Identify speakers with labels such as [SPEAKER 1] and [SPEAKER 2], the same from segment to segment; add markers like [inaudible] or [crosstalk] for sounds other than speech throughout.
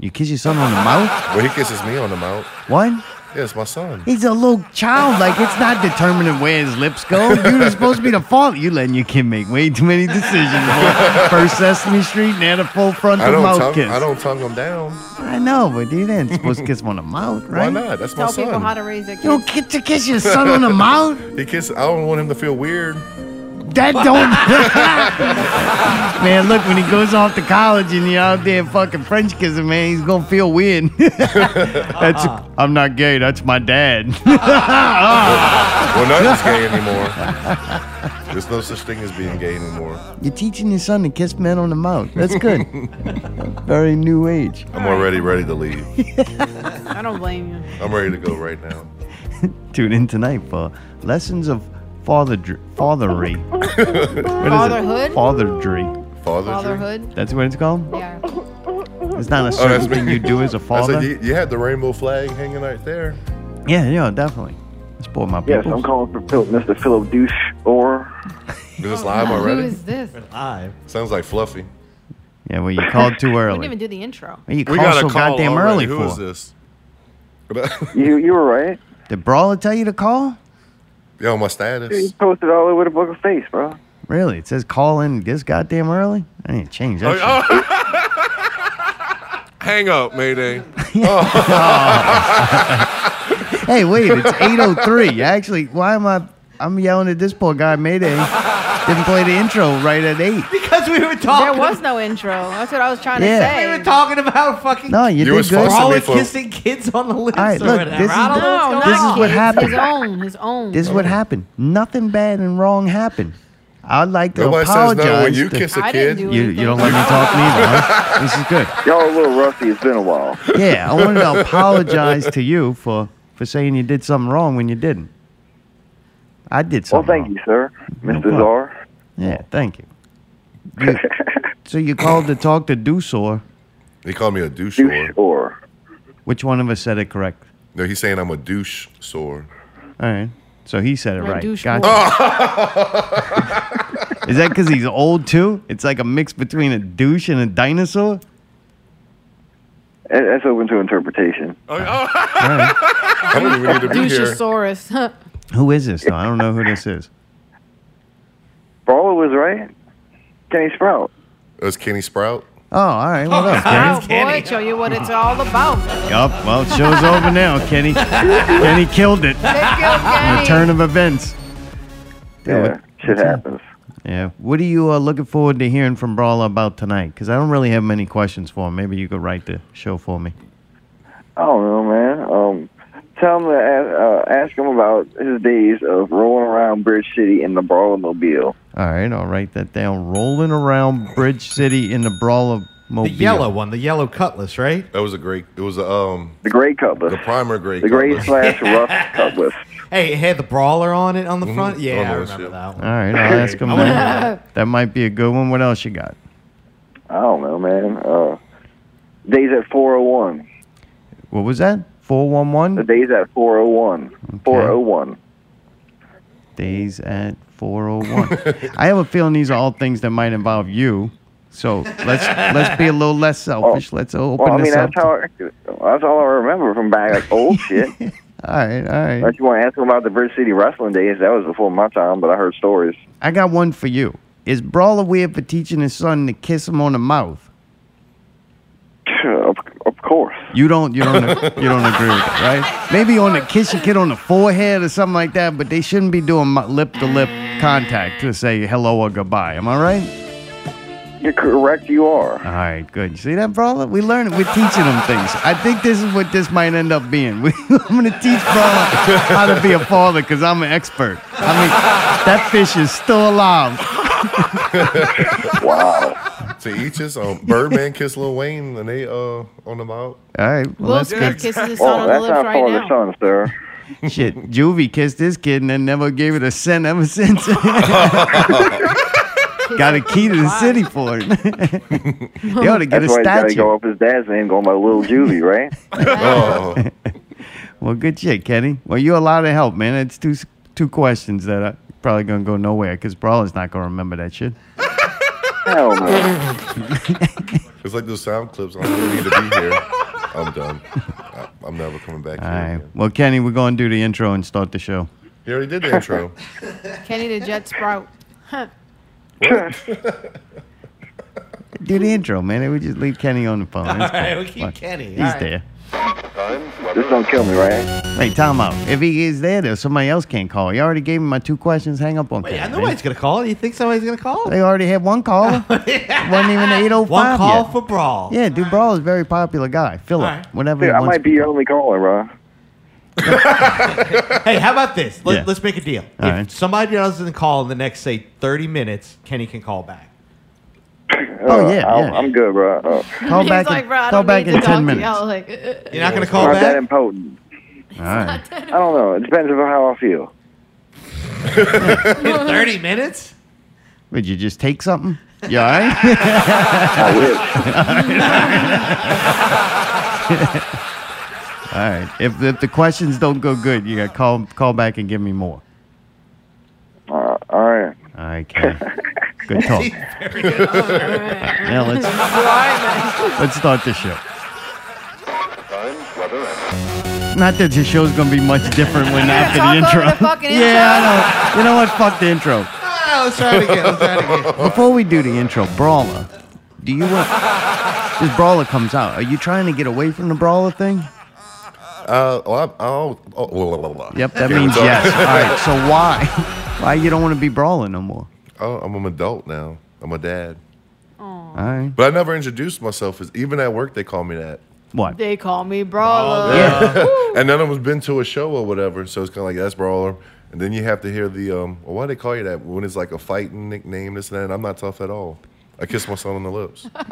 [SPEAKER 1] You kiss your son on the mouth?
[SPEAKER 2] Well, he kisses me on the mouth.
[SPEAKER 1] What?
[SPEAKER 2] Yeah, it's my son.
[SPEAKER 1] He's a little child. Like it's not determining where his lips go. You're supposed to be the father. You letting your kid make way too many decisions. boy. First Sesame Street, and then a full
[SPEAKER 2] I
[SPEAKER 1] frontal
[SPEAKER 2] don't
[SPEAKER 1] mouth
[SPEAKER 2] tongue,
[SPEAKER 1] kiss.
[SPEAKER 2] I don't tongue him down.
[SPEAKER 1] I know, but you didn't supposed to kiss him on the mouth,
[SPEAKER 2] Why
[SPEAKER 1] right?
[SPEAKER 2] not? That's my
[SPEAKER 3] Tell people how
[SPEAKER 2] son.
[SPEAKER 3] to raise their kids.
[SPEAKER 1] You don't get to kiss your son on the mouth.
[SPEAKER 2] He kisses. I don't want him to feel weird.
[SPEAKER 1] That don't. [laughs] man, look, when he goes off to college and you're out there fucking French kissing, man, he's gonna feel weird. [laughs] that's I'm not gay. That's my dad. [laughs]
[SPEAKER 2] Well, nothing's gay anymore. [laughs] There's no such thing as being gay anymore.
[SPEAKER 1] you're teaching your son to kiss men on the mouth. That's
[SPEAKER 3] [laughs]
[SPEAKER 1] good. Very new age.
[SPEAKER 2] I'm already ready to leave.
[SPEAKER 3] I don't blame
[SPEAKER 1] [laughs]
[SPEAKER 3] you.
[SPEAKER 2] I'm ready to go right now.
[SPEAKER 1] Tune in tonight for lessons of father
[SPEAKER 2] [laughs]
[SPEAKER 1] fathery. What is it?
[SPEAKER 3] Fatherhood?
[SPEAKER 1] Fatherdry.
[SPEAKER 2] Father.
[SPEAKER 3] Fatherhood.
[SPEAKER 1] That's what it's called.
[SPEAKER 3] Yeah.
[SPEAKER 1] It's not a
[SPEAKER 2] Oh, [laughs] that's
[SPEAKER 1] certain
[SPEAKER 2] me.
[SPEAKER 1] thing you do as a
[SPEAKER 2] I
[SPEAKER 1] father.
[SPEAKER 2] said you, you had the rainbow flag hanging right there.
[SPEAKER 1] yeah, yeah, definitely. Support my people.
[SPEAKER 4] Yes, I'm calling for Phil, Mr. Philo Douche or
[SPEAKER 2] Is
[SPEAKER 3] Oh,
[SPEAKER 2] this live
[SPEAKER 3] Who
[SPEAKER 2] already?
[SPEAKER 3] is this? We
[SPEAKER 5] I.
[SPEAKER 2] Sounds like Fluffy.
[SPEAKER 1] yeah, well, you
[SPEAKER 3] [laughs]
[SPEAKER 1] called too
[SPEAKER 3] didn't
[SPEAKER 1] early.
[SPEAKER 3] even do the intro.
[SPEAKER 1] What you call
[SPEAKER 2] We got a
[SPEAKER 1] so
[SPEAKER 2] call
[SPEAKER 1] goddamn
[SPEAKER 2] already.
[SPEAKER 1] early
[SPEAKER 2] Who
[SPEAKER 1] for?
[SPEAKER 2] is [laughs] this?
[SPEAKER 4] you. You were right.
[SPEAKER 1] Did Brawler tell you to call?
[SPEAKER 2] Yo, my [laughs]
[SPEAKER 4] You
[SPEAKER 2] status.
[SPEAKER 4] posted all over the book of face, bro.
[SPEAKER 1] Really? It says call in this goddamn early? I need to change
[SPEAKER 2] Oh,
[SPEAKER 1] that. shit.
[SPEAKER 2] Hang up, Mayday.
[SPEAKER 1] Hey, wait, it's 803. [laughs] Actually, why am I I'm yelling at this poor guy Mayday? Didn't play the intro right at 8.
[SPEAKER 5] Because we were talking.
[SPEAKER 3] There was no intro. That's what I was trying
[SPEAKER 1] Yeah.
[SPEAKER 5] We
[SPEAKER 3] to
[SPEAKER 5] were
[SPEAKER 3] say.
[SPEAKER 5] talking about fucking.
[SPEAKER 1] No, you,
[SPEAKER 2] You
[SPEAKER 1] did
[SPEAKER 2] was
[SPEAKER 1] good.
[SPEAKER 2] supposed to
[SPEAKER 5] Brawler
[SPEAKER 2] me for-
[SPEAKER 5] kissing kids on the lips.
[SPEAKER 1] All right,
[SPEAKER 5] or
[SPEAKER 1] look,
[SPEAKER 5] whatever.
[SPEAKER 1] this is
[SPEAKER 5] I don't
[SPEAKER 1] the-
[SPEAKER 5] know
[SPEAKER 3] No,
[SPEAKER 5] what's
[SPEAKER 1] This
[SPEAKER 5] going
[SPEAKER 1] is
[SPEAKER 3] not
[SPEAKER 5] on.
[SPEAKER 1] what
[SPEAKER 3] kids.
[SPEAKER 1] happened.
[SPEAKER 3] His own. His own.
[SPEAKER 1] This is what happened. Nothing bad and wrong happened. I'd like to
[SPEAKER 2] Nobody says
[SPEAKER 1] apologize.
[SPEAKER 2] no when you
[SPEAKER 1] to-
[SPEAKER 2] kiss a
[SPEAKER 3] I
[SPEAKER 2] kid.
[SPEAKER 3] didn't do it.
[SPEAKER 1] you, you don't let me talk neither. Huh? This is good.
[SPEAKER 4] Y'all a little rusty. It's been a while.
[SPEAKER 1] Yeah, I wanted to apologize to you for for saying you did something wrong when you didn't. I did
[SPEAKER 4] Well,
[SPEAKER 1] something.
[SPEAKER 4] thank
[SPEAKER 1] wrong.
[SPEAKER 4] you, sir,
[SPEAKER 1] No
[SPEAKER 4] Mr.
[SPEAKER 1] problem.
[SPEAKER 4] Czar.
[SPEAKER 1] Yeah, thank you.
[SPEAKER 4] [laughs]
[SPEAKER 1] You- so you called to talk to Dusor.
[SPEAKER 2] He called me a douche
[SPEAKER 4] Douche
[SPEAKER 2] sore.
[SPEAKER 4] or
[SPEAKER 1] Which one of us said it correct?
[SPEAKER 2] No, he's saying I'm a douche sore.
[SPEAKER 1] All right. So he said it
[SPEAKER 3] Right,
[SPEAKER 1] right.
[SPEAKER 3] douche
[SPEAKER 1] Is that because he's old too? It's like a mix between a douche and a dinosaur.
[SPEAKER 4] It- it's open to interpretation.
[SPEAKER 2] I don't even need
[SPEAKER 1] Oh.
[SPEAKER 2] to be here.
[SPEAKER 1] [laughs]
[SPEAKER 3] Doucheosaurus.
[SPEAKER 1] Who is this? though? I don't know who this is.
[SPEAKER 4] Brawler was right. Kenny Sprout.
[SPEAKER 2] It's Kenny Sprout.
[SPEAKER 1] Oh, all right. What up,
[SPEAKER 6] [laughs]
[SPEAKER 3] Wow,
[SPEAKER 1] Kenny?
[SPEAKER 3] boy, show you what it's all about.
[SPEAKER 1] Yup. Well, show's over now, Kenny. Kenny killed it.
[SPEAKER 3] Let's
[SPEAKER 1] [laughs]
[SPEAKER 3] go, Kenny.
[SPEAKER 1] Turn of events.
[SPEAKER 4] Yeah,
[SPEAKER 1] what-
[SPEAKER 4] shit happens.
[SPEAKER 1] Yeah. What are you uh, looking forward to hearing from Brawler about tonight? Because I don't really have many questions for him. Maybe you could write the show for me.
[SPEAKER 4] I don't know, man. Um, tell him to ask, uh, ask him about his days of rolling around Bridge City in the Brawlermobile.
[SPEAKER 1] All right, I'll write that down. Rolling around Bridge City in the Brawler
[SPEAKER 5] The
[SPEAKER 1] Mobile.
[SPEAKER 5] yellow one, the yellow cutlass, right?
[SPEAKER 2] That was a great. It was a um
[SPEAKER 4] The gray cutlass.
[SPEAKER 2] the primer great.
[SPEAKER 4] The gray
[SPEAKER 2] cutlass.
[SPEAKER 4] slash rough
[SPEAKER 1] [laughs]
[SPEAKER 4] cutlass.
[SPEAKER 5] Hey, it had the brawler on it on
[SPEAKER 1] Mm-hmm.
[SPEAKER 5] the front.
[SPEAKER 1] Oh,
[SPEAKER 5] Yeah,
[SPEAKER 2] On
[SPEAKER 5] I
[SPEAKER 2] those,
[SPEAKER 5] remember
[SPEAKER 2] yeah.
[SPEAKER 5] that one.
[SPEAKER 1] All right, I'll ask
[SPEAKER 5] [laughs]
[SPEAKER 1] him that. That might be a good one. What else you got?
[SPEAKER 4] I don't know, man. Uh, days at 401.
[SPEAKER 1] What was that?
[SPEAKER 4] The
[SPEAKER 1] 411?
[SPEAKER 4] days at 401. 401.
[SPEAKER 1] Days at
[SPEAKER 4] [laughs]
[SPEAKER 1] 401. I have a feeling these are all things that might involve you. So let's let's be a little less selfish. Let's open
[SPEAKER 4] Oh. Well, I mean,
[SPEAKER 1] this
[SPEAKER 4] that's
[SPEAKER 1] up.
[SPEAKER 4] how I, that's all I remember from back
[SPEAKER 1] [laughs]
[SPEAKER 4] like old shit.
[SPEAKER 1] all right, all right.
[SPEAKER 4] Unless you want to ask him about the Bridge City wrestling days, that was before my time, but I heard stories. [sniffs]
[SPEAKER 1] I got one for you. Is Brawler weird for teaching his son to kiss him on the mouth?
[SPEAKER 4] Of, of course.
[SPEAKER 1] You don't, you don't, you don't agree with it, right? Maybe on the kiss your kid on the forehead or something like that, but they shouldn't be doing lip to lip contact to say hello or goodbye. Am I right?
[SPEAKER 4] You're correct. You are.
[SPEAKER 1] [laughs] All right, good. You see that, Brawler? We learn it. We're teaching them things. I think this is what this might end up being. [laughs] We, I'm gonna teach Brawler how to be a father because I'm an expert. I mean, that fish is still alive.
[SPEAKER 4] Wow.
[SPEAKER 2] to each his own. Birdman kissed Lil Wayne and they uh on
[SPEAKER 3] [laughs]
[SPEAKER 2] the mouth.
[SPEAKER 1] All right, well,
[SPEAKER 3] Will
[SPEAKER 1] let's
[SPEAKER 3] Smith
[SPEAKER 1] get
[SPEAKER 3] kisses his son
[SPEAKER 4] Oh,
[SPEAKER 3] on the
[SPEAKER 4] that's
[SPEAKER 3] lips
[SPEAKER 4] not
[SPEAKER 3] right
[SPEAKER 4] father
[SPEAKER 3] now.
[SPEAKER 4] son, sir.
[SPEAKER 1] Shit, Juvie kissed this kid and then never gave it a cent ever since. [laughs] Got a key to the city for it. [laughs] they ought to get
[SPEAKER 4] That's
[SPEAKER 1] a
[SPEAKER 4] why he's got to
[SPEAKER 1] statue.
[SPEAKER 4] go up his dad's name, going by Little Juvie,
[SPEAKER 1] [laughs]
[SPEAKER 4] right?
[SPEAKER 2] Oh,
[SPEAKER 1] Well, good shit, Kenny. Well, you're allowed to help, man. It's two two questions that are probably gonna go nowhere because Brawler's not gonna remember that shit.
[SPEAKER 4] Hell no.
[SPEAKER 2] It's like those sound clips. I don't really need to be here. I'm done. I, I'm never coming back
[SPEAKER 1] All
[SPEAKER 2] here.
[SPEAKER 1] right.
[SPEAKER 2] again.
[SPEAKER 1] Well, Kenny, we're going to do the intro and start the show.
[SPEAKER 2] He already did
[SPEAKER 1] [laughs]
[SPEAKER 2] the intro.
[SPEAKER 3] Kenny the Jet Sprout. Huh.
[SPEAKER 1] Do the intro, man. They would just leave Kenny on the phone.
[SPEAKER 5] [laughs]
[SPEAKER 1] All
[SPEAKER 5] right, we keep Kenny.
[SPEAKER 1] He's
[SPEAKER 5] All right.
[SPEAKER 1] there.
[SPEAKER 4] This don't kill me, right?
[SPEAKER 1] Wait, time out. If he is there, though, somebody else can't call. You already gave me my two questions. Hang up on
[SPEAKER 5] Wait,
[SPEAKER 1] Kenny.
[SPEAKER 5] yeah,
[SPEAKER 1] man.
[SPEAKER 5] nobody's gonna call. You think somebody's gonna call?
[SPEAKER 1] They already had one
[SPEAKER 5] [laughs]
[SPEAKER 1] call. Wasn't even eight oh five.
[SPEAKER 5] One call for brawl.
[SPEAKER 1] Yeah, Dude Brawl is a very popular guy. Philip,
[SPEAKER 5] All right.
[SPEAKER 1] whatever.
[SPEAKER 4] Dude,
[SPEAKER 1] he
[SPEAKER 4] I
[SPEAKER 1] wants
[SPEAKER 4] might be your only caller, bro.
[SPEAKER 5] [laughs] Hey, how about this? Let,
[SPEAKER 1] Yeah.
[SPEAKER 5] Let's make a deal.
[SPEAKER 1] All
[SPEAKER 5] if
[SPEAKER 1] right.
[SPEAKER 5] somebody doesn't call in the next say 30 minutes, Kenny can call back.
[SPEAKER 1] Oh, yeah,
[SPEAKER 4] Uh, i
[SPEAKER 1] yeah.
[SPEAKER 4] I'm good, bro. Uh,
[SPEAKER 1] Call
[SPEAKER 3] He's
[SPEAKER 1] back.
[SPEAKER 3] like,
[SPEAKER 1] in,
[SPEAKER 3] "Bro, I
[SPEAKER 1] call
[SPEAKER 3] don't
[SPEAKER 1] back
[SPEAKER 3] need
[SPEAKER 1] in
[SPEAKER 3] to talk
[SPEAKER 1] ten
[SPEAKER 3] to
[SPEAKER 1] minutes.
[SPEAKER 3] y'all." Like, uh,
[SPEAKER 5] You're not gonna
[SPEAKER 4] I'm
[SPEAKER 5] call
[SPEAKER 4] not that
[SPEAKER 5] back?
[SPEAKER 4] impotent.
[SPEAKER 1] All right.
[SPEAKER 4] I don't know. It depends on how I feel.
[SPEAKER 5] [laughs] In 30 minutes?
[SPEAKER 1] Would you just take something? You all right? [laughs]
[SPEAKER 4] I wish.
[SPEAKER 1] all right. If, if the questions don't go good, you got to call call back and give me more.
[SPEAKER 4] Uh, all right.
[SPEAKER 1] All right, Kenny. Good talk.
[SPEAKER 3] [laughs]
[SPEAKER 1] Now let's
[SPEAKER 3] all right, man.
[SPEAKER 1] let's start the show. Not that your show's gonna be much different when after
[SPEAKER 3] uh,
[SPEAKER 1] the
[SPEAKER 3] talk
[SPEAKER 1] intro.
[SPEAKER 3] over the fucking
[SPEAKER 1] [laughs] yeah, I know. You know what? Fuck the intro.
[SPEAKER 5] Ah, let's try it again. Let's try
[SPEAKER 1] [laughs]
[SPEAKER 5] it again.
[SPEAKER 1] Before we do the intro, Brawler, do you want this Brawler comes out? Are you trying to get away from the Brawler thing?
[SPEAKER 2] Uh, oh, I'm, oh, oh, blah, blah, blah.
[SPEAKER 1] Yep, that
[SPEAKER 2] Yeah,
[SPEAKER 1] means
[SPEAKER 2] what's up?
[SPEAKER 1] yes. All right, so why? Why [laughs] you don't want to be brawling no more?
[SPEAKER 2] Oh, I'm an adult now. I'm a dad.
[SPEAKER 1] All right,
[SPEAKER 2] But I never introduced myself as even at work they call me that.
[SPEAKER 1] what?
[SPEAKER 3] They call me Brawler.
[SPEAKER 1] Oh, Yeah,
[SPEAKER 2] and none of them's been to a show or whatever, so it's kind of like that's brawler. And then you have to hear the um, well, why they call you that when it's like a fighting nickname, this and that. And I'm not tough at all. I kiss my son on
[SPEAKER 1] [laughs]
[SPEAKER 2] the lips.
[SPEAKER 3] [laughs] I'm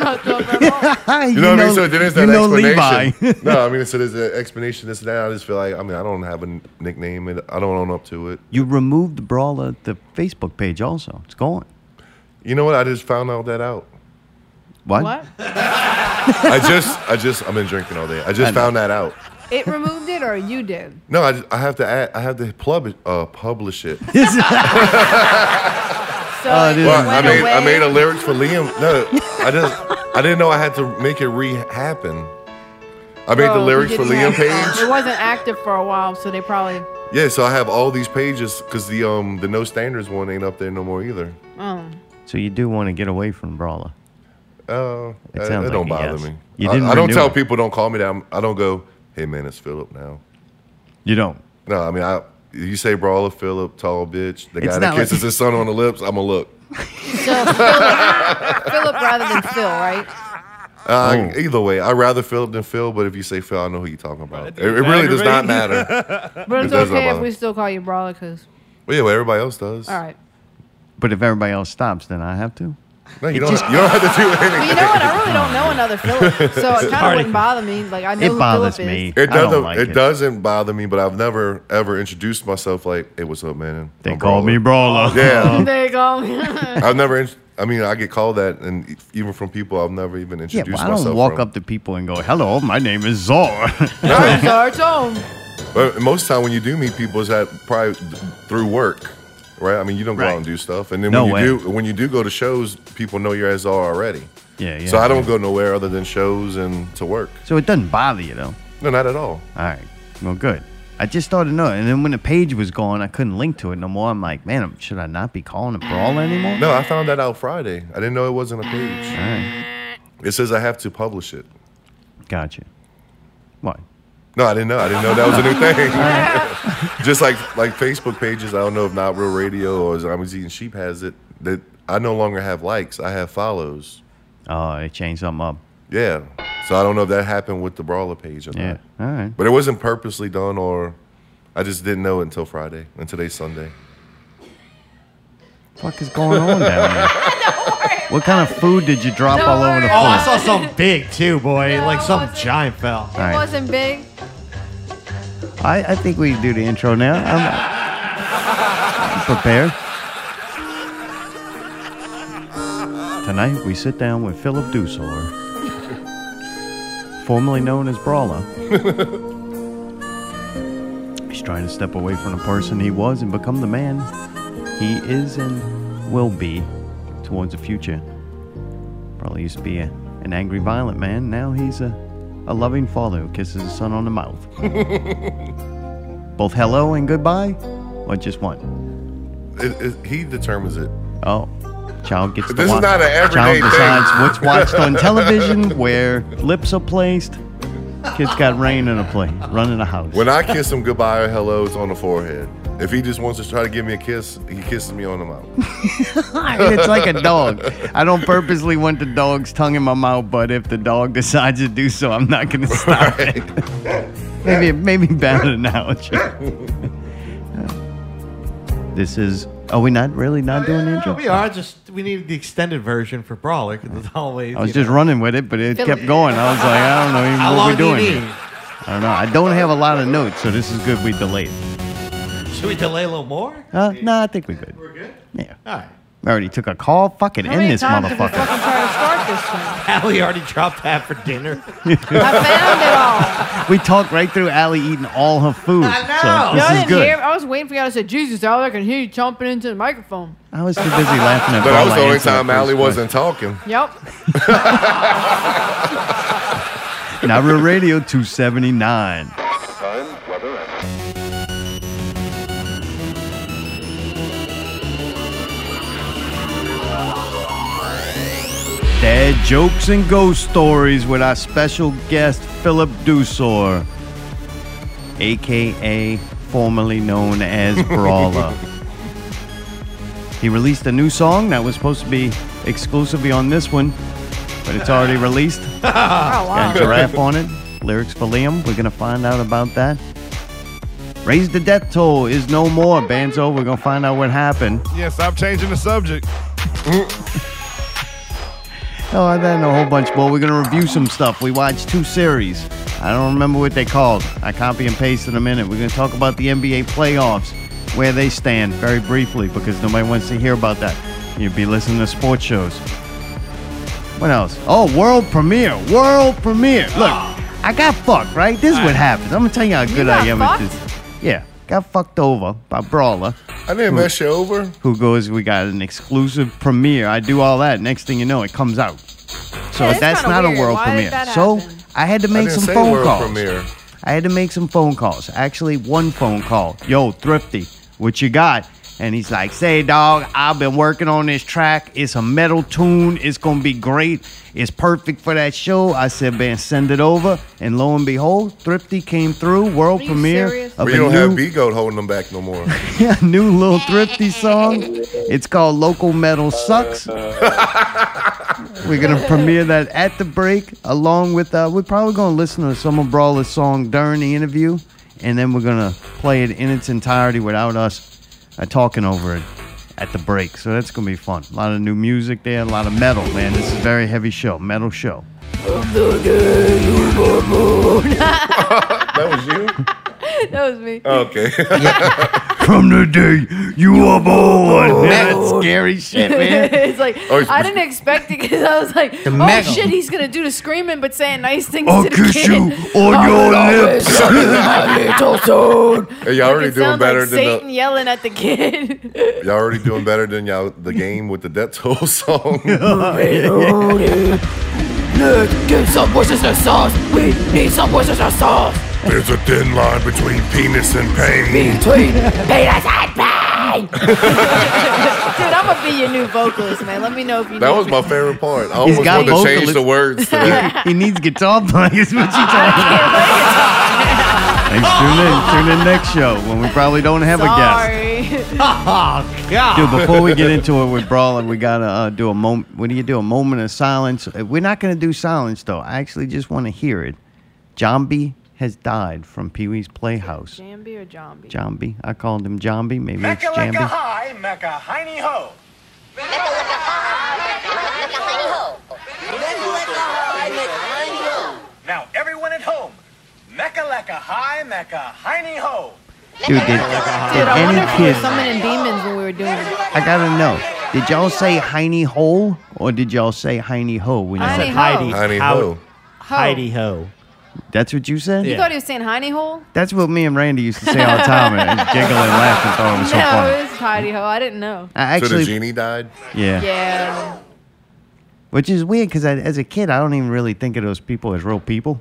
[SPEAKER 3] not talking
[SPEAKER 1] [laughs]
[SPEAKER 3] about
[SPEAKER 2] You know, what I mean? So then there's that
[SPEAKER 1] you know
[SPEAKER 2] explanation.
[SPEAKER 1] Levi.
[SPEAKER 2] [laughs] no, I mean, so there's an explanation, this and that. I just feel like, I mean, I don't have a n- nickname, and I don't own up to it.
[SPEAKER 1] you removed the Brawler the Facebook page. Also, it's gone.
[SPEAKER 2] You know what? I just found out that out.
[SPEAKER 1] What?
[SPEAKER 3] What?
[SPEAKER 2] I
[SPEAKER 1] [laughs]
[SPEAKER 2] just, I just, I've been drinking all day. I
[SPEAKER 1] I
[SPEAKER 2] just
[SPEAKER 1] know.
[SPEAKER 2] found that out.
[SPEAKER 3] It removed it or you did?
[SPEAKER 2] No, I, I have to add, I have to plug it, uh, publish it.
[SPEAKER 1] This-
[SPEAKER 3] So
[SPEAKER 1] Oh, it
[SPEAKER 3] it
[SPEAKER 1] is.
[SPEAKER 2] Well, Uh, I
[SPEAKER 3] went
[SPEAKER 2] made
[SPEAKER 3] away.
[SPEAKER 2] I made a lyrics for Liam. No,
[SPEAKER 3] [laughs]
[SPEAKER 2] I just I didn't know I had to make it re happen. I made
[SPEAKER 3] Bro,
[SPEAKER 2] the
[SPEAKER 3] you
[SPEAKER 2] lyrics for
[SPEAKER 3] didn't
[SPEAKER 2] Liam
[SPEAKER 3] have it. It
[SPEAKER 2] page.
[SPEAKER 3] wasn't active for a while, so they probably.
[SPEAKER 2] Yeah, so I have all these pages because the um the no standards one ain't up there no more either.
[SPEAKER 3] Oh.
[SPEAKER 1] so you do want to get away from Brawler?
[SPEAKER 2] Uh,
[SPEAKER 1] It
[SPEAKER 2] it,
[SPEAKER 1] sounds
[SPEAKER 2] it don't
[SPEAKER 1] like a
[SPEAKER 2] bother
[SPEAKER 1] yes.
[SPEAKER 2] me.
[SPEAKER 1] You
[SPEAKER 2] I-
[SPEAKER 1] didn't
[SPEAKER 2] I, don't
[SPEAKER 1] renew
[SPEAKER 2] tell
[SPEAKER 1] it.
[SPEAKER 2] people don't call me that. I'm, I don't go. Hey man, it's Philip now.
[SPEAKER 1] You don't.
[SPEAKER 2] No, I mean I. You say brawler, Philip, tall bitch, the
[SPEAKER 1] It's
[SPEAKER 2] guy
[SPEAKER 1] not
[SPEAKER 2] that
[SPEAKER 1] like-
[SPEAKER 2] kisses his son on the lips. I'ma look.
[SPEAKER 3] [laughs] So Philip, Philip rather than Phil, right?
[SPEAKER 2] Uh,
[SPEAKER 1] Oh.
[SPEAKER 2] Either way, I'd rather Philip than Phil, but if you say Phil, I know who you're talking about. It, it really does not
[SPEAKER 3] [laughs]
[SPEAKER 2] matter.
[SPEAKER 3] But it's
[SPEAKER 2] It does
[SPEAKER 3] okay
[SPEAKER 2] not
[SPEAKER 3] if we still call you Brawler, cause
[SPEAKER 2] Well, yeah, well, everybody else does.
[SPEAKER 3] all right.
[SPEAKER 1] But if everybody else stops, then I have to.
[SPEAKER 2] No, you don't. you don't have to
[SPEAKER 1] [laughs]
[SPEAKER 2] do
[SPEAKER 3] But
[SPEAKER 2] anything.
[SPEAKER 3] you know what? I really don't know another
[SPEAKER 2] [laughs]
[SPEAKER 3] Philip, so it kind of wouldn't bother me. Like I know
[SPEAKER 1] It
[SPEAKER 3] who
[SPEAKER 1] bothers
[SPEAKER 3] Philip
[SPEAKER 1] me.
[SPEAKER 3] is.
[SPEAKER 2] It
[SPEAKER 1] I don't
[SPEAKER 2] doesn't.
[SPEAKER 1] like
[SPEAKER 2] it,
[SPEAKER 1] it.
[SPEAKER 2] doesn't bother me, but I've never ever introduced myself like, "Hey, what's up, man?"
[SPEAKER 1] They
[SPEAKER 2] I'm
[SPEAKER 1] call me
[SPEAKER 2] Brawler."
[SPEAKER 1] [laughs] Brawler.
[SPEAKER 2] [laughs] Yeah,
[SPEAKER 3] There you [laughs] go.
[SPEAKER 2] I've never. int- I mean, I get called that, and e- even from people I've never even
[SPEAKER 1] Yeah,
[SPEAKER 2] introduced
[SPEAKER 1] well, I don't
[SPEAKER 2] myself.
[SPEAKER 1] walk
[SPEAKER 2] from.
[SPEAKER 1] up to people and go, "Hello, my name is [laughs] Zor."
[SPEAKER 3] It's our tone.
[SPEAKER 2] But most time when you do meet people, is that probably th- through work, right? I mean, you don't go
[SPEAKER 1] Right.
[SPEAKER 2] out and do stuff, and then
[SPEAKER 1] No
[SPEAKER 2] when you
[SPEAKER 1] way.
[SPEAKER 2] do, when you do go to shows, people know your ass already.
[SPEAKER 1] yeah, yeah.
[SPEAKER 2] so I don't go nowhere other than shows and to work.
[SPEAKER 1] So it doesn't bother you though.
[SPEAKER 2] No, not at all.
[SPEAKER 1] All right. Well, good. I just started knowing, and then when the page was gone, I couldn't link to it no more. I'm like, man, I'm- should I not be calling it Brawl anymore?
[SPEAKER 2] No, I found that out Friday. I didn't know it wasn't a page.
[SPEAKER 1] All right.
[SPEAKER 2] It says I have to publish it.
[SPEAKER 1] Gotcha. What?
[SPEAKER 2] No, I didn't know. I didn't know that was a new thing. [laughs] Just like like Facebook pages. I don't know if Not Real Radio or I'm Eating Sheep has it. That I no longer have likes. I have follows.
[SPEAKER 1] Oh, they changed something up.
[SPEAKER 2] Yeah. So I don't know if that happened with the Brawler page or
[SPEAKER 1] Yeah.
[SPEAKER 2] not.
[SPEAKER 1] All right.
[SPEAKER 2] But it wasn't purposely done, or I just didn't know it until Friday. And today's Sunday.
[SPEAKER 1] fuck is going on down there? What kind of food did you drop
[SPEAKER 3] Don't
[SPEAKER 1] all over the
[SPEAKER 3] worry.
[SPEAKER 5] Oh, I
[SPEAKER 1] floor?
[SPEAKER 5] saw something big too, boy.
[SPEAKER 3] No,
[SPEAKER 5] like something
[SPEAKER 3] was it-
[SPEAKER 5] giant fell.
[SPEAKER 1] All right.
[SPEAKER 3] It wasn't big.
[SPEAKER 1] I, I think we do the intro now. I'm, I'm [laughs] prepared. Tonight we sit down with Philip Dusor, formerly known as Brawler. He's trying to step away from the person he was and become the man He is and will be towards the future. Probably used to be a, an angry, violent man. Now he's a, a loving father who kisses his son on the mouth. Both hello and goodbye, or just one?
[SPEAKER 2] It, it, he determines it.
[SPEAKER 1] Oh, child gets to
[SPEAKER 2] This is
[SPEAKER 1] watch.
[SPEAKER 2] not an everyday
[SPEAKER 1] Child
[SPEAKER 2] thing.
[SPEAKER 1] decides what's watched
[SPEAKER 2] [laughs]
[SPEAKER 1] on television, where lips are placed. Kids got rain in a play, running a house. [laughs]
[SPEAKER 2] When I kiss him goodbye or hello, it's on the forehead. If he just wants to try to give me a kiss, he kisses me on the mouth.
[SPEAKER 1] it's like a dog. I don't purposely want the dog's tongue in my mouth, but if the dog decides to do so, I'm not going to stop it. [laughs] maybe maybe
[SPEAKER 2] [laughs]
[SPEAKER 1] bad analogy. [laughs] this is. Are we not really not doing the
[SPEAKER 5] Yeah,
[SPEAKER 1] intro?
[SPEAKER 5] we are just we need the extended version for Brawler because it's always.
[SPEAKER 1] I was
[SPEAKER 5] you
[SPEAKER 1] just
[SPEAKER 5] know,
[SPEAKER 1] running with it, but it
[SPEAKER 3] Phil-
[SPEAKER 1] kept going. I was like, I don't know even
[SPEAKER 5] [laughs] How
[SPEAKER 1] what
[SPEAKER 5] long
[SPEAKER 1] we're
[SPEAKER 5] do you
[SPEAKER 1] doing.
[SPEAKER 5] need?
[SPEAKER 1] here. I don't know. I don't have a lot of notes, so this is good. We delayed.
[SPEAKER 5] Should we delay a little more?
[SPEAKER 1] Uh, no, I think we're good.
[SPEAKER 5] We're good.
[SPEAKER 1] Yeah.
[SPEAKER 5] All right.
[SPEAKER 1] I already took a call. Fucking
[SPEAKER 3] How
[SPEAKER 1] end
[SPEAKER 3] many
[SPEAKER 1] this
[SPEAKER 3] times did we
[SPEAKER 1] motherfucker.
[SPEAKER 3] fucking try to start this
[SPEAKER 2] [laughs]
[SPEAKER 3] thing?
[SPEAKER 5] Allie already dropped that for
[SPEAKER 7] [laughs]
[SPEAKER 5] dinner.
[SPEAKER 3] I found it all.
[SPEAKER 1] We talked right through Allie eating all her food.
[SPEAKER 5] I
[SPEAKER 1] So
[SPEAKER 5] know.
[SPEAKER 1] this
[SPEAKER 5] No,
[SPEAKER 3] Y'all
[SPEAKER 1] is
[SPEAKER 3] didn't
[SPEAKER 1] good.
[SPEAKER 3] hear? I was waiting for y'all to say, Jesus, all I can hear you chomping into the microphone.
[SPEAKER 1] I was too busy laughing at
[SPEAKER 2] But that was
[SPEAKER 1] Brawler
[SPEAKER 2] the only
[SPEAKER 1] answering
[SPEAKER 2] time
[SPEAKER 1] the first
[SPEAKER 2] Allie wasn't talking.
[SPEAKER 3] Yep.
[SPEAKER 1] question. Now real radio 279. Dad jokes and ghost stories with our special guest Philip Dusor, aka formerly
[SPEAKER 3] [laughs]
[SPEAKER 1] known as Brawler. he released a new song that was supposed to be exclusively on this one, but it's
[SPEAKER 3] [laughs]
[SPEAKER 1] already released.
[SPEAKER 3] Oh,
[SPEAKER 1] Got a
[SPEAKER 3] wow.
[SPEAKER 1] giraffe on it. Lyrics for Liam. We're gonna find out about that. Raise the death toll is no more. Banzo, we're gonna find out what happened.
[SPEAKER 8] Yes, I'm changing the subject.
[SPEAKER 1] Oh, and then a whole bunch more. We're gonna review some stuff. We watched two series. I don't remember what they called. I copy and paste in a minute. We're gonna talk about the NBA playoffs, where they stand, very briefly, because nobody wants to hear about that. You'd be listening to sports shows. What else? Oh, world premiere. World premiere. Look, I got fucked, right? This is what happens. I'm gonna tell you how good I
[SPEAKER 3] Ah. got
[SPEAKER 1] am at
[SPEAKER 3] fucked?
[SPEAKER 1] this. Yeah, got fucked over by Brawler
[SPEAKER 2] I didn't mess you over.
[SPEAKER 1] who goes, We got an exclusive premiere. I do all that. Next thing you know, it comes out. So
[SPEAKER 3] Yeah, that's
[SPEAKER 1] that's
[SPEAKER 3] kinda
[SPEAKER 1] not
[SPEAKER 3] weird.
[SPEAKER 1] a world
[SPEAKER 3] Why did
[SPEAKER 1] premiere.
[SPEAKER 3] that
[SPEAKER 1] So
[SPEAKER 3] happen?
[SPEAKER 1] I had to
[SPEAKER 2] I
[SPEAKER 1] make
[SPEAKER 2] didn't
[SPEAKER 1] some
[SPEAKER 2] say
[SPEAKER 1] phone
[SPEAKER 2] world
[SPEAKER 1] calls.
[SPEAKER 2] premiere.
[SPEAKER 1] I had to make some phone calls. Actually, one phone call. Yo, Thrifty, what you got? And he's like, Say, dog, I've been working on this track. It's a metal tune. It's going to be great. It's perfect for that show. I said, Man, send it over. And lo and behold, Thrifty came through. World
[SPEAKER 3] Are you
[SPEAKER 1] premiere
[SPEAKER 3] serious?
[SPEAKER 1] of
[SPEAKER 2] We
[SPEAKER 1] a
[SPEAKER 2] don't have
[SPEAKER 1] new
[SPEAKER 2] B Goat holding them back no more.
[SPEAKER 1] [laughs] yeah, new little thrifty song. It's called Local Metal Sucks. We're gonna premiere that at the break, along with uh, we're probably gonna listen to some of Brawler's song during the interview, and then we're gonna play it in its entirety without us uh, talking over it at the break. So that's gonna be fun. A lot of new music there, a lot of metal, man. This is a very heavy show, metal show.
[SPEAKER 2] [laughs] that was you?
[SPEAKER 3] that was me.
[SPEAKER 2] [laughs] Okay.
[SPEAKER 1] From the day you were born, man, that's scary shit, man.
[SPEAKER 3] [laughs] it's like
[SPEAKER 2] Oh, it's-
[SPEAKER 3] I didn't expect it because I was like, oh
[SPEAKER 5] metal.
[SPEAKER 3] shit, he's gonna do the screaming but saying nice things
[SPEAKER 1] I'll
[SPEAKER 3] to the
[SPEAKER 1] kiss
[SPEAKER 3] kid. [laughs] Oh,
[SPEAKER 1] you on your lips.
[SPEAKER 2] Hey, y'all already
[SPEAKER 3] It
[SPEAKER 2] doing
[SPEAKER 3] sounds
[SPEAKER 2] better
[SPEAKER 3] like
[SPEAKER 2] than
[SPEAKER 3] Satan yelling at the kid. [laughs]
[SPEAKER 2] the y'all already doing better than y'all the game with the Death Toll [laughs] song.
[SPEAKER 9] Give some Worcestershire sauce. We need some Worcestershire sauce.
[SPEAKER 2] There's a thin line between penis and pain.
[SPEAKER 9] Between penis and pain.
[SPEAKER 3] Dude, I'm gonna be your new vocalist, man. Let me know if you.
[SPEAKER 2] That
[SPEAKER 3] need
[SPEAKER 2] was
[SPEAKER 3] me.
[SPEAKER 2] my favorite part. I almost
[SPEAKER 1] got
[SPEAKER 2] wanted to change
[SPEAKER 1] vocalist-
[SPEAKER 2] the [laughs] words to that.
[SPEAKER 1] he needs guitar players. What you talking about? Thanks. Tune in. Tune in next show when we probably don't have a guest.
[SPEAKER 3] Sorry.
[SPEAKER 5] Oh God.
[SPEAKER 1] Dude, before we get into it with Brawler, we gotta uh, do a moment. What do you do? A moment of silence. Uh, We're not gonna do silence though. I actually just want to hear it. Jombie has died from Pee Wee's Playhouse.
[SPEAKER 3] Jambi or Jambi?
[SPEAKER 1] Jombie. I called him Jombie. Maybe it's Jambi.
[SPEAKER 7] hi, mecca hiney ho. Now everyone at home, mecca lecca hi, mecca hiney ho.
[SPEAKER 1] Dude, did,
[SPEAKER 3] Dude,
[SPEAKER 1] did
[SPEAKER 3] I wonder
[SPEAKER 1] any
[SPEAKER 3] if we were
[SPEAKER 1] kid?
[SPEAKER 3] summoning demons when we were doing it.
[SPEAKER 1] I gotta know. Did y'all say Heiny Hole or did y'all say Heiny Ho when you
[SPEAKER 3] Heiny
[SPEAKER 1] said
[SPEAKER 3] Ho.
[SPEAKER 5] Heidi.
[SPEAKER 2] Honey
[SPEAKER 5] out.
[SPEAKER 2] ho.
[SPEAKER 3] Ho.
[SPEAKER 5] Heidi Ho.
[SPEAKER 1] That's what you said?
[SPEAKER 3] You thought he was saying hiney hole?
[SPEAKER 1] That's what me and Randy used to say all the
[SPEAKER 3] [laughs]
[SPEAKER 1] time and giggle and laugh and thought it was so
[SPEAKER 3] no,
[SPEAKER 1] funny.
[SPEAKER 3] it was hiney hole. I didn't know.
[SPEAKER 1] I
[SPEAKER 2] so the
[SPEAKER 1] actually,
[SPEAKER 2] genie died.
[SPEAKER 1] yeah.
[SPEAKER 3] Yeah.
[SPEAKER 1] Which is weird because as a kid, I don't even really think of those people as real people.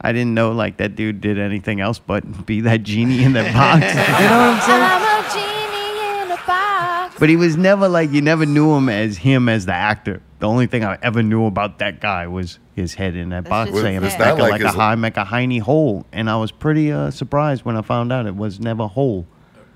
[SPEAKER 1] I didn't know like that dude did anything else but be that genie in that box.
[SPEAKER 3] [laughs]
[SPEAKER 1] you know what I'm saying?
[SPEAKER 3] I'm a genie in a box.
[SPEAKER 1] But he was never like you never knew him as him as the actor. The only thing I ever knew about that guy was his head in that box
[SPEAKER 3] just
[SPEAKER 1] saying
[SPEAKER 3] his
[SPEAKER 1] "Mecha
[SPEAKER 3] head.
[SPEAKER 2] It's not
[SPEAKER 1] like,
[SPEAKER 2] like
[SPEAKER 1] a
[SPEAKER 2] his-
[SPEAKER 1] high mecha hiney hole," and I was pretty uh, surprised when I found out it was never hole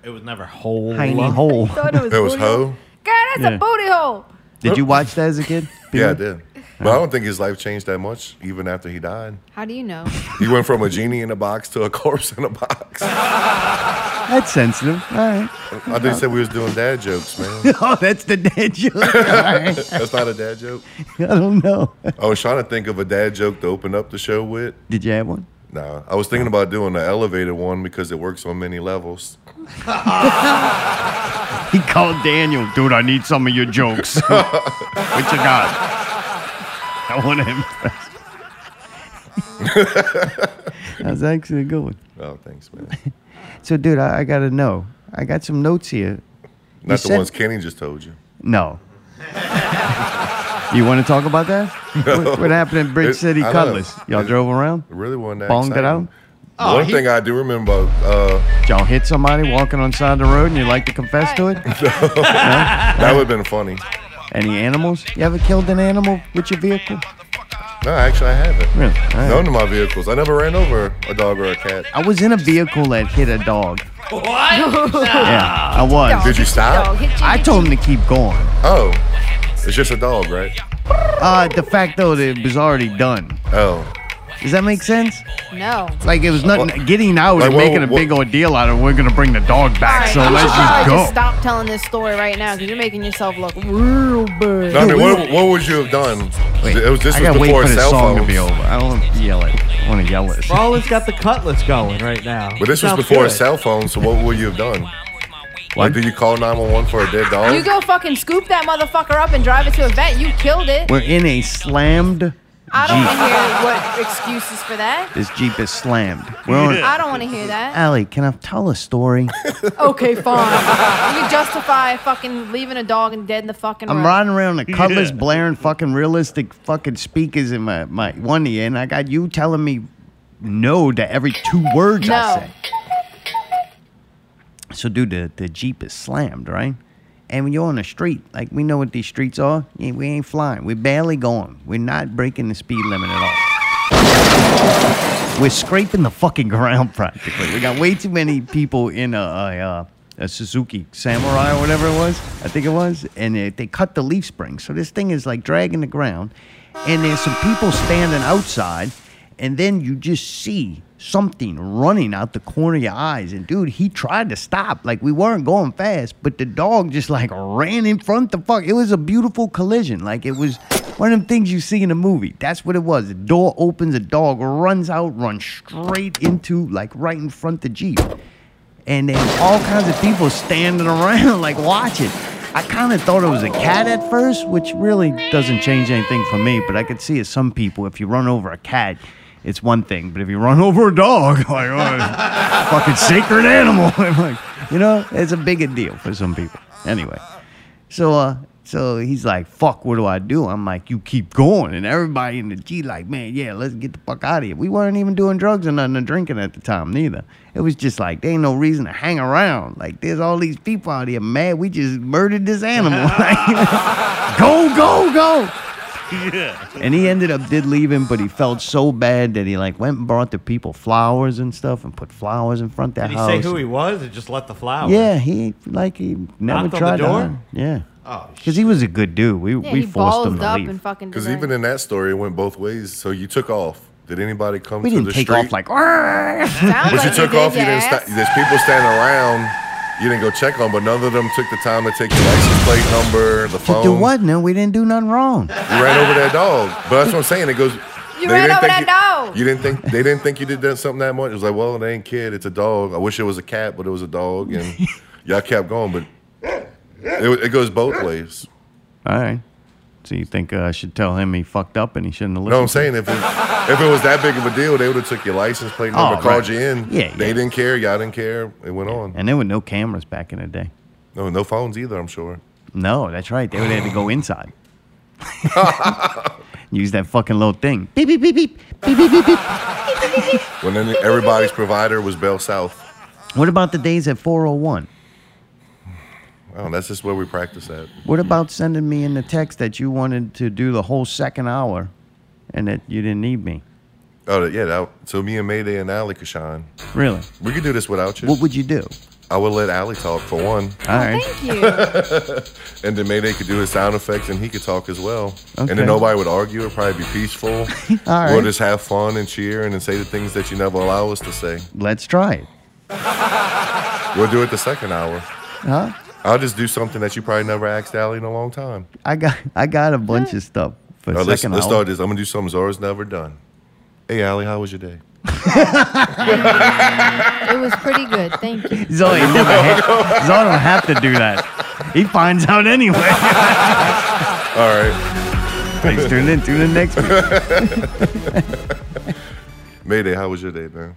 [SPEAKER 5] It was never whole.
[SPEAKER 1] hiney hole.
[SPEAKER 3] Thought it was,
[SPEAKER 2] It was
[SPEAKER 3] booty hole.
[SPEAKER 2] hoe.
[SPEAKER 3] God, that's
[SPEAKER 1] Yeah.
[SPEAKER 3] a booty hole.
[SPEAKER 1] Did you watch that as a kid?
[SPEAKER 2] Yeah, I did. But I don't think his life changed that much even after he died.
[SPEAKER 3] How do you [laughs] know?
[SPEAKER 2] He went from a genie in a box to a corpse in a box. I
[SPEAKER 1] That's sensitive. All right.
[SPEAKER 2] think they said we was doing dad jokes, [laughs] man.
[SPEAKER 1] [laughs] Oh, that's the dead joke. All right.
[SPEAKER 2] That's not a dad joke.
[SPEAKER 1] [laughs] I don't know.
[SPEAKER 2] I was trying to think of a dad joke to open up the show with.
[SPEAKER 1] Did you have one?
[SPEAKER 2] Nah, I was thinking about doing the elevator one because it works on many levels.
[SPEAKER 1] He called Daniel. Dude, I need some of your [laughs] jokes. what you got? I want to [laughs] impress. that was actually a good one.
[SPEAKER 2] Oh,
[SPEAKER 1] [laughs]
[SPEAKER 2] thanks, man.
[SPEAKER 1] So, dude, I, I got to know. I got some notes here.
[SPEAKER 2] Not the
[SPEAKER 1] said-
[SPEAKER 2] ones Kenny just told you.
[SPEAKER 1] [laughs] No. you want to talk about that? What, what happened in Bridge
[SPEAKER 2] It-
[SPEAKER 1] City
[SPEAKER 2] I know.
[SPEAKER 1] Cutlass? Y'all
[SPEAKER 2] It-
[SPEAKER 1] drove around?
[SPEAKER 2] It really wasn't that
[SPEAKER 1] Bonged it
[SPEAKER 2] exciting.
[SPEAKER 1] out?
[SPEAKER 2] One thing I do remember, uh,
[SPEAKER 1] Y'all hit somebody walking on the side of the road and you like to confess to it?
[SPEAKER 2] that would have been funny.
[SPEAKER 1] Any animals? You ever killed an animal with your vehicle?
[SPEAKER 2] No, actually, I haven't.
[SPEAKER 1] Really? All right.
[SPEAKER 2] None of my vehicles. I never ran over a dog or a cat.
[SPEAKER 1] I was in a vehicle that hit a dog.
[SPEAKER 3] Dog,
[SPEAKER 1] Yeah, I was.
[SPEAKER 2] Did you
[SPEAKER 3] dog,
[SPEAKER 2] stop?
[SPEAKER 3] hit you,
[SPEAKER 1] I
[SPEAKER 3] hit
[SPEAKER 1] told him to keep going.
[SPEAKER 2] Oh, it's just a dog, right?
[SPEAKER 1] Uh, the fact though that it was already done.
[SPEAKER 2] Oh,
[SPEAKER 1] Does that make sense?
[SPEAKER 3] you. No.
[SPEAKER 1] Like it was nothing. getting out
[SPEAKER 2] Like,
[SPEAKER 1] and
[SPEAKER 2] whoa,
[SPEAKER 1] making a
[SPEAKER 2] whoa.
[SPEAKER 1] big ordeal out of. it, We're gonna bring the dog back, so
[SPEAKER 3] you should
[SPEAKER 1] let's
[SPEAKER 3] probably
[SPEAKER 1] just go.
[SPEAKER 3] just stop telling this story right now because you're making yourself look real bad.
[SPEAKER 2] No, I
[SPEAKER 1] Dude,
[SPEAKER 2] mean,
[SPEAKER 1] we
[SPEAKER 2] what, what would you have done?
[SPEAKER 1] Wait,
[SPEAKER 2] it was this
[SPEAKER 1] I
[SPEAKER 2] was
[SPEAKER 1] gotta wait
[SPEAKER 2] before
[SPEAKER 1] for the
[SPEAKER 2] cell
[SPEAKER 1] song
[SPEAKER 2] phones.
[SPEAKER 1] to be over. I don't want to yell it. I want to yell it.
[SPEAKER 5] Rollins got the cutlets going right now.
[SPEAKER 2] But this was
[SPEAKER 5] Sounds
[SPEAKER 2] before
[SPEAKER 5] good.
[SPEAKER 2] cell phones, so what would you have done? Like,
[SPEAKER 1] What?
[SPEAKER 2] did you call 911 for a dead dog?
[SPEAKER 3] You go fucking scoop that motherfucker up and drive it to a vet. You killed it.
[SPEAKER 1] We're in a slammed.
[SPEAKER 3] I don't want to hear what excuses for that.
[SPEAKER 1] This jeep is slammed. We're on.
[SPEAKER 3] I don't want to hear that.
[SPEAKER 1] Allie, can I tell a story?
[SPEAKER 3] [laughs] Okay, fine. you can justify fucking leaving a dog and dead in the fucking
[SPEAKER 1] I'm
[SPEAKER 3] road.
[SPEAKER 1] riding around the cutlass blaring fucking realistic fucking speakers in my, my one ear, and I got you telling me no to every two words I
[SPEAKER 3] No.
[SPEAKER 1] say. So, dude, the, the Jeep is slammed, right? And when you're on the street, like we know what these streets are, yeah, we ain't flying. We're barely going. We're not breaking the speed limit at all. We're scraping the fucking ground practically. We got way too many people in a, a, uh, a Suzuki Samurai or whatever it was. I think it was. And they, they cut the leaf spring. So this thing is like dragging the ground. And there's some people standing outside. And then you just see something running out the corner of your eyes. And dude, he tried to stop. Like we weren't going fast, but the dog just like ran in front the fuck. It was a beautiful collision. Like it was one of them things you see in a movie. That's what it was. The door opens, the dog runs out, runs straight into like right in front the Jeep. And then all kinds of people standing around [laughs] like watching. I kind of thought it was a cat at first, which really doesn't change anything for me, but I could see as some people, if you run over a cat, it's one thing, but if you run [laughs] over a dog, like, oh, fucking sacred animal, [laughs] I'm like, you know, it's a bigger deal for some people. Anyway, so uh, so he's like, "Fuck, what do I do?" I'm like, "You keep going," and everybody in the G like, "Man, yeah, let's get the fuck out of here." We weren't even doing drugs or nothing or drinking at the time, neither. It was just like there ain't no reason to hang around. Like there's all these people out here mad. We just murdered this animal. [laughs] Like, go, go, go. And he ended up did leaving, but he felt so bad that he like went and brought the people flowers and stuff and put flowers in front of their
[SPEAKER 5] Did he
[SPEAKER 1] house.
[SPEAKER 5] say who he was or just let the flowers?
[SPEAKER 1] Yeah, he like he never
[SPEAKER 5] Knocked on the
[SPEAKER 1] tried to
[SPEAKER 5] door?
[SPEAKER 1] hide. Yeah.
[SPEAKER 5] Oh,
[SPEAKER 1] Because he was a good dude. We
[SPEAKER 3] Yeah,
[SPEAKER 1] we
[SPEAKER 3] he
[SPEAKER 1] forced him
[SPEAKER 3] ballsed
[SPEAKER 1] to
[SPEAKER 3] up
[SPEAKER 1] leave.
[SPEAKER 3] and fucking.
[SPEAKER 2] Because
[SPEAKER 3] designed-
[SPEAKER 2] even in that story, it went both ways. So you took off. Did anybody come
[SPEAKER 1] we
[SPEAKER 2] to
[SPEAKER 1] didn't
[SPEAKER 2] the
[SPEAKER 1] take
[SPEAKER 2] street?
[SPEAKER 1] off like. [laughs] "Arr!"
[SPEAKER 3] [laughs] Sounds
[SPEAKER 2] But you
[SPEAKER 3] like
[SPEAKER 2] took
[SPEAKER 3] did,
[SPEAKER 2] off. You
[SPEAKER 3] you
[SPEAKER 2] didn't. Sta-
[SPEAKER 3] ass.
[SPEAKER 2] there's people standing around. You didn't go check on, but none of them took the time to take your license plate number, the
[SPEAKER 1] to
[SPEAKER 2] phone.
[SPEAKER 1] do what? No, we didn't do nothing wrong.
[SPEAKER 2] You ran over that dog. But that's what I'm saying. It goes.
[SPEAKER 3] You
[SPEAKER 2] they
[SPEAKER 3] ran
[SPEAKER 2] didn't
[SPEAKER 3] over
[SPEAKER 2] think
[SPEAKER 3] that
[SPEAKER 2] you-
[SPEAKER 3] dog.
[SPEAKER 2] You didn't think they didn't think you did that something that much. It was like, well, it ain't kid. It's a dog. I wish it was a cat, but it was a
[SPEAKER 1] [laughs]
[SPEAKER 2] dog, and y'all kept going. But it, it goes both ways.
[SPEAKER 1] All right. So you think uh, I should tell him he fucked up and he shouldn't have
[SPEAKER 2] You know what I'm
[SPEAKER 1] listened?
[SPEAKER 2] saying? If it, if it was that big of a deal, they would have took your license plate number,
[SPEAKER 1] Oh,
[SPEAKER 2] called
[SPEAKER 1] right.
[SPEAKER 2] you in.
[SPEAKER 1] Yeah,
[SPEAKER 2] They
[SPEAKER 1] yeah.
[SPEAKER 2] didn't care. Y'all didn't care. It went on.
[SPEAKER 1] And there were no cameras back in the day.
[SPEAKER 2] No, no phones either. I'm sure.
[SPEAKER 1] No, that's right. They would have to go
[SPEAKER 2] [laughs]
[SPEAKER 1] inside. [laughs] Use that fucking little thing. Beep beep beep beep beep beep beep. beep.
[SPEAKER 2] When then everybody's provider was Bell South.
[SPEAKER 1] What about the days at 401?
[SPEAKER 2] Oh, that's just where we practice at.
[SPEAKER 1] What about sending me in the text that you wanted to do the whole second hour and that you didn't need me?
[SPEAKER 2] Oh, yeah. That, so me and Mayday and Allie could shine.
[SPEAKER 1] Really?
[SPEAKER 2] We could do this without you.
[SPEAKER 1] What would you do?
[SPEAKER 2] I would let Allie talk for one,
[SPEAKER 1] All right.
[SPEAKER 3] Thank you.
[SPEAKER 2] and then Mayday could do his sound effects, and he could talk as well. And
[SPEAKER 1] Okay.
[SPEAKER 2] then nobody would argue. It'd probably be peaceful.
[SPEAKER 1] [laughs] All
[SPEAKER 2] We'll
[SPEAKER 1] right.
[SPEAKER 2] just have fun and cheer, and then say the things that you never allow us to say.
[SPEAKER 1] Let's try it.
[SPEAKER 2] We'll do it the second hour.
[SPEAKER 1] Huh?
[SPEAKER 2] I'll just do something that you probably never asked Allie in a long time.
[SPEAKER 1] I got I got a bunch of stuff for
[SPEAKER 2] All right, let's,
[SPEAKER 1] 2nd
[SPEAKER 2] let's
[SPEAKER 1] hour.
[SPEAKER 2] start this. I'm gonna do something Zora's never done. Hey, Allie, how was your day?
[SPEAKER 3] it was pretty good. Thank
[SPEAKER 1] [laughs]
[SPEAKER 3] you.
[SPEAKER 1] Zoe never ha- Zoe don't have to do that. He finds out
[SPEAKER 2] [laughs]
[SPEAKER 1] anyway.
[SPEAKER 2] All right,
[SPEAKER 1] Please tune in. Tune in next week.
[SPEAKER 2] Mayday, how was your day, man?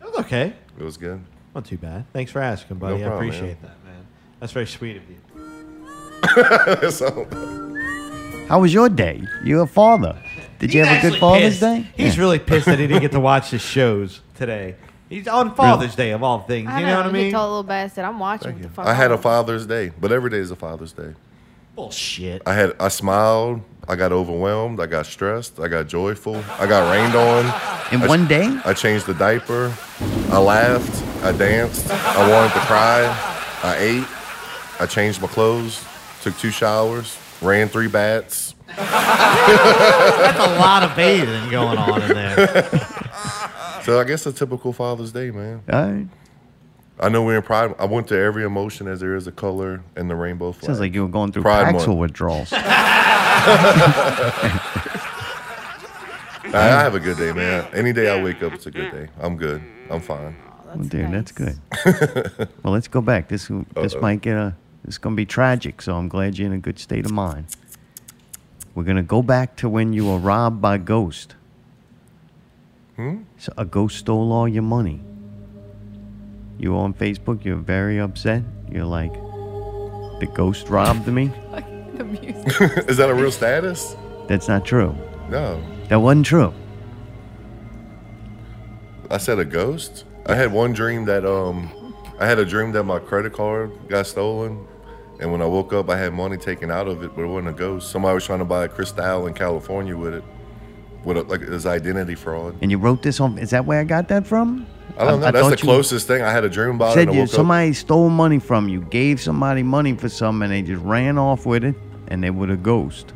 [SPEAKER 5] It was okay.
[SPEAKER 2] It was good. [laughs]
[SPEAKER 5] Not too bad. Thanks for asking, buddy.
[SPEAKER 2] problem,
[SPEAKER 5] I appreciate that, man. That's very sweet of you.
[SPEAKER 2] So-
[SPEAKER 1] How was your day? You're a father. Did you have a good Father's
[SPEAKER 5] pissed.
[SPEAKER 1] Day?
[SPEAKER 5] He's
[SPEAKER 1] Yeah.
[SPEAKER 5] really pissed that he didn't get to watch [laughs] his shows today. He's on Father's Day of all things.
[SPEAKER 3] I
[SPEAKER 5] You know what I mean?
[SPEAKER 3] You tell a little bastard. I'm watching. What the fuck
[SPEAKER 2] I had a
[SPEAKER 3] I'm-
[SPEAKER 2] Father's Day, but every day is a Father's Day.
[SPEAKER 5] Bullshit.
[SPEAKER 2] I had I smiled, I got overwhelmed, I got stressed, I got joyful, I got rained on.
[SPEAKER 1] In
[SPEAKER 2] I-
[SPEAKER 1] one day?
[SPEAKER 2] I changed the diaper, I laughed, I danced, I wanted to cry, I ate, I changed my clothes, took two showers, ran three bats.
[SPEAKER 5] That's a lot of bathing going on in there.
[SPEAKER 2] So I guess a typical Father's Day, man.
[SPEAKER 1] All right.
[SPEAKER 2] I know we're in Pride. I went to every emotion as there is a color and the rainbow flag.
[SPEAKER 1] Sounds like you were going through
[SPEAKER 2] Pride
[SPEAKER 1] Paxil
[SPEAKER 2] Month.
[SPEAKER 1] withdrawals.
[SPEAKER 2] I, I have a good day, man. Any day I wake up, it's a good day. I'm good. I'm fine. [laughs]
[SPEAKER 1] Well, dude, that's
[SPEAKER 3] nice.
[SPEAKER 1] good. well, let's go back. This this might get a. It's gonna be tragic. So I'm glad you're in a good state of mind. We're gonna go back to when you were robbed by a ghost. Hmm. So a ghost stole all your money. You on Facebook? You're very upset. You're like, the ghost robbed me.
[SPEAKER 3] Like the music.
[SPEAKER 2] Is that a real status?
[SPEAKER 1] That's not true.
[SPEAKER 2] No.
[SPEAKER 1] That wasn't true.
[SPEAKER 2] I said a ghost. I had one dream that um, I had a dream that my credit card got stolen, and when I woke up, I had money taken out of it, but it wasn't a ghost. Somebody was trying to buy a Cristal in California with it, with a, like this identity fraud.
[SPEAKER 1] And you wrote this on. Is that where I got that from?
[SPEAKER 2] I don't know.
[SPEAKER 1] I
[SPEAKER 2] That's the
[SPEAKER 1] thought you-
[SPEAKER 2] closest thing I had a dream about. it
[SPEAKER 1] said
[SPEAKER 2] and I
[SPEAKER 1] you,
[SPEAKER 2] woke up.
[SPEAKER 1] somebody stole money from you, gave somebody money for something, and they just ran off with it, and they were the
[SPEAKER 2] [laughs]
[SPEAKER 1] ghost.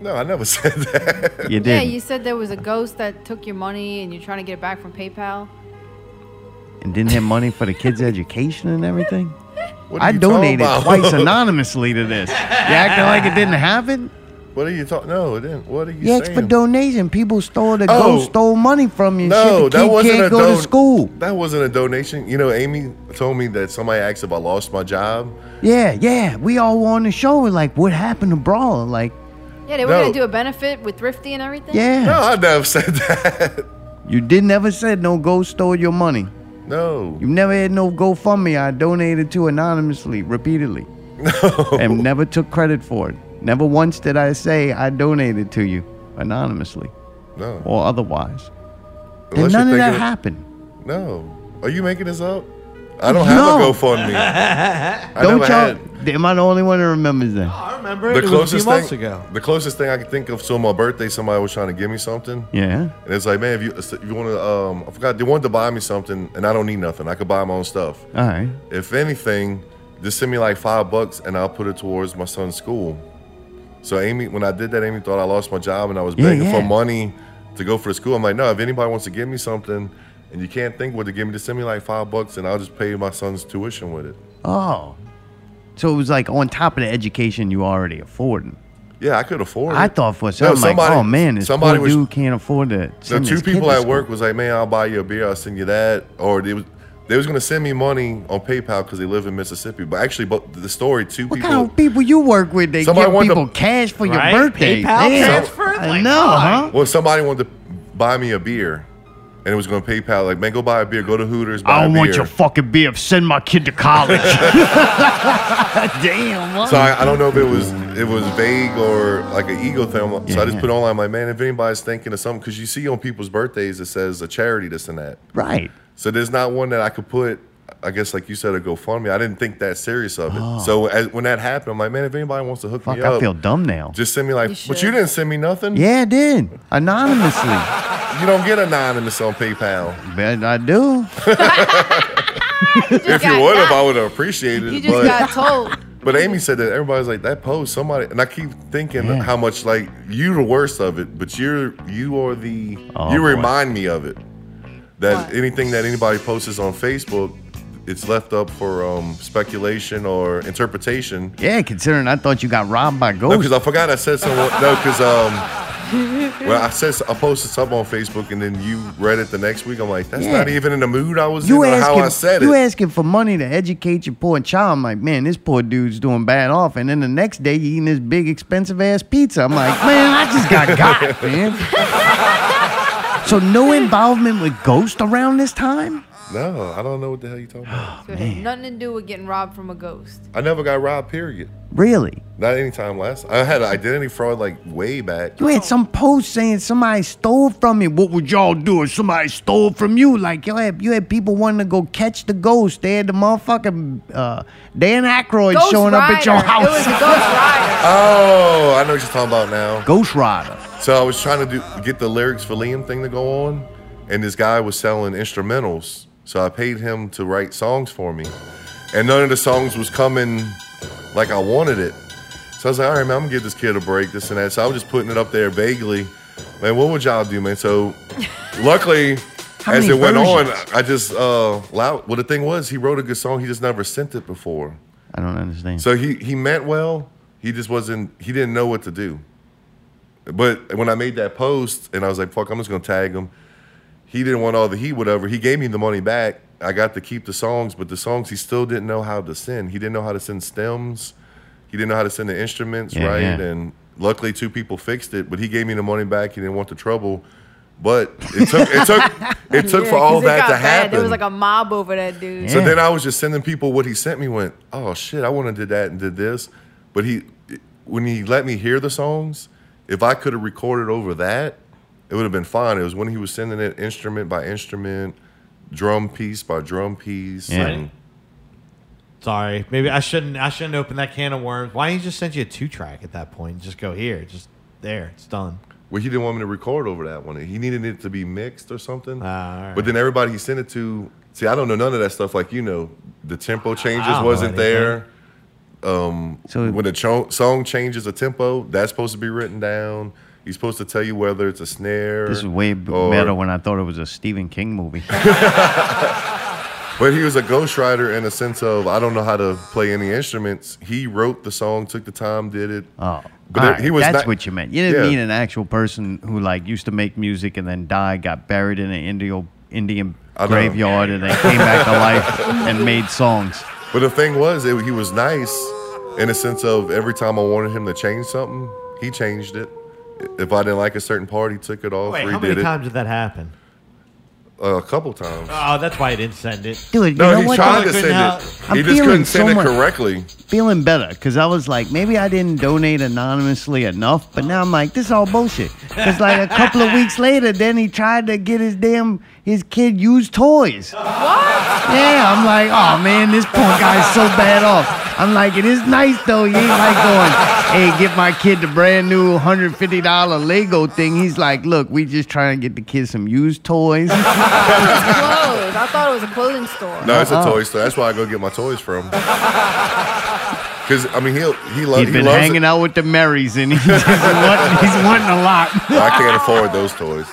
[SPEAKER 2] No, I never [laughs] said that.
[SPEAKER 1] You
[SPEAKER 3] Yeah,
[SPEAKER 1] did.
[SPEAKER 3] you said there was a ghost that took your money and you're trying to get it back from PayPal.
[SPEAKER 1] and didn't have money for the kids' education and everything.
[SPEAKER 2] [laughs] What are
[SPEAKER 1] I
[SPEAKER 2] you talking
[SPEAKER 1] donated
[SPEAKER 2] about? [laughs]
[SPEAKER 1] twice anonymously to this. You acting like it didn't happen?
[SPEAKER 2] What are you talking? No, it didn't. What are you
[SPEAKER 1] You asked
[SPEAKER 2] saying?
[SPEAKER 1] for donation. People stole the
[SPEAKER 2] Oh.
[SPEAKER 1] ghost, stole money from you. and
[SPEAKER 2] No,
[SPEAKER 1] shit. The
[SPEAKER 2] that
[SPEAKER 1] kid
[SPEAKER 2] wasn't
[SPEAKER 1] can't
[SPEAKER 2] a
[SPEAKER 1] go
[SPEAKER 2] don-
[SPEAKER 1] to school.
[SPEAKER 2] That wasn't a donation. You know, Amy told me that somebody asked if I lost my job.
[SPEAKER 1] Yeah, yeah. We all were on the show. We're like, what happened to Brawl? Like,
[SPEAKER 3] Yeah, they were
[SPEAKER 2] No.
[SPEAKER 3] gonna do a benefit with Thrifty and everything.
[SPEAKER 1] yeah.
[SPEAKER 2] No, I never said that.
[SPEAKER 1] You did never said no ghost stole your money.
[SPEAKER 2] No.
[SPEAKER 1] You never had no GoFundMe I donated to anonymously,
[SPEAKER 2] [laughs]
[SPEAKER 1] repeatedly. No. And never took credit for it. Never once did I say I donated to you anonymously
[SPEAKER 2] No.
[SPEAKER 1] or otherwise.
[SPEAKER 2] Unless
[SPEAKER 1] and none
[SPEAKER 2] you're
[SPEAKER 1] of that
[SPEAKER 2] thinking-
[SPEAKER 1] happened.
[SPEAKER 2] No. Are you making this up? I don't have a
[SPEAKER 1] No.
[SPEAKER 2] GoFundMe. I
[SPEAKER 1] Don't
[SPEAKER 2] never
[SPEAKER 1] y'all?
[SPEAKER 2] had.
[SPEAKER 1] Am I the only one that remembers that?
[SPEAKER 5] I remember
[SPEAKER 2] The
[SPEAKER 5] it, was a few
[SPEAKER 2] closest
[SPEAKER 5] months
[SPEAKER 2] thing,
[SPEAKER 5] ago.
[SPEAKER 2] the closest thing I could think of. So on my birthday, somebody was trying to give me something,
[SPEAKER 1] Yeah.
[SPEAKER 2] and it's like, man, if you if you want to, um, I forgot they wanted to buy me something, and I don't need nothing. I could buy my own stuff.
[SPEAKER 1] All right.
[SPEAKER 2] If anything, just send me like five bucks, and I'll put it towards my son's school. So Amy, when I did that, Amy thought I lost my job, and I was
[SPEAKER 1] Yeah,
[SPEAKER 2] begging for
[SPEAKER 1] yeah.
[SPEAKER 2] money to go for the school. I'm like, no, if anybody wants to give me something, and you can't think what to give me, just send me like five bucks, and I'll just pay my son's tuition with it.
[SPEAKER 1] Oh. So it was like on top of the education you already affording.
[SPEAKER 2] Yeah, I could afford it.
[SPEAKER 1] I thought for a second, I'm
[SPEAKER 2] somebody-
[SPEAKER 1] like, oh man, this poor
[SPEAKER 2] somebody was-
[SPEAKER 1] dude can't afford to.
[SPEAKER 2] the
[SPEAKER 1] send
[SPEAKER 2] two
[SPEAKER 1] his kid
[SPEAKER 2] people
[SPEAKER 1] to
[SPEAKER 2] at
[SPEAKER 1] school.
[SPEAKER 2] work was like, man, I'll buy you a beer, I'll send you that, or they was They was gonna send me money on PayPal because they live in Mississippi. But actually, but the story two
[SPEAKER 1] What
[SPEAKER 2] people.
[SPEAKER 1] kind of people you work with? They
[SPEAKER 2] Somebody
[SPEAKER 1] give
[SPEAKER 2] wanted to-
[SPEAKER 1] people cash for
[SPEAKER 5] Right?
[SPEAKER 1] your birthday.
[SPEAKER 5] PayPal
[SPEAKER 1] Damn.
[SPEAKER 5] transfer?
[SPEAKER 1] I
[SPEAKER 5] Like,
[SPEAKER 1] know, huh?
[SPEAKER 2] Well, somebody wanted to buy me a beer, and it was going to PayPal. Like, man, go buy a beer. Go to Hooters. Buy
[SPEAKER 1] I don't
[SPEAKER 2] a
[SPEAKER 1] want
[SPEAKER 2] beer.
[SPEAKER 1] your fucking beer. Send my kid to
[SPEAKER 2] [laughs]
[SPEAKER 1] college. Damn. what?
[SPEAKER 2] so I, I don't know if it was it was vague or like an ego thing. I'm- so I just
[SPEAKER 1] Yeah.
[SPEAKER 2] put it online, like, man, if anybody's thinking of something, because you see on people's birthdays it says a charity, this and that.
[SPEAKER 1] Right.
[SPEAKER 2] So there's not one that I could put. I guess like you said, a GoFundMe. I didn't think that serious of it. So as, when that happened, I'm like, man, if anybody wants to hook
[SPEAKER 1] Oh. Fuck,
[SPEAKER 2] me up,
[SPEAKER 1] I feel dumb now.
[SPEAKER 2] just send me like.
[SPEAKER 3] You
[SPEAKER 2] but
[SPEAKER 3] should.
[SPEAKER 2] you didn't send me nothing.
[SPEAKER 1] yeah, I did. Anonymously. [laughs]
[SPEAKER 2] You don't get anonymous on PayPal.
[SPEAKER 1] Bet I do.
[SPEAKER 2] if you would have, I would have appreciated
[SPEAKER 3] You
[SPEAKER 2] it.
[SPEAKER 3] just
[SPEAKER 2] but
[SPEAKER 3] got
[SPEAKER 2] [laughs]
[SPEAKER 3] told.
[SPEAKER 2] But Amy said that everybody's like that post somebody, and I keep thinking
[SPEAKER 1] Yeah.
[SPEAKER 2] how much like you the worst of it, but you're you are the
[SPEAKER 1] Oh,
[SPEAKER 2] you
[SPEAKER 1] boy.
[SPEAKER 2] remind me of it. That
[SPEAKER 3] What?
[SPEAKER 2] anything that anybody posts on Facebook, it's left up for um, speculation or interpretation.
[SPEAKER 1] Yeah, considering I thought you got robbed by
[SPEAKER 2] No,
[SPEAKER 1] ghosts.
[SPEAKER 2] because I forgot I said someone. No, because um, well, I said I posted something on Facebook, and then you read it the next week. I'm like, that's
[SPEAKER 1] Yeah.
[SPEAKER 2] not even in the mood I was
[SPEAKER 1] you
[SPEAKER 2] in or
[SPEAKER 1] asking,
[SPEAKER 2] how I said
[SPEAKER 1] you
[SPEAKER 2] it.
[SPEAKER 1] asking for money to educate your poor child. I'm like, man, this poor dude's doing bad off. And then the next day, you eating this big, expensive ass pizza. I'm like, man, I just
[SPEAKER 2] [laughs]
[SPEAKER 1] got got, man. so no involvement with ghosts around this time?
[SPEAKER 2] no, I don't know what the hell you're talking about.
[SPEAKER 3] So it had nothing to do with getting robbed from a ghost.
[SPEAKER 2] I never got robbed. Period.
[SPEAKER 1] Really?
[SPEAKER 2] Not anytime last. I had identity fraud like way back.
[SPEAKER 1] You had some post saying somebody stole from you. What would y'all do if somebody stole from you? Like you had, you had people wanting to go catch the ghost. They had the motherfucking uh, Dan Aykroyd
[SPEAKER 3] Ghost
[SPEAKER 1] showing
[SPEAKER 3] Rider.
[SPEAKER 1] up at your
[SPEAKER 3] It was a
[SPEAKER 1] house. [laughs]
[SPEAKER 3] Ghost Rider.
[SPEAKER 2] Oh, I know what you're talking about now.
[SPEAKER 1] Ghost Rider.
[SPEAKER 2] So I was trying to do get the lyrics for Liam thing to go on, and this guy was selling instrumentals. So I paid him to write songs for me, and none of the songs was coming like I wanted it. So I was like, all right, man, I'm gonna give this kid a break, this and that. So I was just putting it up there vaguely. Man, what would y'all do, man? [laughs] So luckily,
[SPEAKER 1] How
[SPEAKER 2] as
[SPEAKER 1] many
[SPEAKER 2] it went on,
[SPEAKER 1] versions?
[SPEAKER 2] I just uh, loud. Well, the thing was, he wrote a good song. He just never sent it before.
[SPEAKER 1] I don't understand.
[SPEAKER 2] So he he meant well. He just wasn't. He didn't know what to do. But when I made that post and I was like, "Fuck, I'm just gonna tag him," he didn't want all the heat, whatever. He gave me the money back. I got to keep the songs, but the songs he still didn't know how to send. He didn't know how to send stems. He didn't know how to send the instruments
[SPEAKER 1] Yeah,
[SPEAKER 2] right.
[SPEAKER 1] yeah.
[SPEAKER 2] And luckily, two people fixed it. But he gave me the money back. He didn't want the trouble. But it took it took
[SPEAKER 3] [laughs]
[SPEAKER 2] it took
[SPEAKER 3] Yeah,
[SPEAKER 2] for
[SPEAKER 3] 'cause
[SPEAKER 2] all
[SPEAKER 3] it
[SPEAKER 2] that
[SPEAKER 3] got
[SPEAKER 2] to
[SPEAKER 3] bad.
[SPEAKER 2] happen.
[SPEAKER 3] There was like a mob over that dude.
[SPEAKER 1] Yeah.
[SPEAKER 2] So then I was just sending people what he sent me. Went, oh shit, I wouldn't have did that and did this, but he, when he let me hear the songs, if I could have recorded over that, it would have been fine. It was when he was sending it instrument by instrument, drum piece by drum piece.
[SPEAKER 1] Yeah.
[SPEAKER 2] and-
[SPEAKER 5] Sorry, maybe I shouldn't. I shouldn't open that can of worms. Why didn't you just send you a two track at that point? Just go here, just there. It's done.
[SPEAKER 2] well, he didn't want me to record over that one. He needed it to be mixed or something.
[SPEAKER 5] Ah, all right.
[SPEAKER 2] But then everybody he sent it to, see, I don't know none of that stuff. Like you know, the tempo
[SPEAKER 5] I
[SPEAKER 2] changes
[SPEAKER 5] don't know
[SPEAKER 2] wasn't there.
[SPEAKER 5] anything.
[SPEAKER 1] So
[SPEAKER 2] when a cho- song changes a tempo, that's supposed to be written down. He's supposed to tell you whether it's a snare.
[SPEAKER 1] this is way b-
[SPEAKER 2] or-
[SPEAKER 1] better when I thought it was a Stephen King
[SPEAKER 2] [laughs]
[SPEAKER 1] movie.
[SPEAKER 2] But he was a ghostwriter in a sense of I don't know how to play any instruments. He wrote the song, took the time, did it.
[SPEAKER 1] Oh,
[SPEAKER 2] But
[SPEAKER 1] all
[SPEAKER 2] it-
[SPEAKER 1] right,
[SPEAKER 2] he was
[SPEAKER 1] that's
[SPEAKER 2] not-
[SPEAKER 1] what you meant. You didn't
[SPEAKER 2] Yeah.
[SPEAKER 1] mean an actual person who like used to make music and then died, got buried in an Indian Indian
[SPEAKER 2] I know.
[SPEAKER 1] graveyard, and then came back to life and made songs.
[SPEAKER 2] But the thing was, it, he was nice in a sense of every time I wanted him to change something, he changed it. If I didn't like a certain part, he took it off,
[SPEAKER 5] Wait, how many
[SPEAKER 2] redid it
[SPEAKER 5] times did that happen?
[SPEAKER 2] Uh, a couple times.
[SPEAKER 5] Oh, that's why I didn't send it.
[SPEAKER 1] Dude,
[SPEAKER 2] no,
[SPEAKER 1] you know
[SPEAKER 2] he
[SPEAKER 1] what?
[SPEAKER 2] tried
[SPEAKER 1] though?
[SPEAKER 2] to
[SPEAKER 5] Couldn't
[SPEAKER 2] send
[SPEAKER 5] help-
[SPEAKER 2] it.
[SPEAKER 1] I'm
[SPEAKER 2] he just
[SPEAKER 1] feeling
[SPEAKER 2] couldn't send
[SPEAKER 1] so
[SPEAKER 2] it
[SPEAKER 1] much-
[SPEAKER 2] correctly.
[SPEAKER 1] feeling better because I was like, maybe I didn't donate anonymously enough, but now I'm like, this is all bullshit. Because like a couple of weeks later, then he tried to get his damn his kid used toys. What? Yeah, I'm like, oh man, this poor guy's so bad off. I'm like, it is nice though. He ain't like going, hey, get my kid the brand new $150 Lego thing. He's like, look, we just trying to get the kid some used toys.
[SPEAKER 3] It's closed. I thought it was a clothing store.
[SPEAKER 2] No, it's a
[SPEAKER 1] Uh-uh.
[SPEAKER 2] toy store. That's where I go get my toys from.
[SPEAKER 1] [laughs]
[SPEAKER 2] Because I mean, he'll, he loves.
[SPEAKER 1] He's
[SPEAKER 2] He
[SPEAKER 1] been
[SPEAKER 2] loves
[SPEAKER 1] hanging
[SPEAKER 2] it.
[SPEAKER 1] out with the Marys and he's, [laughs] just wanting, he's wanting a lot.
[SPEAKER 2] I can't afford those toys.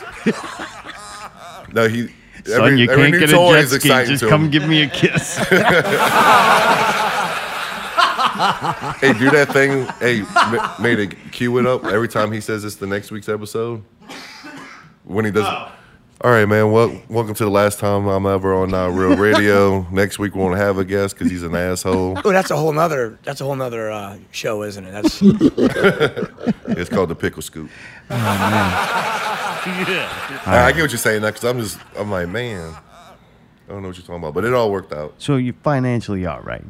[SPEAKER 2] No, he.
[SPEAKER 1] Son,
[SPEAKER 2] every
[SPEAKER 1] you
[SPEAKER 2] every
[SPEAKER 1] can't
[SPEAKER 2] new
[SPEAKER 1] get a
[SPEAKER 2] toy
[SPEAKER 1] jet
[SPEAKER 2] is
[SPEAKER 1] ski.
[SPEAKER 2] exciting
[SPEAKER 1] Just
[SPEAKER 2] to
[SPEAKER 1] come
[SPEAKER 2] him.
[SPEAKER 1] give me a kiss.
[SPEAKER 2] [laughs] hey, do that thing. Hey, ma- made
[SPEAKER 1] Oh.
[SPEAKER 2] it cue it up every time he says it's the next week's episode. When he does, All right, man. Well, welcome to the last time I'm ever on uh, Real Radio.
[SPEAKER 1] [laughs]
[SPEAKER 2] Next week we won't have a guest because he's an asshole.
[SPEAKER 10] Oh, that's a whole nother. That's a whole nother uh, show, isn't it? That's
[SPEAKER 2] It's called the Pickle Scoop.
[SPEAKER 1] Oh,
[SPEAKER 2] All right, I get what you're saying now because I'm just I'm like man, I don't know what you're talking about, but it all worked out.
[SPEAKER 1] So you financially are right.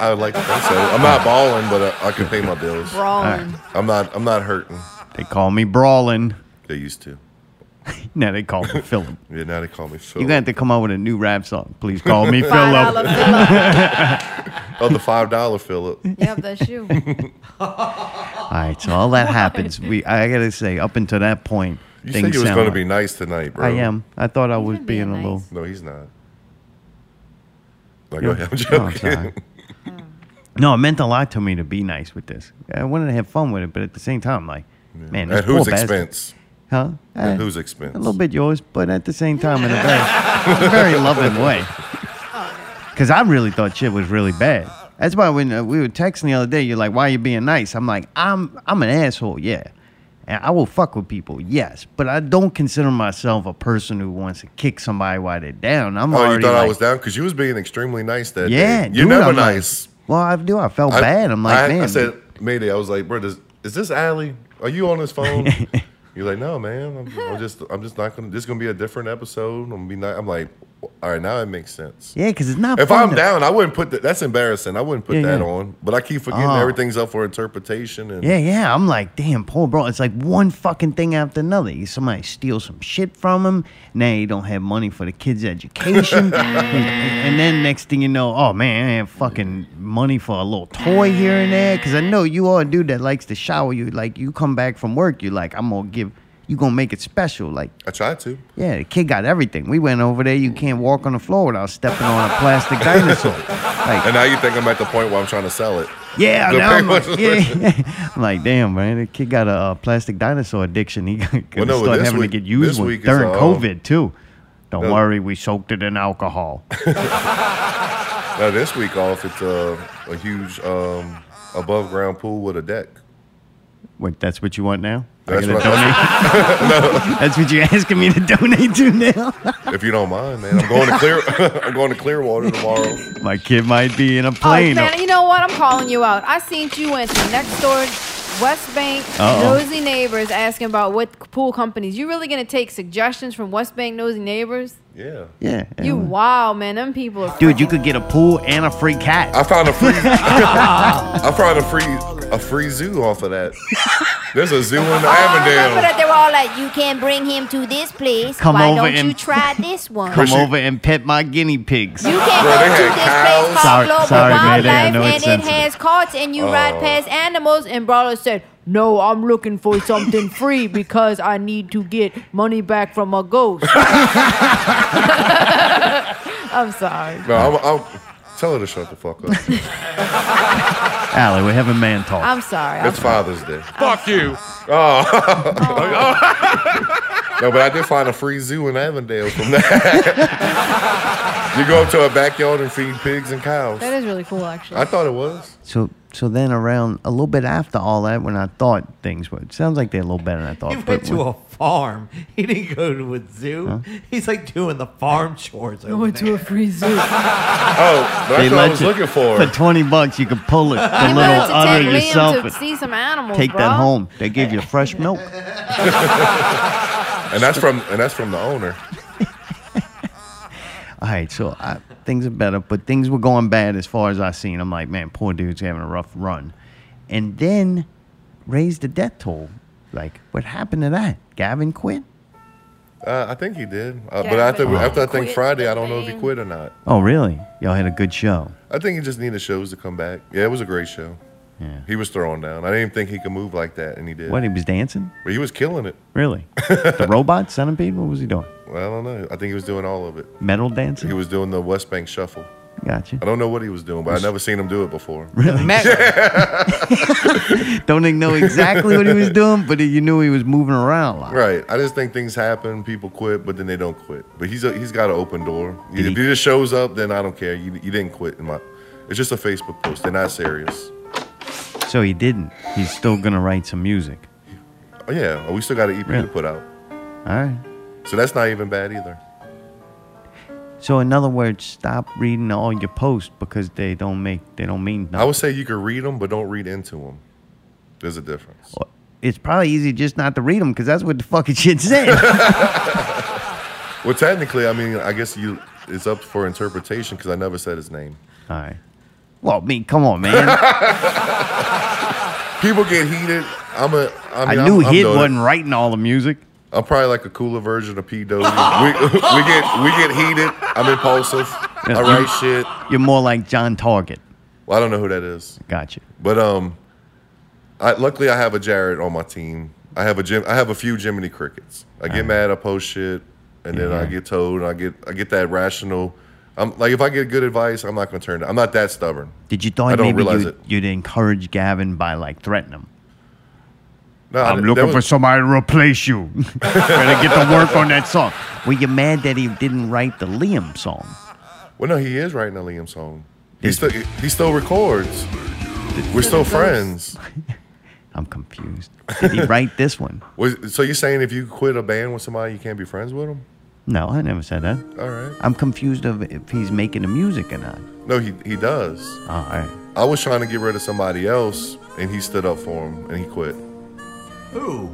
[SPEAKER 2] I would like to think so. I'm not balling, but I, I can pay my bills.
[SPEAKER 3] Brawling.
[SPEAKER 2] I'm not I'm not hurting.
[SPEAKER 1] They call me Brawlin.
[SPEAKER 2] They used to.
[SPEAKER 1] Now they call me Philip.
[SPEAKER 2] Yeah, now they call me Phil.
[SPEAKER 1] You're gonna have to come up with a new rap song. Please call [laughs] me
[SPEAKER 3] Five
[SPEAKER 1] Philip.
[SPEAKER 3] dollar Philip.
[SPEAKER 2] oh, the five dollar Philip.
[SPEAKER 3] Yep, that's
[SPEAKER 2] [laughs]
[SPEAKER 3] you.
[SPEAKER 1] All right, so all that happens. We I gotta say, up until that point,
[SPEAKER 2] You
[SPEAKER 1] things
[SPEAKER 2] said you was
[SPEAKER 1] sound
[SPEAKER 2] going to
[SPEAKER 1] like-
[SPEAKER 2] be nice tonight, bro.
[SPEAKER 1] I am. I thought I was
[SPEAKER 3] been
[SPEAKER 1] being
[SPEAKER 3] being
[SPEAKER 1] a little.
[SPEAKER 3] nice.
[SPEAKER 2] No, he's not. No, go ahead. I'm
[SPEAKER 1] No, I'm Oh,
[SPEAKER 2] joking. [laughs]
[SPEAKER 1] sorry. No, it meant a lot to me to be nice with this. I wanted to have fun with it, but at the same time, like, man, this
[SPEAKER 2] At whose
[SPEAKER 1] poor bastard-
[SPEAKER 2] expense?
[SPEAKER 1] Huh? Eh,
[SPEAKER 2] At whose expense?
[SPEAKER 1] a little bit yours, but at the same time, in a very, very loving way. Because I really thought shit was really bad. That's why when uh, we were texting the other day, you're like, "Why you being nice?" I'm like, "I'm I'm an asshole, yeah, and I will fuck with people, yes, but I don't consider myself a person who wants to kick somebody while they're down. I'm
[SPEAKER 2] Oh, you
[SPEAKER 1] already
[SPEAKER 2] thought
[SPEAKER 1] like,
[SPEAKER 2] I was down because you was being extremely nice that
[SPEAKER 1] yeah,
[SPEAKER 2] day. You're
[SPEAKER 1] dude,
[SPEAKER 2] never
[SPEAKER 1] I'm like-
[SPEAKER 2] nice.
[SPEAKER 1] well, I do. I felt
[SPEAKER 2] I-
[SPEAKER 1] bad. I'm like,
[SPEAKER 2] I,
[SPEAKER 1] man,
[SPEAKER 2] I said, Mayday. I was like, bro, does, is this Allie? Are you on
[SPEAKER 1] [laughs]
[SPEAKER 2] his phone? You're like, no, man. I'm, I'm just, I'm just not gonna. This is gonna be a different episode. I'm gonna be not. I'm like, all right, now it makes sense.
[SPEAKER 1] yeah, because it's not.
[SPEAKER 2] If
[SPEAKER 1] fun
[SPEAKER 2] I'm
[SPEAKER 1] to-
[SPEAKER 2] down, I wouldn't put that. That's embarrassing. I wouldn't put
[SPEAKER 1] Yeah,
[SPEAKER 2] that
[SPEAKER 1] yeah.
[SPEAKER 2] on. But I keep forgetting
[SPEAKER 1] Oh.
[SPEAKER 2] everything's up for interpretation. And
[SPEAKER 1] Yeah, yeah. I'm like, damn, poor bro. It's like one fucking thing after another. Somebody steals some shit from him. Now he don't have money for the kids' education. and, and then next thing you know, oh man, I have fucking money for a little toy here and there. Cause I know you are a dude that likes to shower. You like you come back from work, you like, I'm gonna give you gonna make it special. Like,
[SPEAKER 2] I tried to.
[SPEAKER 1] yeah, the kid got everything. We went over there, you can't walk on the floor without stepping on a plastic dinosaur. Like
[SPEAKER 2] And now you think I'm at the point where I'm trying to sell it.
[SPEAKER 1] yeah,
[SPEAKER 2] The
[SPEAKER 1] now I'm
[SPEAKER 2] parents
[SPEAKER 1] like, yeah. [laughs] I'm like, damn, man, the kid got a uh, plastic dinosaur addiction. He [laughs] gonna
[SPEAKER 2] no,
[SPEAKER 1] start
[SPEAKER 2] this
[SPEAKER 1] having
[SPEAKER 2] week-
[SPEAKER 1] to get
[SPEAKER 2] this
[SPEAKER 1] used with
[SPEAKER 2] week is,
[SPEAKER 1] during
[SPEAKER 2] uh,
[SPEAKER 1] COVID too. Don't
[SPEAKER 2] no.
[SPEAKER 1] worry, we soaked it in
[SPEAKER 2] [laughs]
[SPEAKER 1] alcohol.
[SPEAKER 2] Now this week off, it's a, a huge um, above ground pool with a deck.
[SPEAKER 1] Wait, that's what you want now? I
[SPEAKER 2] That's
[SPEAKER 1] gotta
[SPEAKER 2] what-
[SPEAKER 1] donate?
[SPEAKER 2] [laughs]
[SPEAKER 1] That's what you're asking me to donate to now. [laughs]
[SPEAKER 2] If you don't mind, man, I'm going to clear. [laughs] I'm going to Clearwater tomorrow.
[SPEAKER 1] My kid might be in a
[SPEAKER 3] Oh,
[SPEAKER 1] plane.
[SPEAKER 3] man, you know what? I'm calling you out. I seen you went to next door, West Bank,
[SPEAKER 1] Uh-oh.
[SPEAKER 3] nosy neighbors asking about what pool companies. You really gonna take suggestions from West Bank nosy neighbors?
[SPEAKER 2] Yeah,
[SPEAKER 1] yeah,
[SPEAKER 3] You
[SPEAKER 1] yeah.
[SPEAKER 3] wow, man. Them people are.
[SPEAKER 1] dude, you could get a pool and a free cat.
[SPEAKER 2] I found a free. [laughs] I found a free a free zoo off of that. There's
[SPEAKER 3] [laughs]
[SPEAKER 2] a
[SPEAKER 3] Oh,
[SPEAKER 2] zoo in
[SPEAKER 6] remember
[SPEAKER 2] Avondale.
[SPEAKER 6] that they were all like, you can't bring him to this place.
[SPEAKER 1] Come
[SPEAKER 6] Why
[SPEAKER 1] over
[SPEAKER 6] don't you
[SPEAKER 1] and-
[SPEAKER 6] try this one?
[SPEAKER 1] [laughs] Come
[SPEAKER 2] Christian-
[SPEAKER 1] over and pet my guinea pigs.
[SPEAKER 6] You can't
[SPEAKER 2] Bro,
[SPEAKER 6] go
[SPEAKER 2] they
[SPEAKER 6] to
[SPEAKER 2] had
[SPEAKER 6] this
[SPEAKER 2] cows.
[SPEAKER 6] place called
[SPEAKER 1] Sorry-
[SPEAKER 6] Global
[SPEAKER 1] sorry, man,
[SPEAKER 6] Wildlife,
[SPEAKER 1] they had no
[SPEAKER 6] and it
[SPEAKER 1] incentive.
[SPEAKER 6] has
[SPEAKER 3] Has carts and you
[SPEAKER 2] Oh.
[SPEAKER 3] ride past animals, and Brawler said, No, I'm looking for
[SPEAKER 2] [laughs]
[SPEAKER 3] something free because I need to get money back from a
[SPEAKER 2] [laughs]
[SPEAKER 3] ghost. [laughs] I'm sorry.
[SPEAKER 2] No, I'm, I'm, tell her to shut the fuck up.
[SPEAKER 1] Allie, we're having man talk.
[SPEAKER 3] I'm sorry. I'm
[SPEAKER 2] It's Father's Day. Oh.
[SPEAKER 8] Fuck
[SPEAKER 2] [laughs]
[SPEAKER 8] you.
[SPEAKER 2] No, but I did find a free zoo in Avondale from that. [laughs] you go up to a backyard and feed pigs and cows.
[SPEAKER 3] That is really cool, actually.
[SPEAKER 2] I thought it was.
[SPEAKER 1] So so then around a little bit after all that, when I thought things were, it sounds like they're a little better than I thought.
[SPEAKER 5] He went
[SPEAKER 1] but
[SPEAKER 5] to
[SPEAKER 1] when-
[SPEAKER 5] a farm. He didn't go to a zoo. He's like doing the farm chores. Over
[SPEAKER 3] went to
[SPEAKER 5] there.
[SPEAKER 3] a free
[SPEAKER 2] [laughs]
[SPEAKER 3] zoo.
[SPEAKER 2] Oh,
[SPEAKER 1] they
[SPEAKER 2] that's what I
[SPEAKER 1] let
[SPEAKER 2] was
[SPEAKER 1] you-
[SPEAKER 2] looking for.
[SPEAKER 1] [laughs] For twenty bucks, you could pull it the
[SPEAKER 3] You
[SPEAKER 1] little
[SPEAKER 3] wanted to
[SPEAKER 1] udder
[SPEAKER 3] take Liam
[SPEAKER 1] yourself
[SPEAKER 3] to
[SPEAKER 1] and
[SPEAKER 3] see some animals.
[SPEAKER 1] take
[SPEAKER 3] bro.
[SPEAKER 1] that home. They give you
[SPEAKER 3] [laughs]
[SPEAKER 1] fresh milk.
[SPEAKER 2] And that's from and that's from the owner.
[SPEAKER 1] All right, so I, things are better, but things were going bad as far as I seen. I'm like, man, poor dude's having a rough run, and then raised the death toll. Like, what happened to that? Gavin quit.
[SPEAKER 2] Uh, I think he did, uh,
[SPEAKER 3] Yeah,
[SPEAKER 2] but after
[SPEAKER 3] but
[SPEAKER 2] after I
[SPEAKER 3] he
[SPEAKER 2] think
[SPEAKER 3] quit
[SPEAKER 2] Friday,
[SPEAKER 3] the
[SPEAKER 2] I don't know if he
[SPEAKER 3] band.
[SPEAKER 2] quit or not.
[SPEAKER 1] Oh, really? Y'all had a good show.
[SPEAKER 2] I think he just needed shows to come back. Yeah, it was a great show.
[SPEAKER 1] Yeah.
[SPEAKER 2] He was throwing down. I didn't even think he could move like that, and he did.
[SPEAKER 1] What? He was dancing.
[SPEAKER 2] But he was killing it. [laughs]
[SPEAKER 1] Really? the robot centipede? What was he doing?
[SPEAKER 2] Well, I don't know. I think he was doing all of it.
[SPEAKER 1] Metal
[SPEAKER 2] He
[SPEAKER 1] dancing?
[SPEAKER 2] was doing the West Bank Shuffle.
[SPEAKER 1] Gotcha.
[SPEAKER 2] I don't know what he was doing, but I never seen him do it before.
[SPEAKER 1] Really?
[SPEAKER 5] Met-
[SPEAKER 1] Don't even know exactly what he
[SPEAKER 2] [laughs]
[SPEAKER 1] was doing, but you knew he was moving around a lot.
[SPEAKER 2] Right. I just think things happen. People quit, but then they don't quit. But he's a, he's got an open door.
[SPEAKER 1] Did
[SPEAKER 2] if
[SPEAKER 1] he-
[SPEAKER 2] he just shows up, then I don't care. You, you didn't quit. In my, it's just a Facebook post. They're not serious.
[SPEAKER 1] So he didn't. He's still going to write some music.
[SPEAKER 2] Oh yeah. We still got an EP
[SPEAKER 1] Yeah.
[SPEAKER 2] to put out.
[SPEAKER 1] All right.
[SPEAKER 2] So that's not even bad either.
[SPEAKER 1] So in other words, stop reading all your posts because they don't make they don't mean nothing.
[SPEAKER 2] I would say you could read them, but don't read into them. There's a difference.
[SPEAKER 1] it's probably easy just not to read them because that's what the fucking shit said.
[SPEAKER 2] [laughs] Well, technically, I mean, I guess you it's up for interpretation because I never said his name.
[SPEAKER 1] All right. Well, I mean, come on,
[SPEAKER 2] [laughs]
[SPEAKER 1] man.
[SPEAKER 2] People get heated. I'm a. I,
[SPEAKER 1] I
[SPEAKER 2] mean,
[SPEAKER 1] knew
[SPEAKER 2] I'm, I'm
[SPEAKER 1] Hit
[SPEAKER 2] doing it.
[SPEAKER 1] wasn't writing all the music.
[SPEAKER 2] I'm probably like a cooler version of P. Dodie. we, [laughs] we get we get heated. I'm impulsive. I write shit.
[SPEAKER 1] You're more like John Target.
[SPEAKER 2] Well, I don't know who that is.
[SPEAKER 1] Gotcha.
[SPEAKER 2] But um, I luckily I have a Jared on my team. I have a Jim. I have a few Jiminy crickets. I get mad. I post shit, and then I
[SPEAKER 1] Yeah.
[SPEAKER 2] get told. And I get I get that rational. I'm like if I get good advice, I'm not gonna turn it. I'm not that stubborn.
[SPEAKER 1] Did you
[SPEAKER 2] I
[SPEAKER 1] thought
[SPEAKER 2] don't
[SPEAKER 1] maybe
[SPEAKER 2] realize
[SPEAKER 1] you'd,
[SPEAKER 2] it.
[SPEAKER 1] you'd encourage Gavin by like threatening him?
[SPEAKER 2] No,
[SPEAKER 1] I'm
[SPEAKER 2] that
[SPEAKER 1] looking
[SPEAKER 2] was-
[SPEAKER 1] for somebody to replace
[SPEAKER 2] [laughs]
[SPEAKER 1] you. Better get to work on that song. Were you mad that he didn't write the Liam song?
[SPEAKER 2] Well, no, he is writing a Liam song. He still he still records. We're still friends.
[SPEAKER 1] I'm confused. Did
[SPEAKER 2] [laughs]
[SPEAKER 1] he write this one?
[SPEAKER 2] Was- So you're saying if you quit a band with somebody, you can't be friends with them?
[SPEAKER 1] No, I never said that.
[SPEAKER 2] All right.
[SPEAKER 1] I'm confused of if he's making the music or not.
[SPEAKER 2] No, he he does.
[SPEAKER 1] All right.
[SPEAKER 2] I was trying to get rid of somebody else, and he stood up for him, and he quit.
[SPEAKER 5] Who?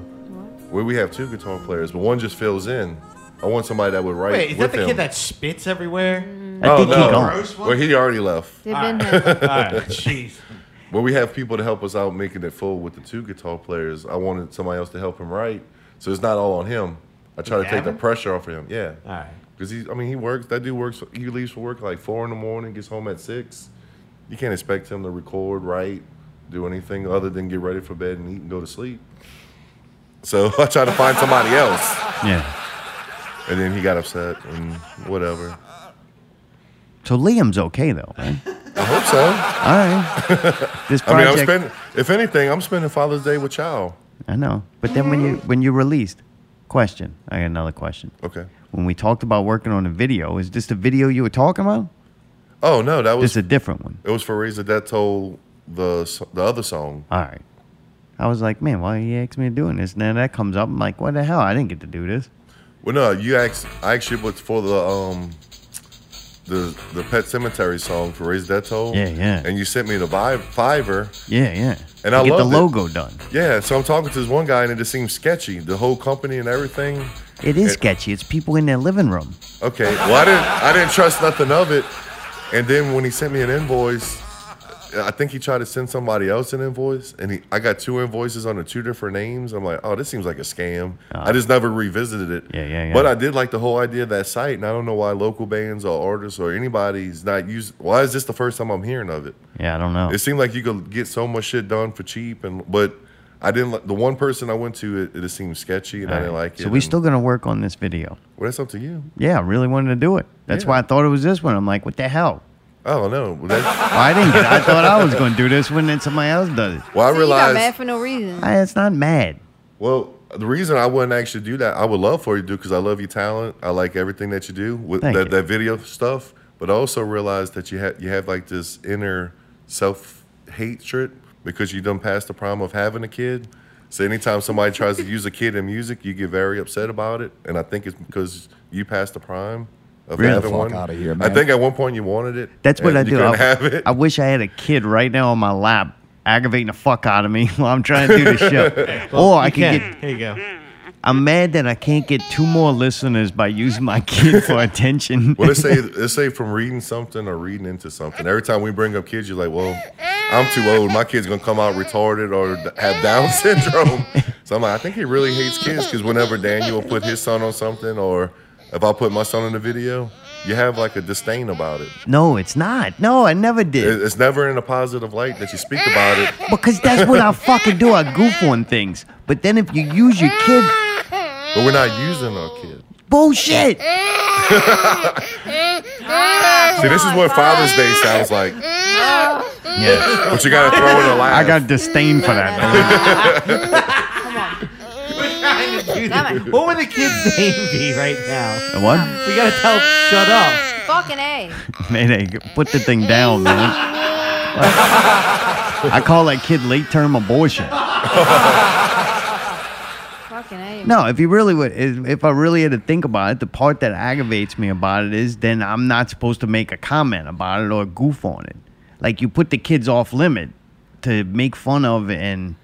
[SPEAKER 2] Well, we have two guitar players, but one just fills in. I want somebody that would write
[SPEAKER 5] Wait, is
[SPEAKER 2] with
[SPEAKER 5] that the
[SPEAKER 2] him.
[SPEAKER 5] kid that spits everywhere?
[SPEAKER 2] Oh,
[SPEAKER 1] I think he gone.
[SPEAKER 5] Gross one?
[SPEAKER 2] Well, he already left.
[SPEAKER 3] They've
[SPEAKER 5] All
[SPEAKER 3] been
[SPEAKER 5] right.
[SPEAKER 3] there.
[SPEAKER 5] All
[SPEAKER 2] [laughs]
[SPEAKER 5] right, jeez.
[SPEAKER 2] But we have people to help us out making it full with the two guitar players. I wanted somebody else to help him write, so it's not all on him. I try to take the
[SPEAKER 5] Gavin?
[SPEAKER 2] pressure off of him. Yeah,
[SPEAKER 5] All right.
[SPEAKER 2] because he, I mean, he works. That dude works. He leaves for work at like four in the morning, gets home at six. You can't expect him to record, write, do anything other than get ready for bed and eat and go to sleep. So [laughs] I try to find somebody else,
[SPEAKER 1] Yeah.
[SPEAKER 2] and then he got upset and whatever.
[SPEAKER 1] So Liam's okay though, right?
[SPEAKER 2] I hope so.
[SPEAKER 1] All
[SPEAKER 2] [laughs]
[SPEAKER 1] right. This
[SPEAKER 2] I mean, I'm
[SPEAKER 1] project.
[SPEAKER 2] spending. If anything, I'm spending Father's Day with y'all.
[SPEAKER 1] I know. But then when you when you released, question. I got another question.
[SPEAKER 2] Okay.
[SPEAKER 1] When we talked about working on a video, is this the video you were talking about?
[SPEAKER 2] Oh no, that was
[SPEAKER 1] This is a different one.
[SPEAKER 2] It was for Raise the Death Toll, the s- the other song.
[SPEAKER 1] All right. I was like, man, why he asked me to do this? And then that comes up. I'm like, what the hell? I didn't get to do this.
[SPEAKER 2] Well, no, you asked. I asked you what's for the um the the Pet Cemetery song for Raise the Death Toll.
[SPEAKER 1] Yeah, yeah.
[SPEAKER 2] And you sent me the vi- Fiverr.
[SPEAKER 1] Yeah, yeah.
[SPEAKER 2] And
[SPEAKER 1] To
[SPEAKER 2] I
[SPEAKER 1] get the
[SPEAKER 2] loved it.
[SPEAKER 1] logo done.
[SPEAKER 2] Yeah, so I'm talking to this one guy, and it just seems sketchy. The whole company and everything.
[SPEAKER 1] It is
[SPEAKER 2] It-
[SPEAKER 1] sketchy. It's people in their living room.
[SPEAKER 2] Okay. Well, I didn't I didn't trust nothing of it. And then when he sent me an invoice, I think he tried to send somebody else an invoice, and he, I got two invoices under two different names. I'm like, oh, this seems like a scam. I just never revisited it.
[SPEAKER 1] Yeah, yeah, yeah.
[SPEAKER 2] But I did like the whole idea of that site, and I don't know why local bands or artists or anybody's not using. Why is this the first time I'm hearing of it?
[SPEAKER 1] Yeah, I don't know.
[SPEAKER 2] It seemed like you could get so much shit done for cheap, and but I didn't. Like, the one person I went to, it, it just seemed sketchy, and I didn't like it.
[SPEAKER 1] so we
[SPEAKER 2] and-
[SPEAKER 1] still gonna work on this video.
[SPEAKER 2] Well, that's up to you.
[SPEAKER 1] Yeah, I really wanted to do it. That's
[SPEAKER 2] Yeah.
[SPEAKER 1] why I thought it was this one. I'm like, what the hell?
[SPEAKER 2] I don't know. Well, that-
[SPEAKER 1] Well, I didn't get it. I thought I was going to do this when then somebody else does it.
[SPEAKER 2] well I
[SPEAKER 3] So you got mad
[SPEAKER 2] realized.
[SPEAKER 3] for no reason.
[SPEAKER 1] I, it's not mad.
[SPEAKER 2] Well, the reason I wouldn't actually do that, I would love for you to do because I love your talent. I like everything that you do with
[SPEAKER 1] Thank
[SPEAKER 2] that,
[SPEAKER 1] you.
[SPEAKER 2] that video stuff. But I also realize that you have you have like this inner self hatred because you done past the problem of having a kid. So anytime somebody tries to use a kid in music, you get very upset about it. And I think it's because you passed the prime of
[SPEAKER 1] Really?
[SPEAKER 2] having
[SPEAKER 1] Fuck
[SPEAKER 2] one.
[SPEAKER 11] outta here,
[SPEAKER 2] I
[SPEAKER 11] man.
[SPEAKER 2] think at one point you wanted it.
[SPEAKER 1] That's what
[SPEAKER 2] and
[SPEAKER 1] I
[SPEAKER 2] you
[SPEAKER 1] do.
[SPEAKER 2] Couldn't
[SPEAKER 1] I,
[SPEAKER 2] have it.
[SPEAKER 1] I wish I had a kid right now on my lap aggravating the fuck out of me [laughs] while I'm trying to do the
[SPEAKER 2] [laughs]
[SPEAKER 1] show.
[SPEAKER 5] Well,
[SPEAKER 1] or I
[SPEAKER 5] you
[SPEAKER 1] can, get.
[SPEAKER 5] Here you go.
[SPEAKER 1] I'm mad that I can't get two more listeners by using my kid for attention.
[SPEAKER 2] Well, let's say let's say from reading something or reading into something. Every time we bring up kids, you're like, "Well, I'm too old. My kid's gonna come out retarded or d- have Down [laughs] syndrome." So I'm like, I think he really hates kids because whenever Daniel put his son on something, or if I put my son in a video, you have like a disdain about it.
[SPEAKER 1] no, it's not. No, I never did.
[SPEAKER 2] It- It's never in a positive light that you speak about it.
[SPEAKER 1] Because that's what I fucking do. I goof on things. But then if you use your kid,
[SPEAKER 2] But we're not using our kid.
[SPEAKER 1] bullshit.
[SPEAKER 2] See, this is what Father's Day sounds like.
[SPEAKER 1] Yeah.
[SPEAKER 2] But you gotta throw in a laugh.
[SPEAKER 1] I got disdain for that.
[SPEAKER 5] [laughs] What would the kid's name be right now?
[SPEAKER 1] The [laughs] What?
[SPEAKER 5] We gotta tell. Shut up.
[SPEAKER 3] Fucking A.
[SPEAKER 1] Mayday, g- put the thing down, man. I call that kid late term abortion.
[SPEAKER 3] Fucking A.
[SPEAKER 2] [laughs]
[SPEAKER 3] anyway.
[SPEAKER 1] No, if you really would, if if I really had to think about it, the part that aggravates me about it is then I'm not supposed to make a comment about it or goof on it. Like you put the kids off limit to make fun of and.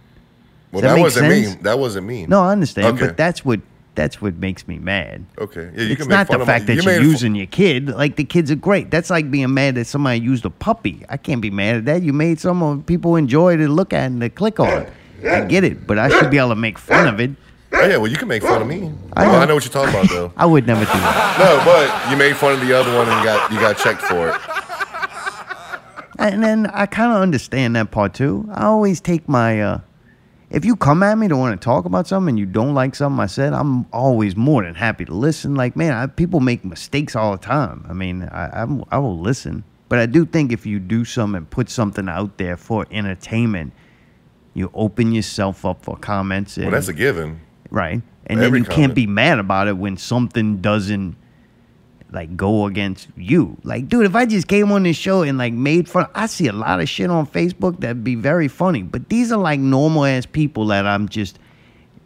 [SPEAKER 2] Well,
[SPEAKER 1] Does that
[SPEAKER 2] that,
[SPEAKER 1] make
[SPEAKER 2] wasn't
[SPEAKER 1] sense?
[SPEAKER 2] me. That wasn't me.
[SPEAKER 1] No, I understand,
[SPEAKER 2] Okay.
[SPEAKER 1] but that's what that's what makes me mad.
[SPEAKER 2] Okay. Yeah, you
[SPEAKER 1] it's
[SPEAKER 2] can make
[SPEAKER 1] not
[SPEAKER 2] fun
[SPEAKER 1] the
[SPEAKER 2] of 'em.
[SPEAKER 1] fact that
[SPEAKER 2] You
[SPEAKER 1] you are
[SPEAKER 2] made fu-
[SPEAKER 1] using your kid. Like the kids are great. That's like being mad that somebody used a puppy. I can't be mad at that. You made some of people enjoy to look at and to click on. I get it, but I should be able to make fun of it.
[SPEAKER 2] Oh, yeah, well, you can make fun of me.
[SPEAKER 1] I
[SPEAKER 2] I know,
[SPEAKER 1] know.
[SPEAKER 2] I know what you're talking about, [laughs] though.
[SPEAKER 1] I would never do that.
[SPEAKER 2] no, but you made fun of the other one and got you got checked for it.
[SPEAKER 1] And then I kind of understand that part too. I always take my. Uh, if you come at me to want to talk about something and you don't like something I said, I'm always more than happy to listen. Like, man, I, people make mistakes all the time. I mean, I, I'm, I will listen. But I do think if you do something and put something out there for entertainment, you open yourself up for comments. And,
[SPEAKER 2] Well, that's a given.
[SPEAKER 1] Right. And
[SPEAKER 2] Every
[SPEAKER 1] then you can't
[SPEAKER 2] comment.
[SPEAKER 1] be mad about it when something doesn't like go against you. Like, dude, if I just came on this show and like made fun, I see a lot of shit on Facebook that'd be very funny. But these are like normal ass people that I'm just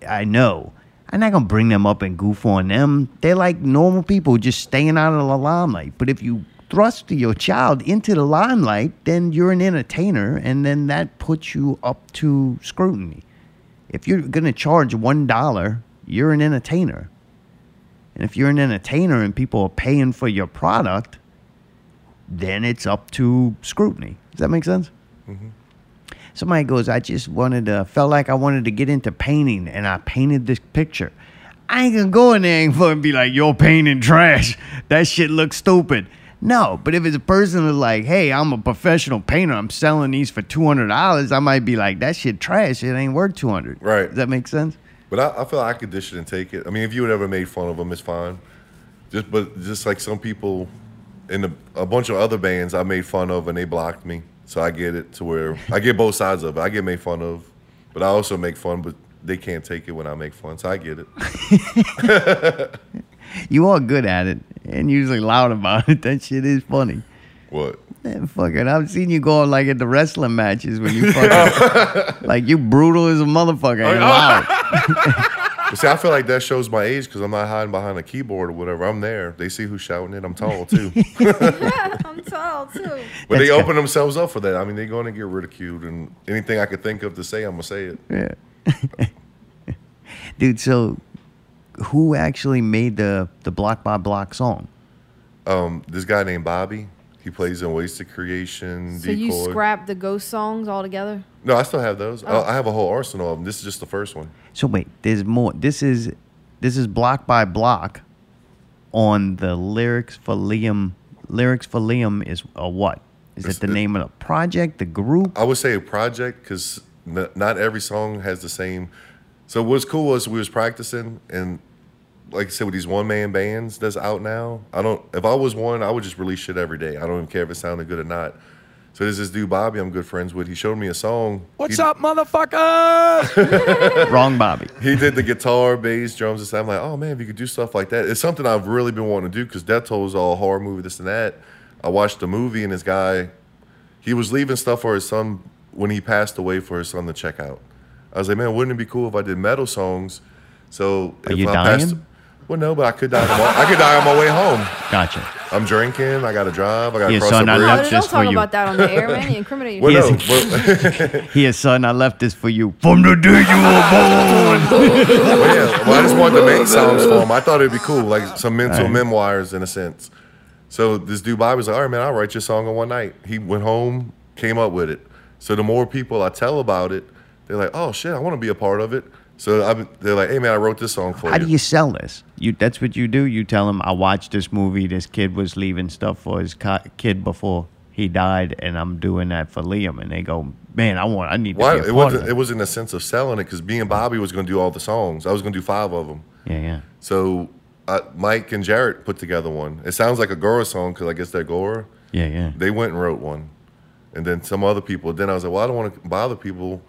[SPEAKER 1] I know. I'm not gonna bring them up and goof on them. They're like normal people just staying out of the limelight. But if you thrust your child into the limelight, then you're an entertainer, and then that puts you up to scrutiny. If you're gonna charge one dollar, you're an entertainer. And if you're an entertainer and people are paying for your product, then it's up to scrutiny. Does that make sense? Somebody goes, I just wanted to, felt like I wanted to get into painting and I painted this picture. I ain't gonna go in there and fucking be like, you're painting trash. That shit looks stupid. No, but if it's a person that's like, hey, I'm a professional painter, I'm selling these for $200, I might be like, that shit trash. It ain't worth 200
[SPEAKER 2] Right.
[SPEAKER 1] Does that make sense?
[SPEAKER 2] But I, I feel I could dish it and take it. I mean, if you would ever made fun of them, it's fine. Just but just like some people in a, a bunch of other bands, I made fun of and they blocked me. So I get it to where I get both sides of it. I get made fun of, but I also make fun. But they can't take it when I make fun, so I get it.
[SPEAKER 1] You are good at it and usually loud about it. [laughs] That shit is funny.
[SPEAKER 2] What?
[SPEAKER 1] Man, fucking, I've seen you go like at the wrestling matches when you
[SPEAKER 2] [laughs]
[SPEAKER 1] fucking, like you brutal as a motherfucker
[SPEAKER 2] Oh,
[SPEAKER 1] and loud.
[SPEAKER 2] But see, I feel like that shows my age because I'm not hiding behind a keyboard or whatever. I'm there. They see who's shouting it. I'm tall too.
[SPEAKER 6] I'm tall
[SPEAKER 2] But
[SPEAKER 6] too.
[SPEAKER 1] That's
[SPEAKER 2] they
[SPEAKER 1] good.
[SPEAKER 2] open themselves up for that. I mean, they're going to get ridiculed, and anything I could think of to say, I'm gonna say it.
[SPEAKER 1] Yeah. Dude, so who actually made the the block by block song?
[SPEAKER 2] Um, this guy named Bobby, he plays in Wasted Creation,
[SPEAKER 3] So
[SPEAKER 2] Decoy.
[SPEAKER 3] you scrap the ghost songs all
[SPEAKER 2] [laughs]
[SPEAKER 3] together?
[SPEAKER 2] no, I still have those. I I have a whole arsenal of them. This is just the first one.
[SPEAKER 1] So wait, there's more. This is this is block by block on the lyrics for Liam. Lyrics for Liam is a what? Is
[SPEAKER 2] It's
[SPEAKER 1] it the
[SPEAKER 2] the-
[SPEAKER 1] name of the project, the group?
[SPEAKER 2] I would say a project because n- not every song has the same. So what's cool was we was practicing and. Like I said, with these one man bands that's out now, I don't. If I was one, I would just release shit every day. I don't even care if it sounded good or not. So there's this dude Bobby I'm good friends with. He showed me a song.
[SPEAKER 10] What's
[SPEAKER 2] He-
[SPEAKER 10] up, motherfucker?
[SPEAKER 1] Wrong Bobby.
[SPEAKER 2] he did the guitar, bass, drums, and stuff. I'm like, oh man, if you could do stuff like that, it's something I've really been wanting to do because Death Toll is all horror movie, this and that. I watched the movie and this guy, he was leaving stuff for his son when he passed away for his son to check out. I was like, man, wouldn't it be cool if I did metal songs? So
[SPEAKER 1] Are
[SPEAKER 2] if
[SPEAKER 1] you
[SPEAKER 2] I
[SPEAKER 1] dying?
[SPEAKER 2] well, no, but I could die. Tomorrow. I could die on my way home.
[SPEAKER 1] Gotcha.
[SPEAKER 2] I'm drinking. I got to drive. I got to
[SPEAKER 1] Yeah,
[SPEAKER 2] cross
[SPEAKER 1] son,
[SPEAKER 2] the
[SPEAKER 1] I
[SPEAKER 2] bridge.
[SPEAKER 1] love
[SPEAKER 3] No,
[SPEAKER 1] That's
[SPEAKER 3] don't
[SPEAKER 1] just for
[SPEAKER 3] talk
[SPEAKER 1] you.
[SPEAKER 3] about that on the air, man. You incriminate
[SPEAKER 2] Well,
[SPEAKER 3] yourself.
[SPEAKER 1] [laughs]
[SPEAKER 2] no,
[SPEAKER 1] Yes.
[SPEAKER 2] well,
[SPEAKER 1] Here, son, I left this for you. From the day you were born.
[SPEAKER 2] Well, yeah, well, I just wanted to make songs for him. I thought it'd be cool, like some mental memoirs in a sense. So this dude Bobby was like, "All right, man, I'll write your song in one night." He went home, came up with it. So the more people I tell about it, they're like, "Oh shit, I want to be a part of it." So I, they're like, "Hey man, I wrote this song for
[SPEAKER 1] [laughs] How
[SPEAKER 2] you."
[SPEAKER 1] do you sell this? You that's what you do. You tell them I watched this movie. This kid was leaving stuff for his co- kid before he died, and I'm doing that for Liam. And they go, man, I want. I need
[SPEAKER 2] Well,
[SPEAKER 1] to be
[SPEAKER 2] it
[SPEAKER 1] a part of
[SPEAKER 2] wasn't. It
[SPEAKER 1] that."
[SPEAKER 2] was in a sense of selling it because me and Bobby was going to do all the songs. I was going to do five of them.
[SPEAKER 1] yeah, yeah.
[SPEAKER 2] So uh, Mike and Jarrett put together one. It sounds like a Gora song because I guess they're Gora.
[SPEAKER 1] Yeah, yeah.
[SPEAKER 2] They went and wrote one, and then some other people. Then I was like, well, I don't want to bother people.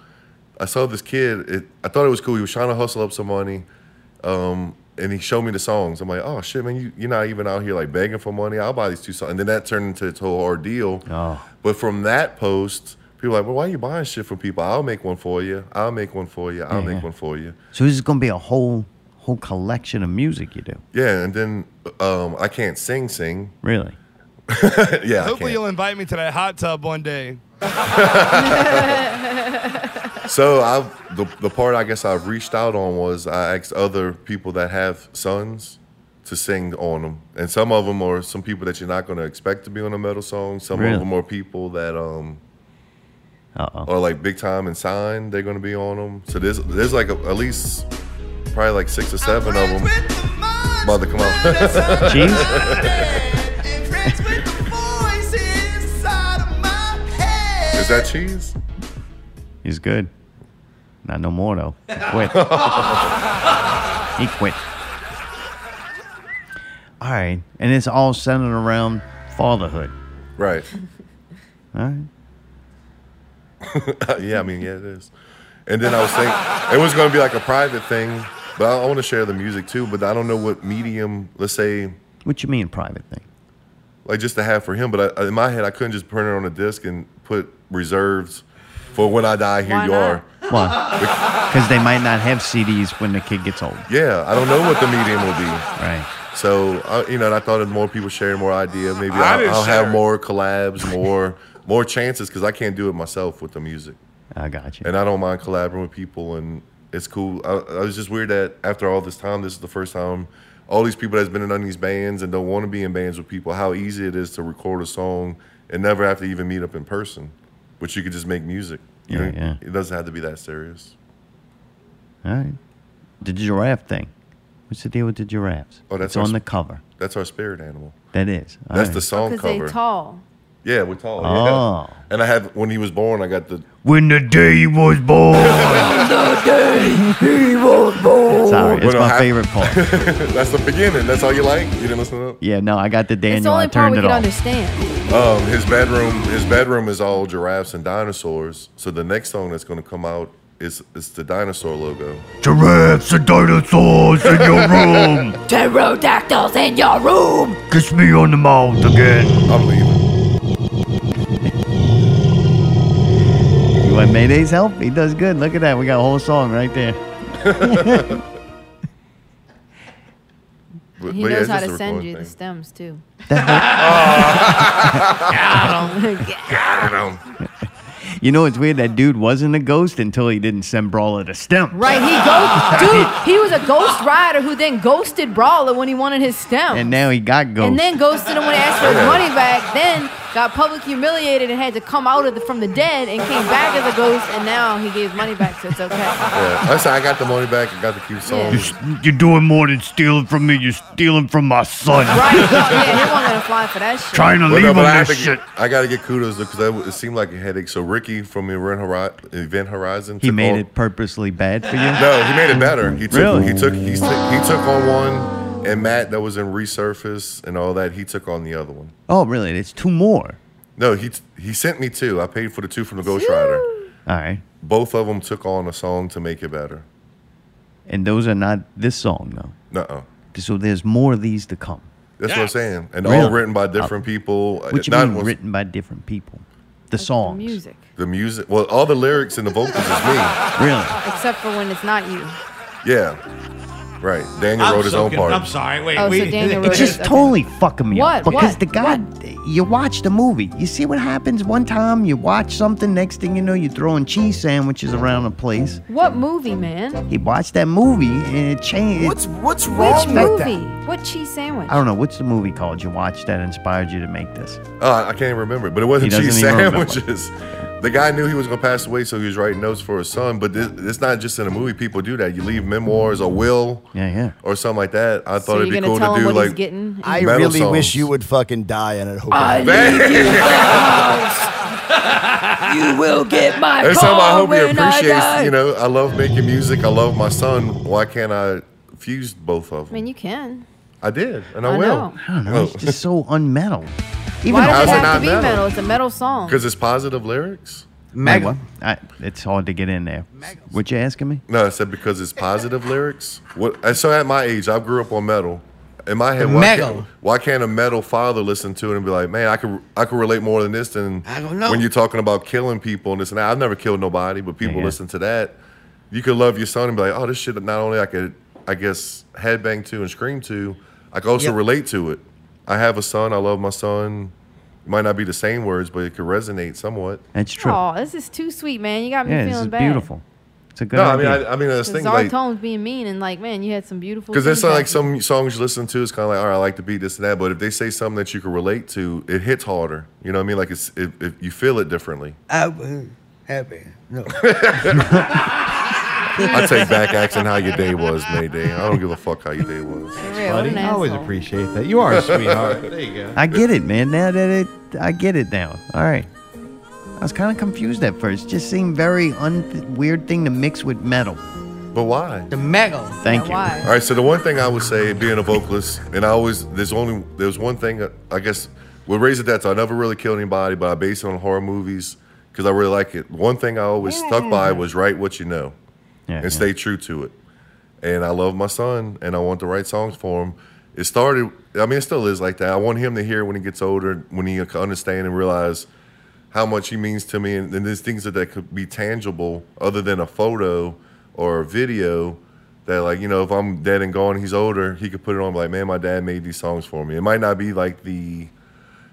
[SPEAKER 2] I saw this kid. It, I thought it was cool. He was trying to hustle up some money, um, and he showed me the songs. I'm like, oh shit, man, you, you're not even out here like begging for money. I'll buy these two songs. And then that turned into its whole ordeal.
[SPEAKER 1] Oh.
[SPEAKER 2] But from that post, people were like, well, why are you buying shit from people? I'll make one for you. I'll make one for you. I'll
[SPEAKER 1] Yeah,
[SPEAKER 2] make
[SPEAKER 1] yeah.
[SPEAKER 2] one for you.
[SPEAKER 1] So this is gonna be a whole whole collection of music you do.
[SPEAKER 2] Yeah, and then um, I can't sing, sing. [laughs]
[SPEAKER 1] Really?
[SPEAKER 2] yeah, I
[SPEAKER 8] Hopefully,
[SPEAKER 2] can't.
[SPEAKER 8] you'll invite me to that hot tub one day.
[SPEAKER 2] So I've the the part I guess I've reached out on was I asked other people that have sons to sing on them, and some of them are some people that you're not going to expect to be on a metal song. Some
[SPEAKER 1] Really?
[SPEAKER 2] of them are people that um
[SPEAKER 1] Uh
[SPEAKER 2] [laughs]
[SPEAKER 1] oh.
[SPEAKER 2] are like big time and sign. They're going to be on them. So there's there's like a, at least probably like six or seven of them about to come out. [laughs]
[SPEAKER 1] Jeez.
[SPEAKER 2] Is that cheese?
[SPEAKER 1] He's good. Not no more though. He
[SPEAKER 2] [laughs]
[SPEAKER 1] quit. he quit. All right, and it's all centered around fatherhood.
[SPEAKER 2] Right.
[SPEAKER 1] All right.
[SPEAKER 2] [laughs] yeah, I mean, yeah, it is. And then I was thinking it was going to be like a private thing, but I, I want to share the music too. But I don't know what medium, let's say,
[SPEAKER 1] What you mean private thing?
[SPEAKER 2] like just to have for him. But I, in my head, I couldn't just print it on a disc and put reserves for when I die. Here
[SPEAKER 3] Why
[SPEAKER 2] you
[SPEAKER 3] not?
[SPEAKER 2] are.
[SPEAKER 1] Well, because they might not have CDs when the kid gets old,
[SPEAKER 2] Yeah, I don't know what the medium will be.
[SPEAKER 1] right?
[SPEAKER 2] So I, you know, and I thought if more people sharing more idea, maybe
[SPEAKER 8] I
[SPEAKER 2] I'll,
[SPEAKER 8] didn't
[SPEAKER 2] I'll
[SPEAKER 8] share.
[SPEAKER 2] have more collabs, more more chances because I can't do it myself with the music.
[SPEAKER 1] I got you.
[SPEAKER 2] and I don't mind collaborating with people, and it's cool. I, I was just weird that after all this time, this is the first time all these people that's been in on these bands and don't want to be in bands with people. How easy it is to record a song and never have to even meet up in person, but you could just make music. You
[SPEAKER 1] Yeah,
[SPEAKER 2] know,
[SPEAKER 1] yeah.
[SPEAKER 2] It doesn't have to be that serious.
[SPEAKER 1] All right. The giraffe thing. What's the deal with the giraffes?
[SPEAKER 2] Oh, that's
[SPEAKER 1] it's on
[SPEAKER 2] our-
[SPEAKER 1] the cover.
[SPEAKER 2] That's our spirit animal.
[SPEAKER 1] That is. All
[SPEAKER 2] That's
[SPEAKER 1] right.
[SPEAKER 2] the
[SPEAKER 6] Oh,
[SPEAKER 2] song
[SPEAKER 3] Because they
[SPEAKER 2] cover.
[SPEAKER 3] tall.
[SPEAKER 2] yeah, we're tall.
[SPEAKER 1] Oh.
[SPEAKER 2] Yeah. And I have when he was born, I got the
[SPEAKER 1] When the day he was
[SPEAKER 2] [laughs]
[SPEAKER 1] born. Sorry, it's
[SPEAKER 2] Well, no,
[SPEAKER 1] my
[SPEAKER 2] I-
[SPEAKER 1] favorite part.
[SPEAKER 2] that's the beginning. That's all you like. You didn't listen up.
[SPEAKER 1] Yeah, no, I got the
[SPEAKER 3] It's the
[SPEAKER 1] Daniel. I
[SPEAKER 3] only part
[SPEAKER 1] turned
[SPEAKER 3] we
[SPEAKER 1] it
[SPEAKER 3] can
[SPEAKER 1] off.
[SPEAKER 3] understand.
[SPEAKER 2] Um, his bedroom, his bedroom is all giraffes and dinosaurs. So the next song that's going to come out is is the dinosaur logo.
[SPEAKER 1] Giraffes and dinosaurs in your
[SPEAKER 3] [laughs]
[SPEAKER 1] room.
[SPEAKER 9] Pterodactyls in your room!
[SPEAKER 1] Kiss me on the mouth again.
[SPEAKER 2] I'm leaving.
[SPEAKER 1] You want Mayday's help? He does good. Look at that. We got a whole song right there.
[SPEAKER 2] But,
[SPEAKER 3] He
[SPEAKER 2] but yeah,
[SPEAKER 3] knows
[SPEAKER 2] it's
[SPEAKER 3] how
[SPEAKER 2] just
[SPEAKER 3] to
[SPEAKER 2] a
[SPEAKER 3] send
[SPEAKER 2] recording
[SPEAKER 3] you the
[SPEAKER 2] thing.
[SPEAKER 3] stems too.
[SPEAKER 1] You know, it's weird that dude wasn't a ghost until he didn't send Brawler to stem.
[SPEAKER 3] Right, he
[SPEAKER 2] [laughs]
[SPEAKER 3] ghost dude. He was a ghost rider who then ghosted Brawler when he wanted his stem,
[SPEAKER 1] And now he got ghost.
[SPEAKER 3] And then ghosted him when he asked for his money back. Then got publicly humiliated and had to come out of the, from the dead and came back as a ghost. And now he gave money back, so it's
[SPEAKER 2] [laughs]
[SPEAKER 3] okay.
[SPEAKER 2] Yeah. I said I got the money back. I got to keep
[SPEAKER 3] Yeah.
[SPEAKER 2] songs.
[SPEAKER 1] You're doing more than stealing from me. You're stealing from my son.
[SPEAKER 3] Right? No, yeah, he wasn't gonna fly for that shit.
[SPEAKER 1] Trying to
[SPEAKER 2] Well,
[SPEAKER 1] leave
[SPEAKER 2] no,
[SPEAKER 1] him
[SPEAKER 2] but I,
[SPEAKER 1] this
[SPEAKER 2] have to
[SPEAKER 1] shit.
[SPEAKER 2] get, I got to get kudos because it seemed like a headache. So Ricky from Event Horizon, Event Horizon
[SPEAKER 1] He
[SPEAKER 2] took
[SPEAKER 1] made
[SPEAKER 2] on-
[SPEAKER 1] it purposely bad for [laughs] you.
[SPEAKER 2] No, he made it better. He took
[SPEAKER 1] Really?
[SPEAKER 2] he took he, took he took on one, and Matt that was in resurface and all that. He took on the other one.
[SPEAKER 1] Oh, really? It's two more.
[SPEAKER 2] No, he he sent me two. I paid for the two from the Ghost Rider.
[SPEAKER 1] All right.
[SPEAKER 2] both of them took on a song to make it better.
[SPEAKER 1] And those are not this song, though.
[SPEAKER 2] No,
[SPEAKER 1] So there's more of these to come.
[SPEAKER 2] that's what I'm saying, and all
[SPEAKER 1] Really?
[SPEAKER 2] written by different people.
[SPEAKER 1] What you
[SPEAKER 2] Not
[SPEAKER 1] mean
[SPEAKER 2] was-
[SPEAKER 1] written by different people? The songs.
[SPEAKER 3] Music,
[SPEAKER 2] The music, well, all the lyrics and the vocals is me.
[SPEAKER 1] Really?
[SPEAKER 3] except for when it's not you.
[SPEAKER 2] Yeah, right. Daniel
[SPEAKER 5] I'm
[SPEAKER 2] wrote his
[SPEAKER 5] so
[SPEAKER 2] own
[SPEAKER 5] con-
[SPEAKER 2] part.
[SPEAKER 5] I'm sorry. Wait,
[SPEAKER 3] Oh, so
[SPEAKER 5] we, [laughs]
[SPEAKER 3] Daniel
[SPEAKER 1] It's
[SPEAKER 3] wrote
[SPEAKER 1] just
[SPEAKER 3] Okay.
[SPEAKER 1] totally fucking me up.
[SPEAKER 3] What?
[SPEAKER 1] Because
[SPEAKER 3] What?
[SPEAKER 1] the god, you watch the movie, you see what happens one time, you watch something, next thing you know, you're throwing cheese sandwiches around the place.
[SPEAKER 3] What movie, man?
[SPEAKER 1] He watched that movie and it changed.
[SPEAKER 9] What's what's
[SPEAKER 3] Which
[SPEAKER 9] wrong with
[SPEAKER 3] movie?
[SPEAKER 9] that?
[SPEAKER 3] What cheese sandwich?
[SPEAKER 1] I don't know, what's the movie called you watched that inspired you to make this?
[SPEAKER 2] Uh, I can't even remember, it, but it wasn't
[SPEAKER 1] He doesn't
[SPEAKER 2] cheese
[SPEAKER 1] even remember.
[SPEAKER 2] sandwiches. [laughs] The guy knew he was gonna pass away, so he was writing notes for his son. But this, it's not just in a movie. People do that. You leave memoirs or will
[SPEAKER 1] Yeah, yeah.
[SPEAKER 2] or something like that. I thought
[SPEAKER 3] so
[SPEAKER 2] it'd
[SPEAKER 3] you're gonna
[SPEAKER 2] be cool
[SPEAKER 3] tell
[SPEAKER 2] to
[SPEAKER 3] him
[SPEAKER 2] do
[SPEAKER 3] what he's
[SPEAKER 2] like. [laughs]
[SPEAKER 3] getting?
[SPEAKER 11] I
[SPEAKER 2] Metal
[SPEAKER 11] really wish
[SPEAKER 2] songs.
[SPEAKER 11] you would fucking die, and I hope.
[SPEAKER 9] I need you house. You will get my
[SPEAKER 2] There's something I
[SPEAKER 9] car
[SPEAKER 2] hope he
[SPEAKER 9] when I die.
[SPEAKER 2] appreciates. You know, I love making music. I love my son. Why can't I fuse both of
[SPEAKER 3] I
[SPEAKER 2] them?
[SPEAKER 3] mean, you can.
[SPEAKER 2] I did, and I,
[SPEAKER 3] I
[SPEAKER 2] will.
[SPEAKER 3] know.
[SPEAKER 1] I don't know,
[SPEAKER 2] Oh.
[SPEAKER 1] it's just
[SPEAKER 2] [laughs]
[SPEAKER 1] so unmetal. Even
[SPEAKER 3] Why
[SPEAKER 2] how's
[SPEAKER 3] does it
[SPEAKER 2] it
[SPEAKER 3] have
[SPEAKER 2] not
[SPEAKER 3] to be
[SPEAKER 2] metal?
[SPEAKER 3] metal? It's a metal song.
[SPEAKER 2] Because it's positive lyrics.
[SPEAKER 1] Meg, I, it's hard to get in there. What you asking me?
[SPEAKER 2] No, I said because it's positive lyrics. What? And so at my age, I grew up on metal. In my head, why
[SPEAKER 10] Metal.
[SPEAKER 2] can't, why can't a metal father listen to it and be like, man, I could I could relate more than this than
[SPEAKER 10] I don't know.
[SPEAKER 2] when you're talking about killing people and this and that. I've never killed nobody, but people
[SPEAKER 1] Yeah.
[SPEAKER 2] listen to that. You could love your son and be like, oh, this shit. Not only I could I guess, Headbang to and Scream to, I can also
[SPEAKER 11] Yep.
[SPEAKER 2] relate to it. I have a son. I love my son. Might not be the same words, but it could resonate somewhat.
[SPEAKER 1] That's true.
[SPEAKER 6] Oh, this is too sweet, man. You got me
[SPEAKER 1] yeah,
[SPEAKER 6] feeling
[SPEAKER 1] this is
[SPEAKER 6] bad.
[SPEAKER 1] beautiful. It's a good
[SPEAKER 2] No, I mean,
[SPEAKER 1] idea.
[SPEAKER 2] I, I mean, this
[SPEAKER 6] Cause
[SPEAKER 2] thing
[SPEAKER 6] Czar
[SPEAKER 2] like
[SPEAKER 6] Tone's being mean and like, man, you had some beautiful.
[SPEAKER 2] because it's
[SPEAKER 6] things
[SPEAKER 2] like
[SPEAKER 6] that-
[SPEAKER 2] some songs you listen to. It's kind of like, all right, I like the beat, this and that. But if they say something that you can relate to, it hits harder. You know what I mean? Like it's if it, you feel it differently.
[SPEAKER 11] I was happy.
[SPEAKER 8] [laughs]
[SPEAKER 11] No.
[SPEAKER 2] I take back asking how your day was, Mayday. I don't give a fuck how your day was.
[SPEAKER 5] Buddy, Oh, I always appreciate that. You
[SPEAKER 3] [laughs]
[SPEAKER 5] are a sweetheart. there you go.
[SPEAKER 1] I get it, man. Now that it, I get it now. All right. I was kind of confused at first. Just seemed very un- weird thing to mix with metal.
[SPEAKER 2] But why?
[SPEAKER 11] The metal.
[SPEAKER 1] Thank you.
[SPEAKER 2] All right, so the one thing I would say, being a vocalist, and I always there's only there's one thing uh, I guess with Raise It That's I never really killed anybody, but I base it on horror movies because I really like it. One thing I always stuck by was write what you know, and stay true to it. And I love my son, and I want to write songs for him. It started, I mean, it still is like that. I want him to hear when he gets older, when he can understand and realize how much he means to me, and, and there's things that, that could be tangible other than a photo or a video. That like you know, if I'm dead and gone, he's older, he could put it on. Like man, my dad made these songs for me. It might not be like the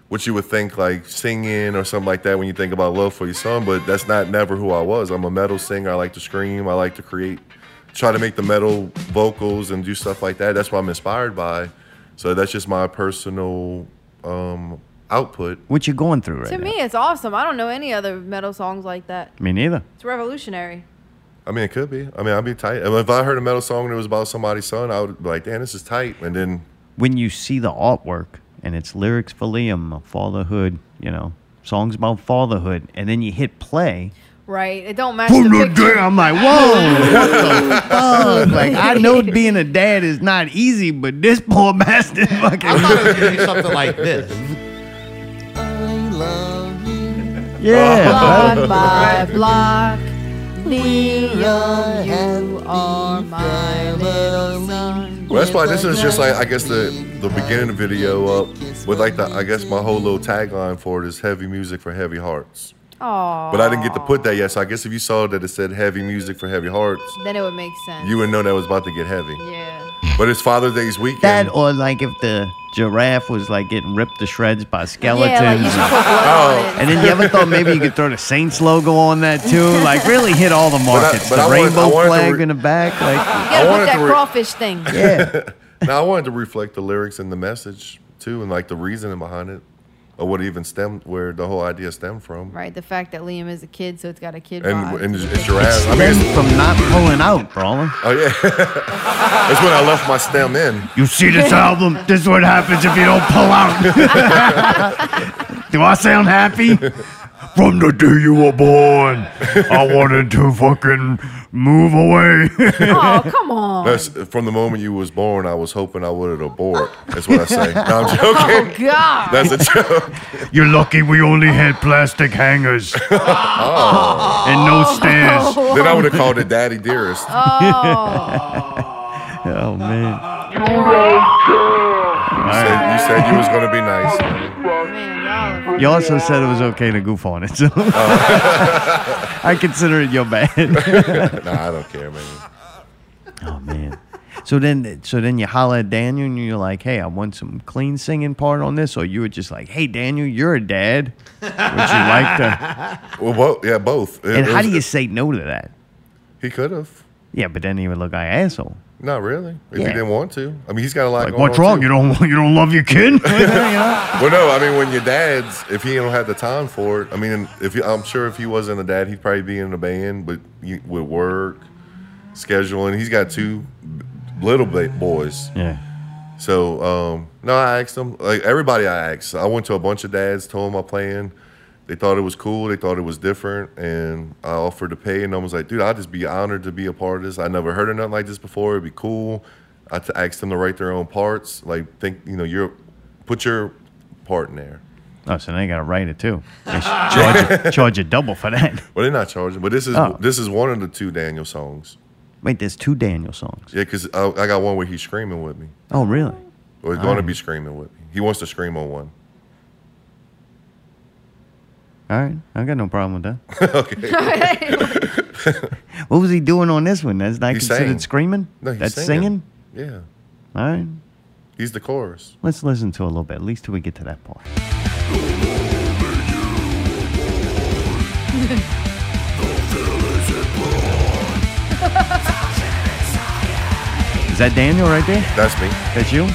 [SPEAKER 2] what you would think like singing or something like that when you think about love for your son, but that's not never who I was. I'm a metal singer. I like to scream. I like to create, try to make the metal vocals and do stuff like that. That's what I'm inspired by. So that's just my personal um, output.
[SPEAKER 1] What you going through right
[SPEAKER 6] To
[SPEAKER 1] now?
[SPEAKER 6] me, it's awesome. I don't know any other metal songs like that.
[SPEAKER 1] Me neither.
[SPEAKER 6] It's revolutionary.
[SPEAKER 2] I mean, it could be. I mean, I'd be tight. I mean, if I heard a metal song and it was about somebody's son, I would be like, damn, this is tight. And then
[SPEAKER 1] When you see the artwork and it's lyrics for Liam, fatherhood, you know, songs about fatherhood, and then you hit play.
[SPEAKER 6] Right? It don't match
[SPEAKER 1] Boom,
[SPEAKER 6] the
[SPEAKER 1] da,
[SPEAKER 6] picture.
[SPEAKER 1] da. I'm like, whoa, what [laughs] the fuck? Like, I know being a dad is not easy, but this poor [laughs] bastard fucking.
[SPEAKER 5] I thought it was gonna be something like this.
[SPEAKER 1] [laughs] Yeah.
[SPEAKER 3] Block
[SPEAKER 2] [laughs]
[SPEAKER 3] by block. Liam, you are my little son.
[SPEAKER 2] well, that's why this is just like, I guess, the, the beginning of the video up with like the, I guess, my whole little tagline for it is heavy music for heavy hearts.
[SPEAKER 6] Aw.
[SPEAKER 2] But I didn't get to put that yet. So I guess if you saw that it said heavy music for heavy hearts,
[SPEAKER 6] Then it would make sense.
[SPEAKER 2] you would know that was about to get heavy.
[SPEAKER 6] yeah.
[SPEAKER 2] But it's Father's Day's weekend.
[SPEAKER 1] That or like if the giraffe was like getting ripped to shreds by skeletons.
[SPEAKER 6] Yeah, like you should put blood on
[SPEAKER 2] Oh.
[SPEAKER 6] it.
[SPEAKER 1] And then you ever thought maybe you could throw the Saints logo on that too? Like really hit all the
[SPEAKER 2] I-
[SPEAKER 1] markets.
[SPEAKER 2] but I
[SPEAKER 1] the
[SPEAKER 2] wanted- I
[SPEAKER 1] rainbow
[SPEAKER 2] wanted to
[SPEAKER 1] flag
[SPEAKER 2] re-
[SPEAKER 1] in the back. Like
[SPEAKER 6] You gotta
[SPEAKER 2] I
[SPEAKER 6] put
[SPEAKER 2] wanted
[SPEAKER 6] that
[SPEAKER 2] to re-
[SPEAKER 6] crawfish thing.
[SPEAKER 1] yeah.
[SPEAKER 2] now I wanted to reflect the lyrics and the message too, and like the reasoning behind it, or what even stemmed, where the whole idea stemmed from.
[SPEAKER 6] Right? The fact that Liam is a kid, so it's got a kid
[SPEAKER 2] And
[SPEAKER 6] vibe.
[SPEAKER 2] and [laughs] it's, it's your ass. I mean,
[SPEAKER 1] Stemmed
[SPEAKER 2] it's-
[SPEAKER 1] from not pulling out, brawler.
[SPEAKER 2] oh yeah, [laughs] that's when I left my stem in.
[SPEAKER 1] You see
[SPEAKER 6] [laughs]
[SPEAKER 1] this album? This is what happens if you don't pull out. Do I sound happy? From the day you were born, I wanted to fucking move away.
[SPEAKER 6] oh, come on.
[SPEAKER 2] That's from the moment you was born. I was hoping I would have abort. That's what I
[SPEAKER 6] [laughs]
[SPEAKER 2] say. No, I'm joking.
[SPEAKER 6] Oh, God.
[SPEAKER 2] That's a
[SPEAKER 6] [laughs]
[SPEAKER 2] joke.
[SPEAKER 1] You're lucky we only had plastic hangers and no stairs.
[SPEAKER 2] then I would have called it Daddy Dearest.
[SPEAKER 1] Oh man,
[SPEAKER 2] you, said, you said you was gonna be nice. man.
[SPEAKER 6] Man, y'all are-
[SPEAKER 1] you also said it was okay to goof on it, so [laughs] I consider it your bad.
[SPEAKER 2] [laughs] Nah, I don't care, man.
[SPEAKER 1] oh man. So then, so then you holler at Daniel and you're like, "Hey, I want some clean singing part on this," or you were just like, "Hey, Daniel, you're a dad. Would you like
[SPEAKER 2] [laughs]
[SPEAKER 1] to?"
[SPEAKER 2] Well, both. Yeah, both. It-
[SPEAKER 1] And
[SPEAKER 2] it
[SPEAKER 1] how
[SPEAKER 2] was-
[SPEAKER 1] do you say no to that?
[SPEAKER 2] He could have.
[SPEAKER 1] Yeah, but then he would look like an asshole.
[SPEAKER 2] Not really. If
[SPEAKER 1] Yeah.
[SPEAKER 2] he didn't want to, I mean, he's got a lot.
[SPEAKER 1] Like,
[SPEAKER 2] going
[SPEAKER 1] what's
[SPEAKER 2] on,
[SPEAKER 1] wrong?
[SPEAKER 2] too.
[SPEAKER 1] You don't you don't love your
[SPEAKER 2] [laughs]
[SPEAKER 1] kid? You know?
[SPEAKER 2] Well, no, I mean, when your dad's, if he don't have the time for it, I mean, if he, I'm sure if he wasn't a dad, he'd probably be in a band, but you, with work, scheduling, he's got two b- little ba- boys.
[SPEAKER 1] Yeah.
[SPEAKER 2] So, um, no, I asked them, like everybody I asked. I went to a bunch of dads, told them my plan. They thought it was cool, they thought it was different, and I offered to pay. And I was like, dude, I'll just be honored to be a part of this. I never heard of nothing like this before. It'd be cool. I t- asked them to write their own parts. Like, think, you know, you're, put your part in there.
[SPEAKER 1] Oh, so now you got to write it
[SPEAKER 2] [laughs]
[SPEAKER 1] too. They should charge, you, charge you double for that. [laughs]
[SPEAKER 2] Well, they're not charging, but this is
[SPEAKER 1] Oh.
[SPEAKER 2] this is one of the two Daniel songs.
[SPEAKER 1] Wait, there's two Daniel songs.
[SPEAKER 2] Yeah, because I, I got one where he's screaming with me,
[SPEAKER 1] Oh, really?
[SPEAKER 2] or he's
[SPEAKER 1] Oh.
[SPEAKER 2] going to be screaming with me. He wants to scream on one.
[SPEAKER 1] [laughs]
[SPEAKER 2] [laughs]
[SPEAKER 1] All right. I got no problem with that.
[SPEAKER 2] okay.
[SPEAKER 1] What was he doing on this one? That's not
[SPEAKER 2] He
[SPEAKER 1] considered
[SPEAKER 2] sang.
[SPEAKER 1] screaming?
[SPEAKER 2] No, he's
[SPEAKER 1] That's
[SPEAKER 2] singing.
[SPEAKER 1] singing?
[SPEAKER 2] Yeah,
[SPEAKER 1] All right.
[SPEAKER 2] he's the chorus.
[SPEAKER 1] Let's listen to a little bit, at least till we get to that part. Is that Daniel right there?
[SPEAKER 2] That's me.
[SPEAKER 1] That's you?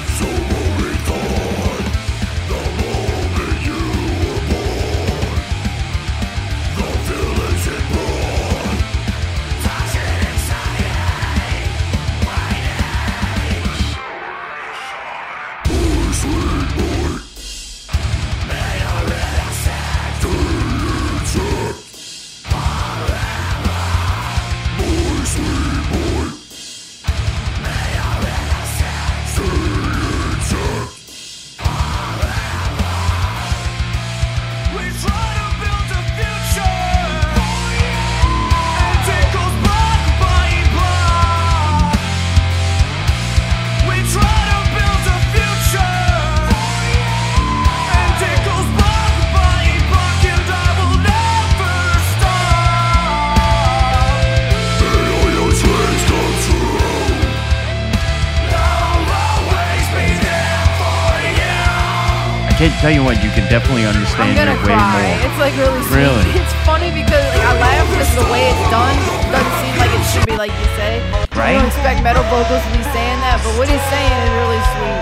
[SPEAKER 1] I can't tell you what, you can definitely
[SPEAKER 6] I'm
[SPEAKER 1] understand
[SPEAKER 6] gonna
[SPEAKER 1] it way
[SPEAKER 6] cry.
[SPEAKER 1] more.
[SPEAKER 6] It's like really sweet.
[SPEAKER 1] Really?
[SPEAKER 6] [laughs] It's funny because like, I laugh because the way it's done doesn't seem like it should be like you say. I
[SPEAKER 1] Right?
[SPEAKER 6] don't expect metal vocals to be saying that, but what he's saying is really sweet.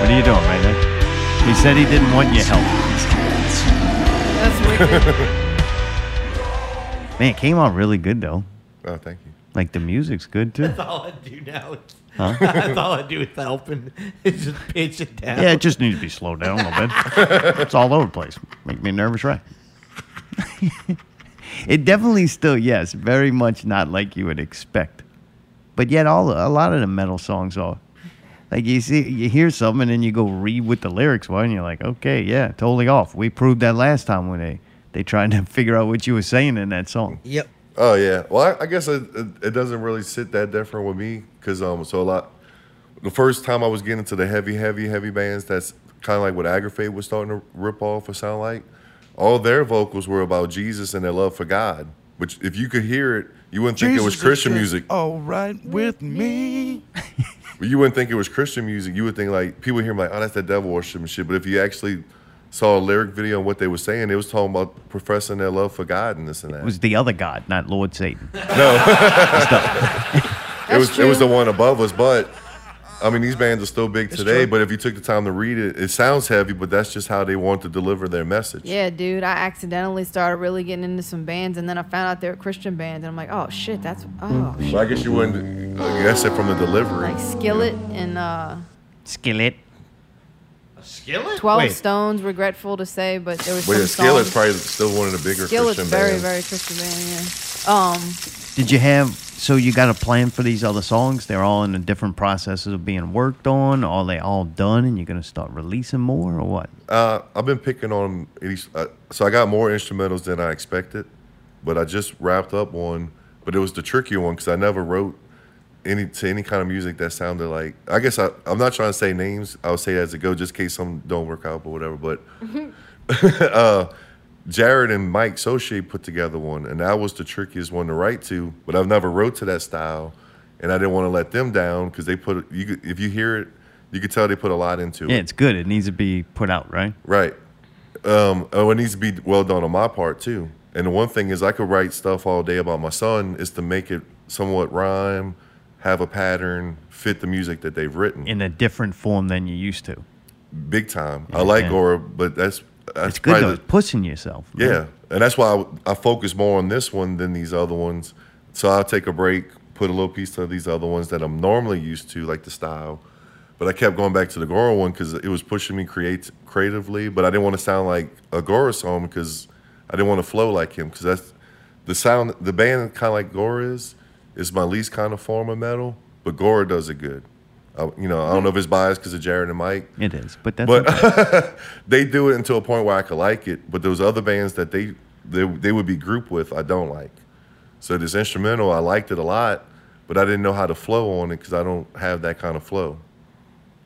[SPEAKER 1] What are you doing right now? He said he didn't want your help.
[SPEAKER 2] [laughs]
[SPEAKER 6] That's weird.
[SPEAKER 1] Man, it came out really good though.
[SPEAKER 2] Oh, thank you.
[SPEAKER 1] Like the music's good too.
[SPEAKER 5] That's all I do now. is-
[SPEAKER 1] Huh?
[SPEAKER 5] [laughs] That's all I do with helping. [laughs] It's just pitch it down.
[SPEAKER 1] Yeah, it just needs to be slowed down a little [laughs] bit. it's all over the place. Make me a nervous wreck. [laughs] it definitely still, yes, very much not like you would expect. But yet, all a lot of the metal songs are like you see, you hear something, and then you go read what the lyrics were, and you're like, okay, yeah, totally off. We proved that last time when they they tried to [laughs] figure out what you were saying in that song.
[SPEAKER 11] Yep.
[SPEAKER 2] Oh yeah. Well, I, I guess it, it, it doesn't really sit that different with me because um, so a lot. The first time I was getting into the heavy, heavy, heavy bands, that's kind of like what Agrafate was starting to rip off or sound like. All their vocals were about Jesus and their love for God, which if you could hear it, you wouldn't think it was
[SPEAKER 8] Jesus is Oh.
[SPEAKER 2] Christian
[SPEAKER 8] just
[SPEAKER 2] music.
[SPEAKER 8] All right with me.
[SPEAKER 2] You wouldn't think it was Christian music. You would think like people hear like, oh, that's that devil worship and shit. But if you actually saw a lyric video and what they were saying, they was talking about professing their love for God and this and that.
[SPEAKER 1] It was the other God, not Lord Satan.
[SPEAKER 2] it was it was
[SPEAKER 1] true.
[SPEAKER 2] the one above us, but I mean these bands are still big today.
[SPEAKER 6] true.
[SPEAKER 2] But if you took the time to read it, it sounds heavy, but that's just how they want to deliver their message.
[SPEAKER 6] yeah, dude, I accidentally started really getting into some bands, and then I found out they were Christian bands, and I'm like, oh shit, that's oh
[SPEAKER 2] But I guess you wouldn't. I guess it from the delivery.
[SPEAKER 6] like Skillet and uh,
[SPEAKER 1] Skillet.
[SPEAKER 5] Skillet.
[SPEAKER 6] Twelve
[SPEAKER 2] Wait.
[SPEAKER 6] Stones. Regretful to say, but there was
[SPEAKER 2] Well,
[SPEAKER 6] some
[SPEAKER 2] yeah, Skillet's
[SPEAKER 6] songs-
[SPEAKER 2] probably still one of the bigger
[SPEAKER 6] Skillet's
[SPEAKER 2] Christian
[SPEAKER 6] very
[SPEAKER 2] bands.
[SPEAKER 6] very Christian band. Yeah. Um,
[SPEAKER 1] Did you have so you got a plan for these other songs? They're all in a different processes of being worked on. Are they all done and you're gonna start releasing more or what?
[SPEAKER 2] Uh, I've been picking on these. Uh, so I got more instrumentals than I expected, but I just wrapped up one. But it was the tricky one because I never wrote any to any kind of music that sounded like. I guess I, I'm not trying to say names. I'll say as it go, just in case some don't work out or whatever. But [laughs] uh, Jared and Mike Soche put together one, and that was the trickiest one to write to. But I've never wrote to that style, and I didn't want to let them down because they put. You could, if you hear it, you could tell they put a lot into it.
[SPEAKER 1] Yeah, it's good. It needs to be put out, right?
[SPEAKER 2] Right. Um, oh, it needs to be well done on my part too. And the one thing is, I could write stuff all day about my son, is to make it somewhat rhyme, have a pattern, fit the music that they've written.
[SPEAKER 1] In a different form than you used to.
[SPEAKER 2] Big time. I like
[SPEAKER 1] Yeah.
[SPEAKER 2] Gora, but that's that's
[SPEAKER 1] It's good
[SPEAKER 2] probably
[SPEAKER 1] though.
[SPEAKER 2] the-
[SPEAKER 1] It's pushing yourself. man.
[SPEAKER 2] yeah, and that's why I, I focus more on this one than these other ones. So I'll take a break, put a little piece to these other ones that I'm normally used to, like the style. But I kept going back to the Goro one because it was pushing me create creatively. But I didn't want to sound like a Goro song because I didn't want to flow like him because that's the sound. The band kind of like Goro is is my least kind of form of metal, but Goro does it good. I, you know, I don't know if it's biased because of Jared and Mike,
[SPEAKER 1] It is. But that's
[SPEAKER 2] [laughs] but they do it until a point where I could like it. But those other bands that they they, they would be grouped with, I don't like. So this instrumental, I liked it a lot, but I didn't know how to flow on it because I don't have that kind of flow.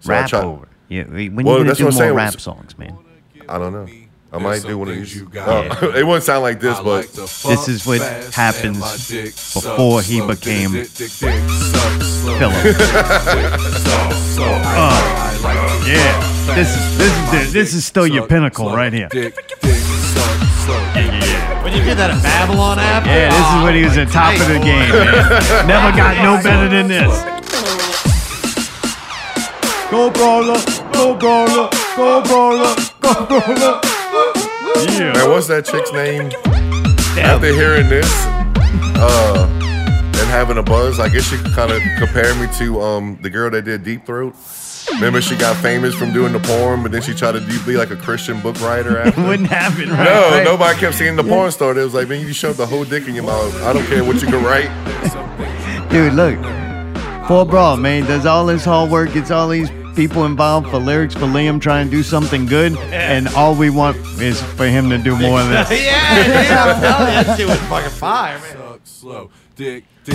[SPEAKER 2] I
[SPEAKER 1] rap
[SPEAKER 2] try-
[SPEAKER 1] over. Yeah. When you
[SPEAKER 2] Well,
[SPEAKER 1] gonna
[SPEAKER 2] that's
[SPEAKER 1] do
[SPEAKER 2] what I'm
[SPEAKER 1] more
[SPEAKER 2] saying.
[SPEAKER 1] rap songs, man?
[SPEAKER 2] I don't know. I
[SPEAKER 12] There's
[SPEAKER 2] might
[SPEAKER 12] some
[SPEAKER 2] do one of
[SPEAKER 12] things
[SPEAKER 2] these. [laughs]
[SPEAKER 12] you gotta
[SPEAKER 2] Oh, it wouldn't sound like this,
[SPEAKER 12] I
[SPEAKER 2] but
[SPEAKER 12] like to fuck
[SPEAKER 1] This is what
[SPEAKER 12] fast and
[SPEAKER 1] happens
[SPEAKER 12] my dick suck,
[SPEAKER 1] before he
[SPEAKER 12] slow. Dick,
[SPEAKER 1] became
[SPEAKER 12] dick, dick, dick, suck, slow.
[SPEAKER 1] Philip.
[SPEAKER 12] Dick, suck, slow. I like to fuck
[SPEAKER 1] Uh, yeah, this
[SPEAKER 12] fast
[SPEAKER 1] is this
[SPEAKER 12] and
[SPEAKER 1] is
[SPEAKER 12] my
[SPEAKER 1] the, this is still your pinnacle right here.
[SPEAKER 12] Dick, dick, suck, slow.
[SPEAKER 5] When you did that at Babylon app?
[SPEAKER 1] Yeah, this is when he was at top of the game. [laughs] man. Never got no better than this.
[SPEAKER 5] Go brawler, go brawler, go brawler, go brawler.
[SPEAKER 2] Yeah. Man, what's that chick's name? After hearing this, uh, and having a buzz, I guess you could kind of compare me to um the girl that did Deep Throat. Remember, she got famous from doing the porn, but then she tried to do- be like a Christian book writer. After.
[SPEAKER 1] Wouldn't happen, [laughs] right?
[SPEAKER 2] no,
[SPEAKER 1] right.
[SPEAKER 2] nobody kept seeing the porn star. They was like, man, you shoved the whole dick in your mouth. I don't care what you can write.
[SPEAKER 1] Dude, look. Poor Brawl, man, does all this hard work, gets all these people involved for lyrics for Liam, trying to do something good, and all we want is for him to do more of
[SPEAKER 5] [laughs]
[SPEAKER 1] [laughs]
[SPEAKER 5] yeah,
[SPEAKER 1] this.
[SPEAKER 5] yeah, that shit was fucking fire, man.
[SPEAKER 12] Slow. Dick, dick,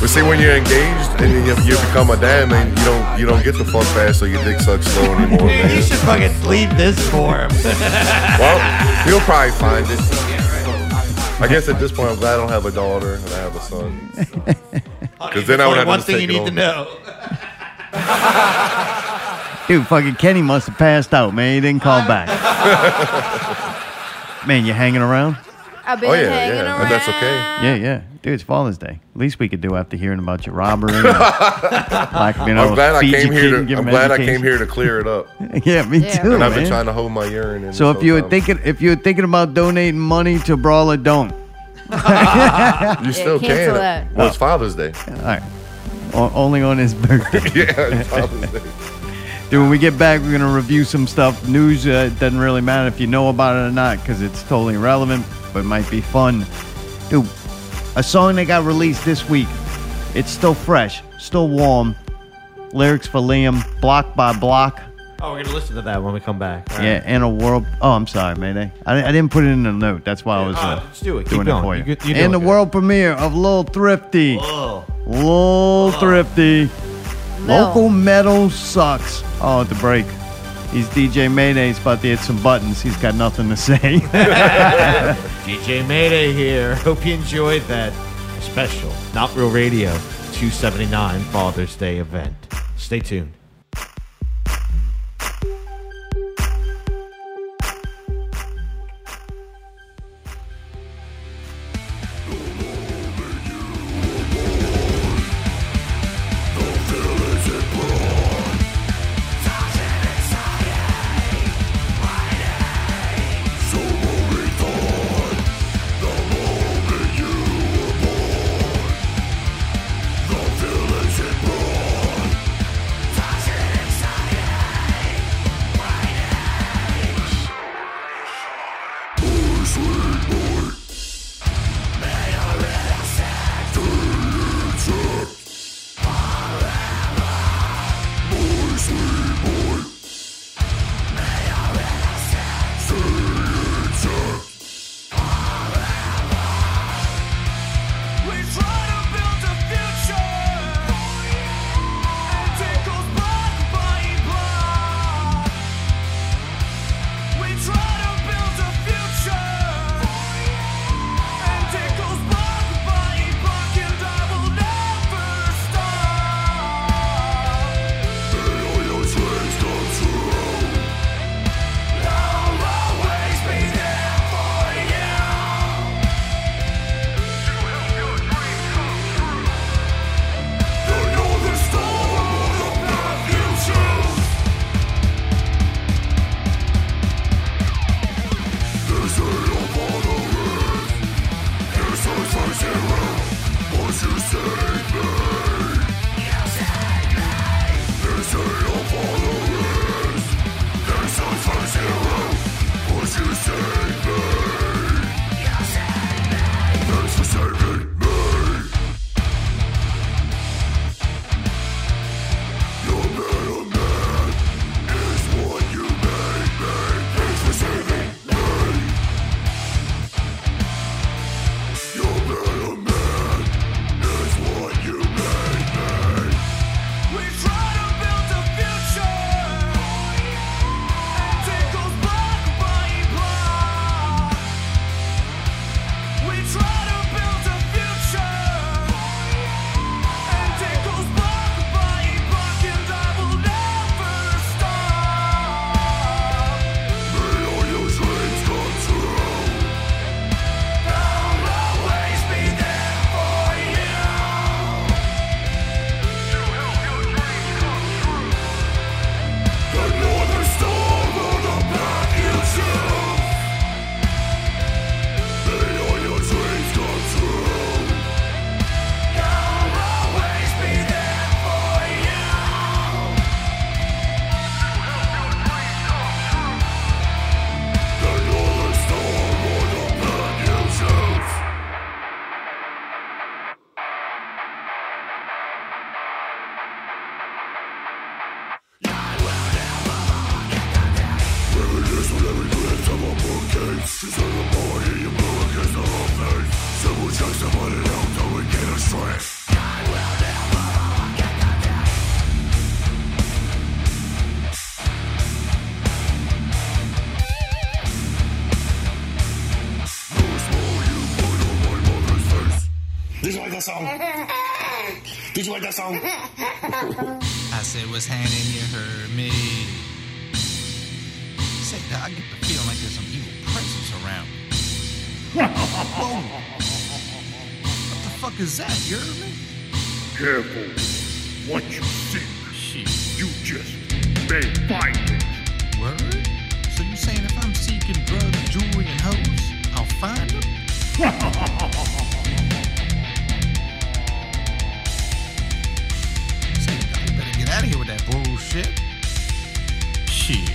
[SPEAKER 2] But see, when you're engaged and you, you become a dad, man, you don't you don't get to fuck fast, so your dick sucks slow anymore, man.
[SPEAKER 5] You should fucking leave this
[SPEAKER 2] [laughs]
[SPEAKER 5] for him.
[SPEAKER 2] well, he'll probably find it. I guess at this point, I'm glad I don't have a daughter and I have
[SPEAKER 1] [laughs]
[SPEAKER 2] a son. Because then I would have
[SPEAKER 5] one
[SPEAKER 2] to
[SPEAKER 5] thing you
[SPEAKER 2] take it
[SPEAKER 5] need to
[SPEAKER 2] on.
[SPEAKER 5] know.
[SPEAKER 1] Dude, fucking Kenny must have passed out, man. He didn't call [laughs] back. man, you hanging around?
[SPEAKER 6] I've
[SPEAKER 2] Oh, yeah, yeah. And that's okay.
[SPEAKER 1] Yeah, yeah. Dude, it's Father's Day. Least we could do after hearing about your robbery.
[SPEAKER 2] [laughs]
[SPEAKER 1] and lack of being able
[SPEAKER 2] I'm
[SPEAKER 1] to
[SPEAKER 2] glad I
[SPEAKER 1] feed your
[SPEAKER 2] came
[SPEAKER 1] kid
[SPEAKER 2] here.
[SPEAKER 1] and
[SPEAKER 2] To,
[SPEAKER 1] give
[SPEAKER 2] I'm
[SPEAKER 1] him
[SPEAKER 2] glad I
[SPEAKER 1] education.
[SPEAKER 2] came here to clear it up.
[SPEAKER 1] [laughs] Yeah, me too,
[SPEAKER 2] And I've been
[SPEAKER 1] man.
[SPEAKER 2] trying to hold my urine in.
[SPEAKER 1] So
[SPEAKER 2] this
[SPEAKER 1] if you
[SPEAKER 2] whole
[SPEAKER 1] were
[SPEAKER 2] time.
[SPEAKER 1] thinking if you were thinking about donating money to Brawler, don't.
[SPEAKER 2] [laughs] you still
[SPEAKER 6] cancel
[SPEAKER 2] can.
[SPEAKER 6] that.
[SPEAKER 2] Well, it's Father's Day.
[SPEAKER 1] All right. O- only on his birthday.
[SPEAKER 2] [laughs]
[SPEAKER 1] [laughs]
[SPEAKER 2] yeah, it's Father's Day.
[SPEAKER 1] Dude, when we get back, we're gonna review some stuff. News uh, doesn't really matter if you know about it or not, because it's totally irrelevant, but might be fun. Dude, a song that got released this week. It's still fresh, still warm. Lyrics for Liam, block by block.
[SPEAKER 5] Oh, we're gonna listen to that when we come back. All right.
[SPEAKER 1] Yeah, and a world. Oh, I'm sorry, Mayday. I, I didn't put it in the note. That's why I was
[SPEAKER 5] Ah,
[SPEAKER 1] uh,
[SPEAKER 5] let's do it. Keep
[SPEAKER 1] doing
[SPEAKER 5] going.
[SPEAKER 1] it for you.
[SPEAKER 5] You good- you're
[SPEAKER 1] and the
[SPEAKER 5] doing
[SPEAKER 1] world premiere of Lil Thrifty.
[SPEAKER 5] Whoa.
[SPEAKER 1] Lil Thrifty.
[SPEAKER 5] Lil.
[SPEAKER 1] Local metal sucks. Oh, at the break. He's DJ Mayday's about to hit some buttons. He's got nothing to [laughs] say.
[SPEAKER 5] DJ Mayday here. [laughs] Hope you enjoyed that special Not Real Radio 279 Father's Day event. Stay tuned.
[SPEAKER 12] suck, change She's on the ball, hear you blow against the whole thing Someone check somebody out, don't we get us straight I will never forget the day No small, you point on my mother's face Did you like that song? Did you like that song?
[SPEAKER 13] [laughs] I said, what's happening? You heard me. Say, I get the feeling like there's some evil presence around.
[SPEAKER 12] [laughs]
[SPEAKER 13] me. Whoa. What the fuck is that? You heard me?
[SPEAKER 12] Careful what you think. You just may find it.
[SPEAKER 13] What? So you saying if I'm seeking drugs, jewelry, and hoes, I'll find them? Say, I better get out of here with that bullshit. Shit.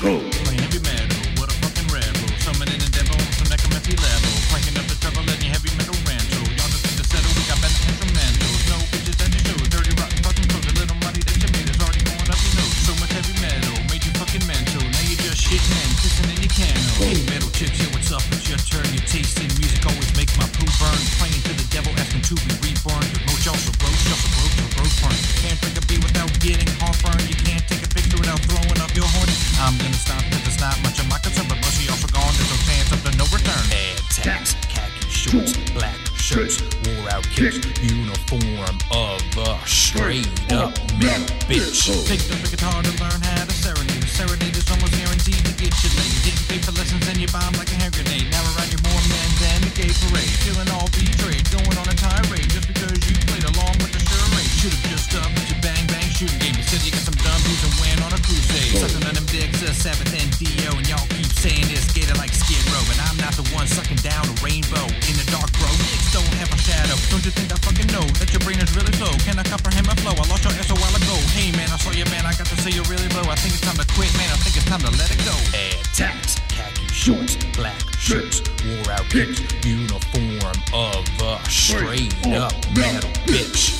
[SPEAKER 13] Go. Plain heavy metal, what a fucking rebel. Summoning the devil on some necromancy level. Cranking up the trouble in your heavy metal rental. Y'all just need to settle, we got better instrumentals. No bitches at the show, dirty rotten fucking clothes. A little money that you made is already going up your nose. So much heavy metal, made you fucking mental. Now you just shitting and pissing in your candle. Hey, metal chips, yeah, what's up? It's your turn. Your taste in music always makes my poo burn. Praying to the devil, asking to be reborn. Your moat also broke, also broke, your broke burn. Can't drink a beer without getting heartburn. You can't take a picture without throwing up your horn. I'm gonna stop 'cause it's not much of my concern, but once she also gone, there's no chance of the no return. Add tax, khaki shorts, black shirts, wore out kicks, uniform of a straight up metal bitch. Pick up the guitar to learn how to serenade. A serenade is almost guaranteed to get you laid. Getting paid for lessons and you bomb like a hand grenade. Now around you more men than the gay parade. Feeling all betrayed, going on a tirade just because you played along with the charade. Should've just up with your bang bang shooting game. Instead you got some dumb dudes and went on a crusade. Sucking on them dicks, a Sabbath and Dio, and y'all keep saying it's gated like Skid Row, and I'm not the one sucking down a rainbow in the dark, bro. Nicks don't have a shadow. Don't you think I fucking know that your brain is really slow? Can I comprehend my flow? I lost your ass a while ago. Hey man, I saw you, man. I got to say you're really low. I think it's time to quit, man. I think it's time to let it go. Add tax, khaki shorts, black shirts, wore out kicks, uniform of a straight up metal bitch.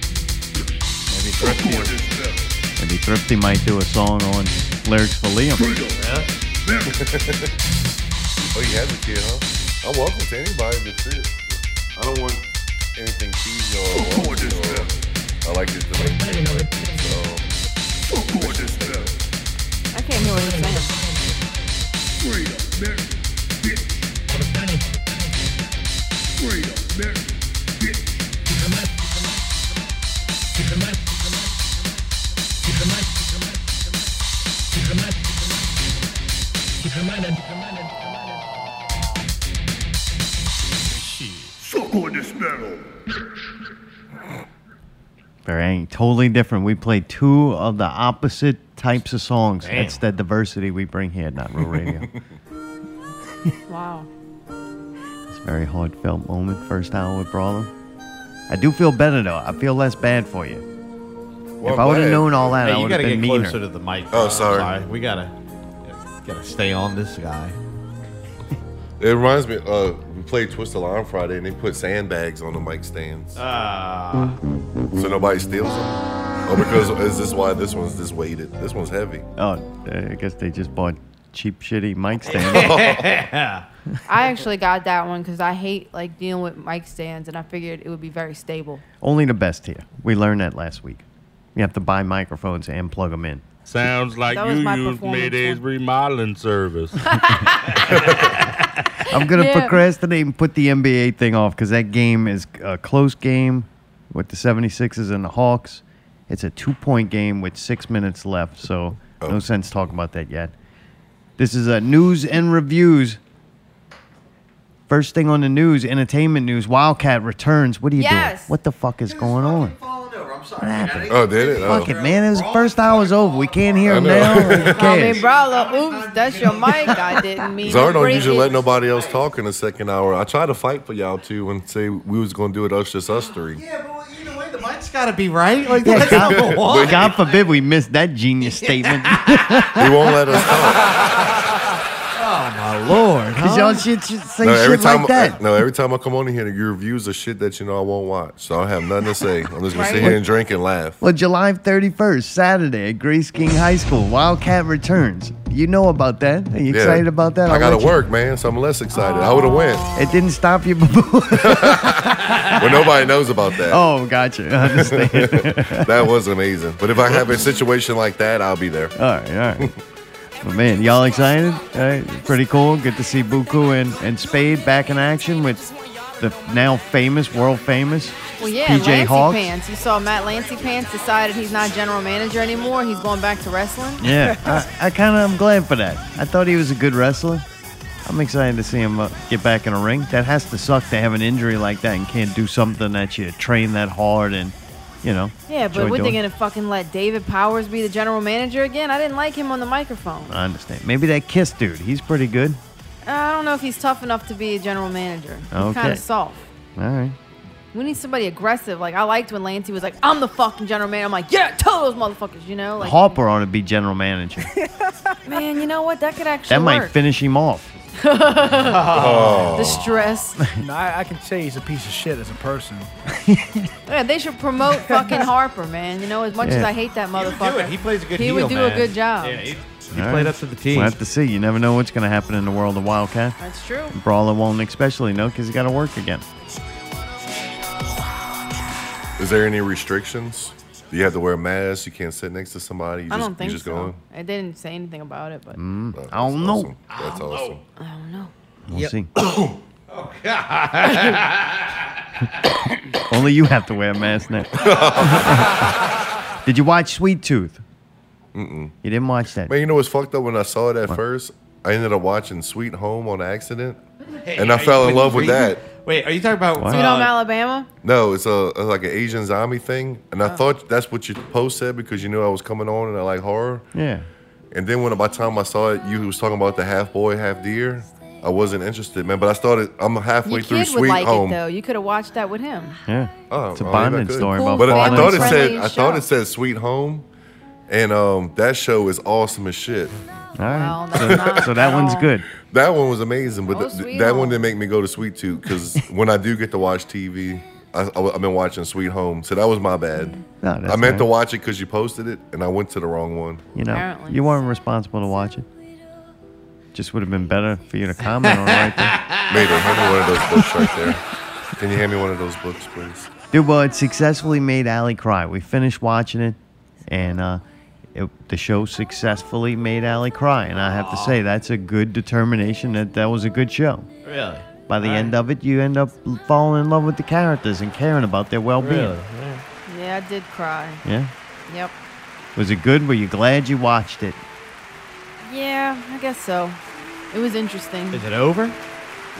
[SPEAKER 5] Maybe thrifty.
[SPEAKER 1] Maybe Thrifty might do a song on lyrics for Liam.
[SPEAKER 2] oh, you have the kid, huh? I'm welcome to anybody that's it. I don't want anything cheesy or. [laughs] wrong, you know. I like it the way it's like, so.
[SPEAKER 6] I can't hear what he's saying.
[SPEAKER 12] Suck on this metal.
[SPEAKER 1] Very totally different. We play two of the opposite types of songs.
[SPEAKER 12] Damn.
[SPEAKER 1] That's the diversity we bring here at Not Real
[SPEAKER 5] [laughs]
[SPEAKER 1] Radio.
[SPEAKER 6] Wow.
[SPEAKER 1] it's a very heartfelt moment. First hour with Brawler. I do feel better though. I feel less bad for you. if I would have known all that,
[SPEAKER 5] Oh, Hey,
[SPEAKER 1] I
[SPEAKER 5] you
[SPEAKER 1] would have
[SPEAKER 5] gotta
[SPEAKER 1] been
[SPEAKER 5] get
[SPEAKER 1] meaner.
[SPEAKER 5] closer to the mic.
[SPEAKER 2] Oh,
[SPEAKER 5] I'm
[SPEAKER 2] sorry.
[SPEAKER 5] We gotta gotta stay on this guy.
[SPEAKER 2] It reminds me, uh, we played Twist the Line Friday and they put sandbags on the mic stands.
[SPEAKER 5] Ah.
[SPEAKER 2] So nobody steals them. Oh, because is this why this one's this weighted? This one's heavy.
[SPEAKER 1] Oh, I guess they just bought cheap, shitty mic
[SPEAKER 2] Yeah.
[SPEAKER 1] stands.
[SPEAKER 6] I actually got that one because I hate like dealing with mic stands, and I figured it would be very stable.
[SPEAKER 1] Only the best here. We learned that last week. You have to buy microphones and plug them in.
[SPEAKER 14] Sounds like
[SPEAKER 6] That was
[SPEAKER 14] you
[SPEAKER 6] my
[SPEAKER 14] use
[SPEAKER 6] performance
[SPEAKER 14] Mayday's remodeling service.
[SPEAKER 1] I'm gonna
[SPEAKER 6] [laughs] Yeah.
[SPEAKER 1] procrastinate and put the NBA thing off because that game is a close game with the 76ers and the Hawks. It's a two-point game with six minutes left, so no sense talking about that yet. This is a news and reviews. First thing on the news, entertainment news. Wildcat returns. What are you
[SPEAKER 6] Yes.
[SPEAKER 1] doing? What the fuck is going on? What happened?
[SPEAKER 2] Oh, did it? Oh.
[SPEAKER 1] Fuck it, man. His first hour's over. We can't hear
[SPEAKER 2] I
[SPEAKER 1] him
[SPEAKER 2] know. [laughs]
[SPEAKER 1] now. Who
[SPEAKER 6] I
[SPEAKER 1] cares? [laughs]
[SPEAKER 6] mean, Brawler, oops, that's your mic. I didn't mean. to
[SPEAKER 2] Czar don't
[SPEAKER 6] break
[SPEAKER 2] usually
[SPEAKER 6] it.
[SPEAKER 2] let nobody else talk in the second hour. I tried to fight for y'all two and say we was gonna do it us just us three.
[SPEAKER 8] Yeah, but either way, the mic's
[SPEAKER 5] got to be right. Like,
[SPEAKER 1] Yeah,
[SPEAKER 5] that's
[SPEAKER 1] God,
[SPEAKER 5] number one.
[SPEAKER 1] God forbid we missed that genius
[SPEAKER 2] [laughs]
[SPEAKER 1] statement. he
[SPEAKER 2] won't let
[SPEAKER 1] [laughs]
[SPEAKER 2] us
[SPEAKER 5] Oh, my Lord.
[SPEAKER 1] Because y'all shit should say
[SPEAKER 2] no, every
[SPEAKER 1] shit
[SPEAKER 2] time
[SPEAKER 1] like that.
[SPEAKER 2] no, every time I come on here, your reviews are shit that you know I won't watch, so I have nothing to say. I'm just gonna sit
[SPEAKER 1] Right.
[SPEAKER 2] here and drink and laugh.
[SPEAKER 1] Well, July 31st, Saturday at Grace King High School, Wildcat returns. You know about that. Are you
[SPEAKER 2] Yeah.
[SPEAKER 1] excited about that?
[SPEAKER 2] I
[SPEAKER 1] I'll
[SPEAKER 2] gotta
[SPEAKER 1] let you-
[SPEAKER 2] work, man, so I'm less excited. I would have went.
[SPEAKER 1] It didn't stop you [laughs] before.
[SPEAKER 2] Well, nobody knows about that.
[SPEAKER 1] oh, gotcha. I understand.
[SPEAKER 2] that was amazing. But if I
[SPEAKER 1] [laughs]
[SPEAKER 2] have a situation like that, I'll be there.
[SPEAKER 1] all right, all right. But man, y'all excited? All right, pretty cool. Good to see Buku and, and Spade back in action with the now famous, world famous
[SPEAKER 6] Well, yeah, and
[SPEAKER 1] PJ
[SPEAKER 6] Lancy
[SPEAKER 1] Hawks.
[SPEAKER 6] Pants. You saw Matt Lancy Pants decided he's not general manager anymore. He's going back to wrestling. [laughs]
[SPEAKER 1] Yeah, I, I kind of am glad for that. I thought he was a good wrestler. I'm excited to see him uh, get back in a ring. That has to suck to have an injury like that and can't do something that you train that hard and, you know.
[SPEAKER 6] Yeah, but
[SPEAKER 1] enjoy
[SPEAKER 6] what they
[SPEAKER 1] doing.
[SPEAKER 6] gonna fucking let David Powers be the general manager again? I didn't like him on the microphone. Uh,
[SPEAKER 1] I understand. Maybe that Kiss dude, he's pretty good.
[SPEAKER 6] I don't know if he's tough enough to be a general manager. He's kind
[SPEAKER 1] Okay.
[SPEAKER 6] of soft.
[SPEAKER 1] All right.
[SPEAKER 6] We need somebody aggressive. Like I liked when Lancy was like, "I'm the fucking general manager." I'm like, "Yeah, tell those motherfuckers," you know. Like,
[SPEAKER 1] Harper ought to be general
[SPEAKER 6] [laughs]
[SPEAKER 1] manager.
[SPEAKER 6] man, you know what? That could actually
[SPEAKER 1] that might
[SPEAKER 6] work.
[SPEAKER 1] finish him off.
[SPEAKER 6] oh. The
[SPEAKER 1] [laughs]
[SPEAKER 6] stress.
[SPEAKER 10] No, I, I can say he's a piece of shit as a person.
[SPEAKER 6] Yeah, they should promote
[SPEAKER 1] [laughs]
[SPEAKER 6] fucking Harper, man. You know, as much as
[SPEAKER 1] Yeah.
[SPEAKER 6] I hate that
[SPEAKER 5] do
[SPEAKER 6] motherfucker,
[SPEAKER 5] it. He plays a good
[SPEAKER 6] He
[SPEAKER 5] heel,
[SPEAKER 6] would do
[SPEAKER 5] man.
[SPEAKER 6] a good job.
[SPEAKER 5] Yeah, he, he
[SPEAKER 1] All
[SPEAKER 5] played
[SPEAKER 1] right.
[SPEAKER 5] up to the team.
[SPEAKER 1] We'll have to see. You never know what's going to happen in the world of Wildcat.
[SPEAKER 6] That's true.
[SPEAKER 1] Brawler won't especially know because he got to work again.
[SPEAKER 2] Is there any restrictions? Do you have to wear a mask? You can't sit next to somebody. You
[SPEAKER 6] I
[SPEAKER 2] just,
[SPEAKER 6] don't think
[SPEAKER 2] you just
[SPEAKER 6] so.
[SPEAKER 2] go in?
[SPEAKER 6] I didn't say anything about it, but
[SPEAKER 1] Mm, I don't know.
[SPEAKER 2] That's awesome.
[SPEAKER 6] I don't know.
[SPEAKER 1] We'll
[SPEAKER 6] Yep.
[SPEAKER 2] [coughs]
[SPEAKER 1] see.
[SPEAKER 5] Oh, God.
[SPEAKER 1] [coughs] Only you have to wear a mask
[SPEAKER 2] [laughs]
[SPEAKER 1] now. Did you watch Sweet Tooth?
[SPEAKER 2] Mm-mm.
[SPEAKER 1] You didn't watch that.
[SPEAKER 2] Man, you know what's fucked up? When I saw it at first, I ended up watching Sweet Home on accident, and I
[SPEAKER 5] Hey,
[SPEAKER 2] fell in
[SPEAKER 5] wait,
[SPEAKER 2] love with
[SPEAKER 5] wait.
[SPEAKER 2] that.
[SPEAKER 5] Wait, are you talking about uh,
[SPEAKER 2] What?
[SPEAKER 6] Sweet Home Alabama.
[SPEAKER 2] No, it's a it's like an Asian zombie thing, and
[SPEAKER 6] Oh.
[SPEAKER 2] I thought that's what your post said because you knew I was coming on and I like horror.
[SPEAKER 1] Yeah.
[SPEAKER 2] And then when by the time I saw it, you was talking about the half boy, half deer. I wasn't interested, man. But I started. I'm halfway
[SPEAKER 6] Your
[SPEAKER 2] through
[SPEAKER 6] kid would
[SPEAKER 2] Sweet
[SPEAKER 6] like
[SPEAKER 2] Home.
[SPEAKER 6] it though. You could have watched that with him.
[SPEAKER 1] Yeah.
[SPEAKER 2] Oh,
[SPEAKER 1] It's a
[SPEAKER 2] well, maybe I
[SPEAKER 1] bonding
[SPEAKER 2] could.
[SPEAKER 1] story about
[SPEAKER 2] But I thought it said
[SPEAKER 6] family-friendly
[SPEAKER 2] I thought it
[SPEAKER 6] show.
[SPEAKER 2] said Sweet Home, and um, that show is awesome as shit.
[SPEAKER 1] All right.
[SPEAKER 6] Well,
[SPEAKER 1] so,
[SPEAKER 6] that's not
[SPEAKER 1] [laughs] so that one's
[SPEAKER 6] all.
[SPEAKER 1] good.
[SPEAKER 2] That one was amazing, but
[SPEAKER 6] Oh,
[SPEAKER 2] th- th-
[SPEAKER 6] Sweet
[SPEAKER 2] that
[SPEAKER 6] Home.
[SPEAKER 2] one didn't make me go to Sweet Tooth because when I do get to watch TV, I, I, have been watching Sweet Home, so that was my bad.
[SPEAKER 1] No,
[SPEAKER 2] I
[SPEAKER 1] that's
[SPEAKER 2] meant
[SPEAKER 1] all
[SPEAKER 2] to
[SPEAKER 1] right.
[SPEAKER 2] watch it because you posted it, and I went to the wrong one.
[SPEAKER 1] You know, you weren't responsible to watch it. Just would have been better for you to comment on it right there.
[SPEAKER 2] Mayday, hand me one of those books right there. Can you hand me one of those books, please?
[SPEAKER 1] Dude, well, it successfully made Allie cry. We finished watching it, and uh, it, the show successfully made Allie cry. And I have to say, that's a good determination that that was a good show.
[SPEAKER 5] Really?
[SPEAKER 1] By the end of it, you end up falling in love with the characters and caring about their well-being.
[SPEAKER 5] Really?
[SPEAKER 6] Yeah, I did cry.
[SPEAKER 1] Yeah.
[SPEAKER 6] Yep.
[SPEAKER 1] Was it good? Were you glad you watched it?
[SPEAKER 6] Yeah, I guess so. It was interesting.
[SPEAKER 5] Is it over?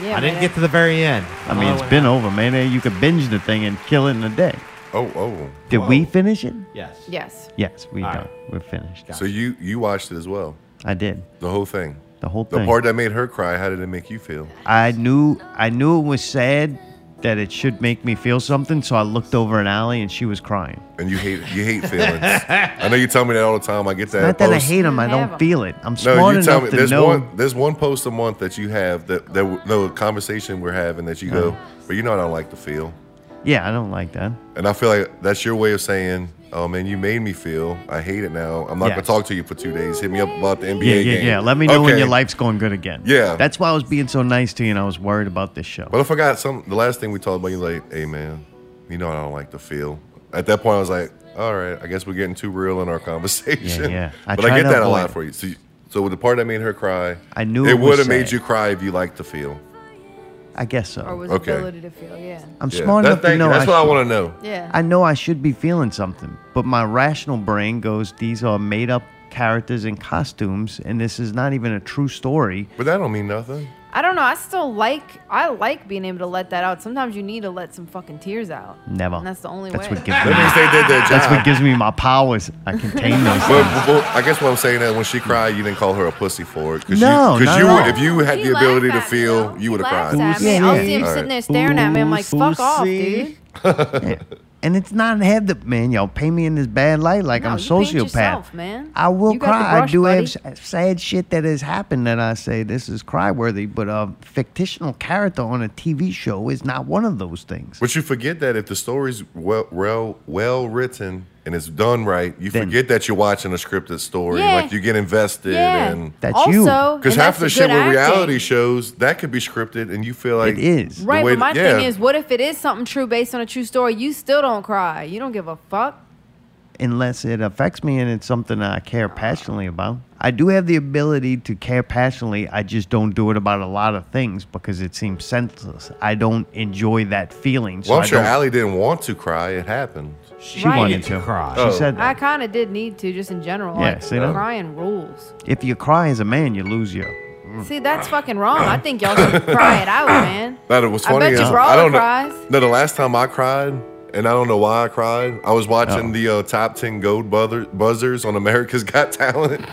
[SPEAKER 6] Yeah.
[SPEAKER 5] I didn't
[SPEAKER 6] man.
[SPEAKER 5] get to the very end. Oh,
[SPEAKER 1] I mean, it's been over, man. You could binge the thing and kill it in a day.
[SPEAKER 2] Oh, oh.
[SPEAKER 1] Did we finish it?
[SPEAKER 5] Yes.
[SPEAKER 6] Yes.
[SPEAKER 1] Yes, we
[SPEAKER 2] All
[SPEAKER 1] done.
[SPEAKER 2] right.
[SPEAKER 1] We're finished.
[SPEAKER 2] So you you watched it as well,
[SPEAKER 1] I did
[SPEAKER 2] the whole thing.
[SPEAKER 1] the whole
[SPEAKER 2] The
[SPEAKER 1] thing.
[SPEAKER 2] part that made her cry. How did it make you feel?
[SPEAKER 1] I knew I knew it was sad that it should make me feel something, so I looked over at Allie and she was crying.
[SPEAKER 2] And you hate you hate feelings. I know you tell me that all the time. I get that.
[SPEAKER 1] Not that I
[SPEAKER 2] post.
[SPEAKER 1] hate him, I don't feel it. I'm smart
[SPEAKER 2] you
[SPEAKER 1] enough
[SPEAKER 2] tell me.
[SPEAKER 1] to
[SPEAKER 2] There's
[SPEAKER 1] know.
[SPEAKER 2] one. There's one post a month that you have that that w- no conversation we're having that you go,
[SPEAKER 1] Uh-huh.
[SPEAKER 2] but you know I don't like to feel.
[SPEAKER 1] Yeah, I don't like that.
[SPEAKER 2] And I feel like that's your way of saying, oh man, you made me feel. I hate it now. I'm not gonna
[SPEAKER 1] Yes.
[SPEAKER 2] talk to you for two days. Hit me up about the NBA
[SPEAKER 1] yeah, yeah,
[SPEAKER 2] game.
[SPEAKER 1] yeah. Let me know when
[SPEAKER 2] Okay.
[SPEAKER 1] your life's going good again.
[SPEAKER 2] Yeah.
[SPEAKER 1] That's why I was being so nice to you, and I was worried about this show.
[SPEAKER 2] But I forgot some. The last thing we talked about, you like, hey man, you know I don't like to feel. At that point, I was like, all right, I guess we're getting too real in our [laughs] conversation.
[SPEAKER 1] yeah. I
[SPEAKER 2] but I
[SPEAKER 1] try
[SPEAKER 2] get
[SPEAKER 1] to
[SPEAKER 2] that a
[SPEAKER 1] avoid
[SPEAKER 2] lot
[SPEAKER 1] it.
[SPEAKER 2] for you. So, you- so with the part that made her cry,
[SPEAKER 1] I knew it
[SPEAKER 2] it
[SPEAKER 1] was
[SPEAKER 2] would have made
[SPEAKER 1] sad.
[SPEAKER 2] you cry if you liked to feel.
[SPEAKER 1] I guess so.
[SPEAKER 6] Or was
[SPEAKER 2] Okay.
[SPEAKER 6] ability to feel. Yeah.
[SPEAKER 1] I'm
[SPEAKER 2] Yeah.
[SPEAKER 1] smart
[SPEAKER 2] That-
[SPEAKER 1] enough to
[SPEAKER 2] thank you.
[SPEAKER 1] know.
[SPEAKER 2] That's what I
[SPEAKER 1] should-
[SPEAKER 2] wanna know.
[SPEAKER 6] Yeah.
[SPEAKER 1] I know I should be feeling something, but my rational brain goes, "These are made-up characters and costumes, and this is not even a true story."
[SPEAKER 2] But that don't mean nothing.
[SPEAKER 6] I don't know. I still like. I like being able to let that out. Sometimes you need to let some fucking tears out.
[SPEAKER 1] Never.
[SPEAKER 6] And that's the only
[SPEAKER 1] That's
[SPEAKER 6] way.
[SPEAKER 1] what gives
[SPEAKER 6] [laughs]
[SPEAKER 1] me.
[SPEAKER 2] That means they did their
[SPEAKER 1] [laughs] That's what
[SPEAKER 2] job.
[SPEAKER 1] gives me my powers. I contain those.
[SPEAKER 2] Well, well, I guess what I'm saying is when she cried, you didn't call her a pussy for it.
[SPEAKER 1] No,
[SPEAKER 2] you,
[SPEAKER 1] not
[SPEAKER 2] you
[SPEAKER 1] at
[SPEAKER 2] would,
[SPEAKER 1] all.
[SPEAKER 2] if you had
[SPEAKER 6] He
[SPEAKER 2] the
[SPEAKER 6] laughed
[SPEAKER 2] ability to
[SPEAKER 6] at me,
[SPEAKER 2] feel, you would have
[SPEAKER 6] laughed
[SPEAKER 2] cried.
[SPEAKER 6] at me. I'll see him sitting there staring at me. I'm like, fuck off, dude.
[SPEAKER 2] off, dude.
[SPEAKER 1] And it's not have the man, y'all pay me in this bad light like I'm a
[SPEAKER 6] you paint
[SPEAKER 1] sociopath.
[SPEAKER 6] yourself, man.
[SPEAKER 1] I will
[SPEAKER 6] You got the
[SPEAKER 1] cry. I
[SPEAKER 6] brush,
[SPEAKER 1] do
[SPEAKER 6] buddy.
[SPEAKER 1] have s- sad shit that has happened that I say this is cry worthy, but a fictional character on a TV show is not one of those things.
[SPEAKER 2] But you forget that if the story's well well well written and it's done right, you forget that you're watching a scripted story.
[SPEAKER 3] Yeah.
[SPEAKER 2] Like you get invested
[SPEAKER 3] Yeah.
[SPEAKER 2] and
[SPEAKER 3] That's you. Also,
[SPEAKER 2] Because
[SPEAKER 3] and
[SPEAKER 2] half the
[SPEAKER 3] that's
[SPEAKER 2] shit
[SPEAKER 3] good
[SPEAKER 2] with reality
[SPEAKER 3] acting.
[SPEAKER 2] shows that could be scripted, and you feel like it is
[SPEAKER 6] Right, but my thing is, what if it is something true based on a true story? You still don't cry. You don't give a fuck.
[SPEAKER 1] unless it affects me and it's something that I care passionately about. I do have the ability to care passionately. I just don't do it about a lot of things because it seems senseless. I don't enjoy that feeling. So
[SPEAKER 2] well, I'm
[SPEAKER 1] I
[SPEAKER 2] sure
[SPEAKER 1] don't-
[SPEAKER 2] Allie didn't want to cry. It happened.
[SPEAKER 1] She Right. wanted to cry. She said
[SPEAKER 6] I kind of did need to, just in general.
[SPEAKER 1] Yeah,
[SPEAKER 6] like,
[SPEAKER 1] see that?
[SPEAKER 6] crying rules.
[SPEAKER 1] if you cry as a man, you lose your.
[SPEAKER 2] Mm.
[SPEAKER 6] See, that's fucking wrong. I think
[SPEAKER 2] [laughs]
[SPEAKER 6] y'all should cry it out, man.
[SPEAKER 2] That it was
[SPEAKER 6] I
[SPEAKER 2] funny.
[SPEAKER 6] bet you
[SPEAKER 2] is-
[SPEAKER 6] Brawler
[SPEAKER 2] I don't know.
[SPEAKER 6] cries.
[SPEAKER 2] No, the last time I cried, and I don't know why I cried. I was watching the uh, top ten gold buzzer- buzzers on America's Got Talent.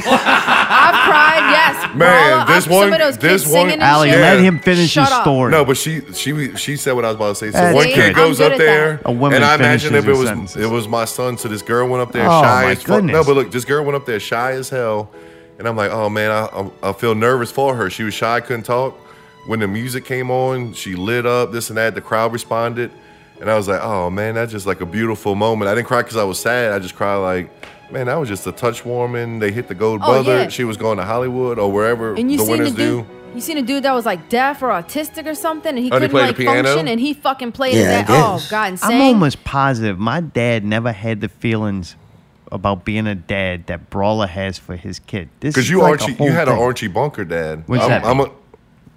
[SPEAKER 6] I've cried, yes.
[SPEAKER 2] Man,
[SPEAKER 6] Brawler,
[SPEAKER 2] this
[SPEAKER 6] I-
[SPEAKER 2] one,
[SPEAKER 6] Some of those kids
[SPEAKER 2] this one,
[SPEAKER 6] singing and shit. Shut up.
[SPEAKER 2] No, but she, she, she said what I was about to say. So
[SPEAKER 1] That's
[SPEAKER 2] one
[SPEAKER 1] good.
[SPEAKER 2] kid
[SPEAKER 1] I'm
[SPEAKER 2] goes
[SPEAKER 1] good
[SPEAKER 2] up
[SPEAKER 1] at
[SPEAKER 2] there,
[SPEAKER 1] that. A woman
[SPEAKER 2] and I imagine
[SPEAKER 1] finishes
[SPEAKER 2] if it
[SPEAKER 1] her
[SPEAKER 2] was,
[SPEAKER 1] sentences.
[SPEAKER 2] it was my son. So this girl went up there,
[SPEAKER 1] Oh,
[SPEAKER 2] shy
[SPEAKER 1] my
[SPEAKER 2] as fuck. No,
[SPEAKER 1] goodness.
[SPEAKER 2] but look, this girl went up there, shy as hell, and I'm like, oh man, I, I, I feel nervous for her. She was shy, couldn't talk. When the music came on, she lit up, this and that. The crowd responded, and I was like, oh man, that's just like a beautiful moment. I didn't cry because I was sad. I just cried like. Man, that was just a touch warming. They hit the gold
[SPEAKER 6] Oh,
[SPEAKER 2] brother.
[SPEAKER 6] yeah.
[SPEAKER 2] She was going to Hollywood or wherever
[SPEAKER 6] And you
[SPEAKER 2] the
[SPEAKER 6] seen the
[SPEAKER 2] winners do.
[SPEAKER 6] dude? You seen a dude that was like deaf or autistic or something, and he
[SPEAKER 2] Oh, they
[SPEAKER 6] couldn't
[SPEAKER 2] played the
[SPEAKER 6] like
[SPEAKER 2] piano?
[SPEAKER 6] function, and he fucking played it
[SPEAKER 1] Yeah, I
[SPEAKER 6] that. Oh
[SPEAKER 1] guess.
[SPEAKER 6] God,
[SPEAKER 1] I'm
[SPEAKER 6] insane.
[SPEAKER 1] almost positive my dad never had the feelings about being a dad that Brawler has for his kid. This
[SPEAKER 2] Because
[SPEAKER 1] is
[SPEAKER 2] you
[SPEAKER 1] like a
[SPEAKER 2] Archie,
[SPEAKER 1] whole
[SPEAKER 2] you had
[SPEAKER 1] thing.
[SPEAKER 2] an Archie Bunker dad.
[SPEAKER 1] What's
[SPEAKER 2] I'm,
[SPEAKER 1] that
[SPEAKER 2] I'm a,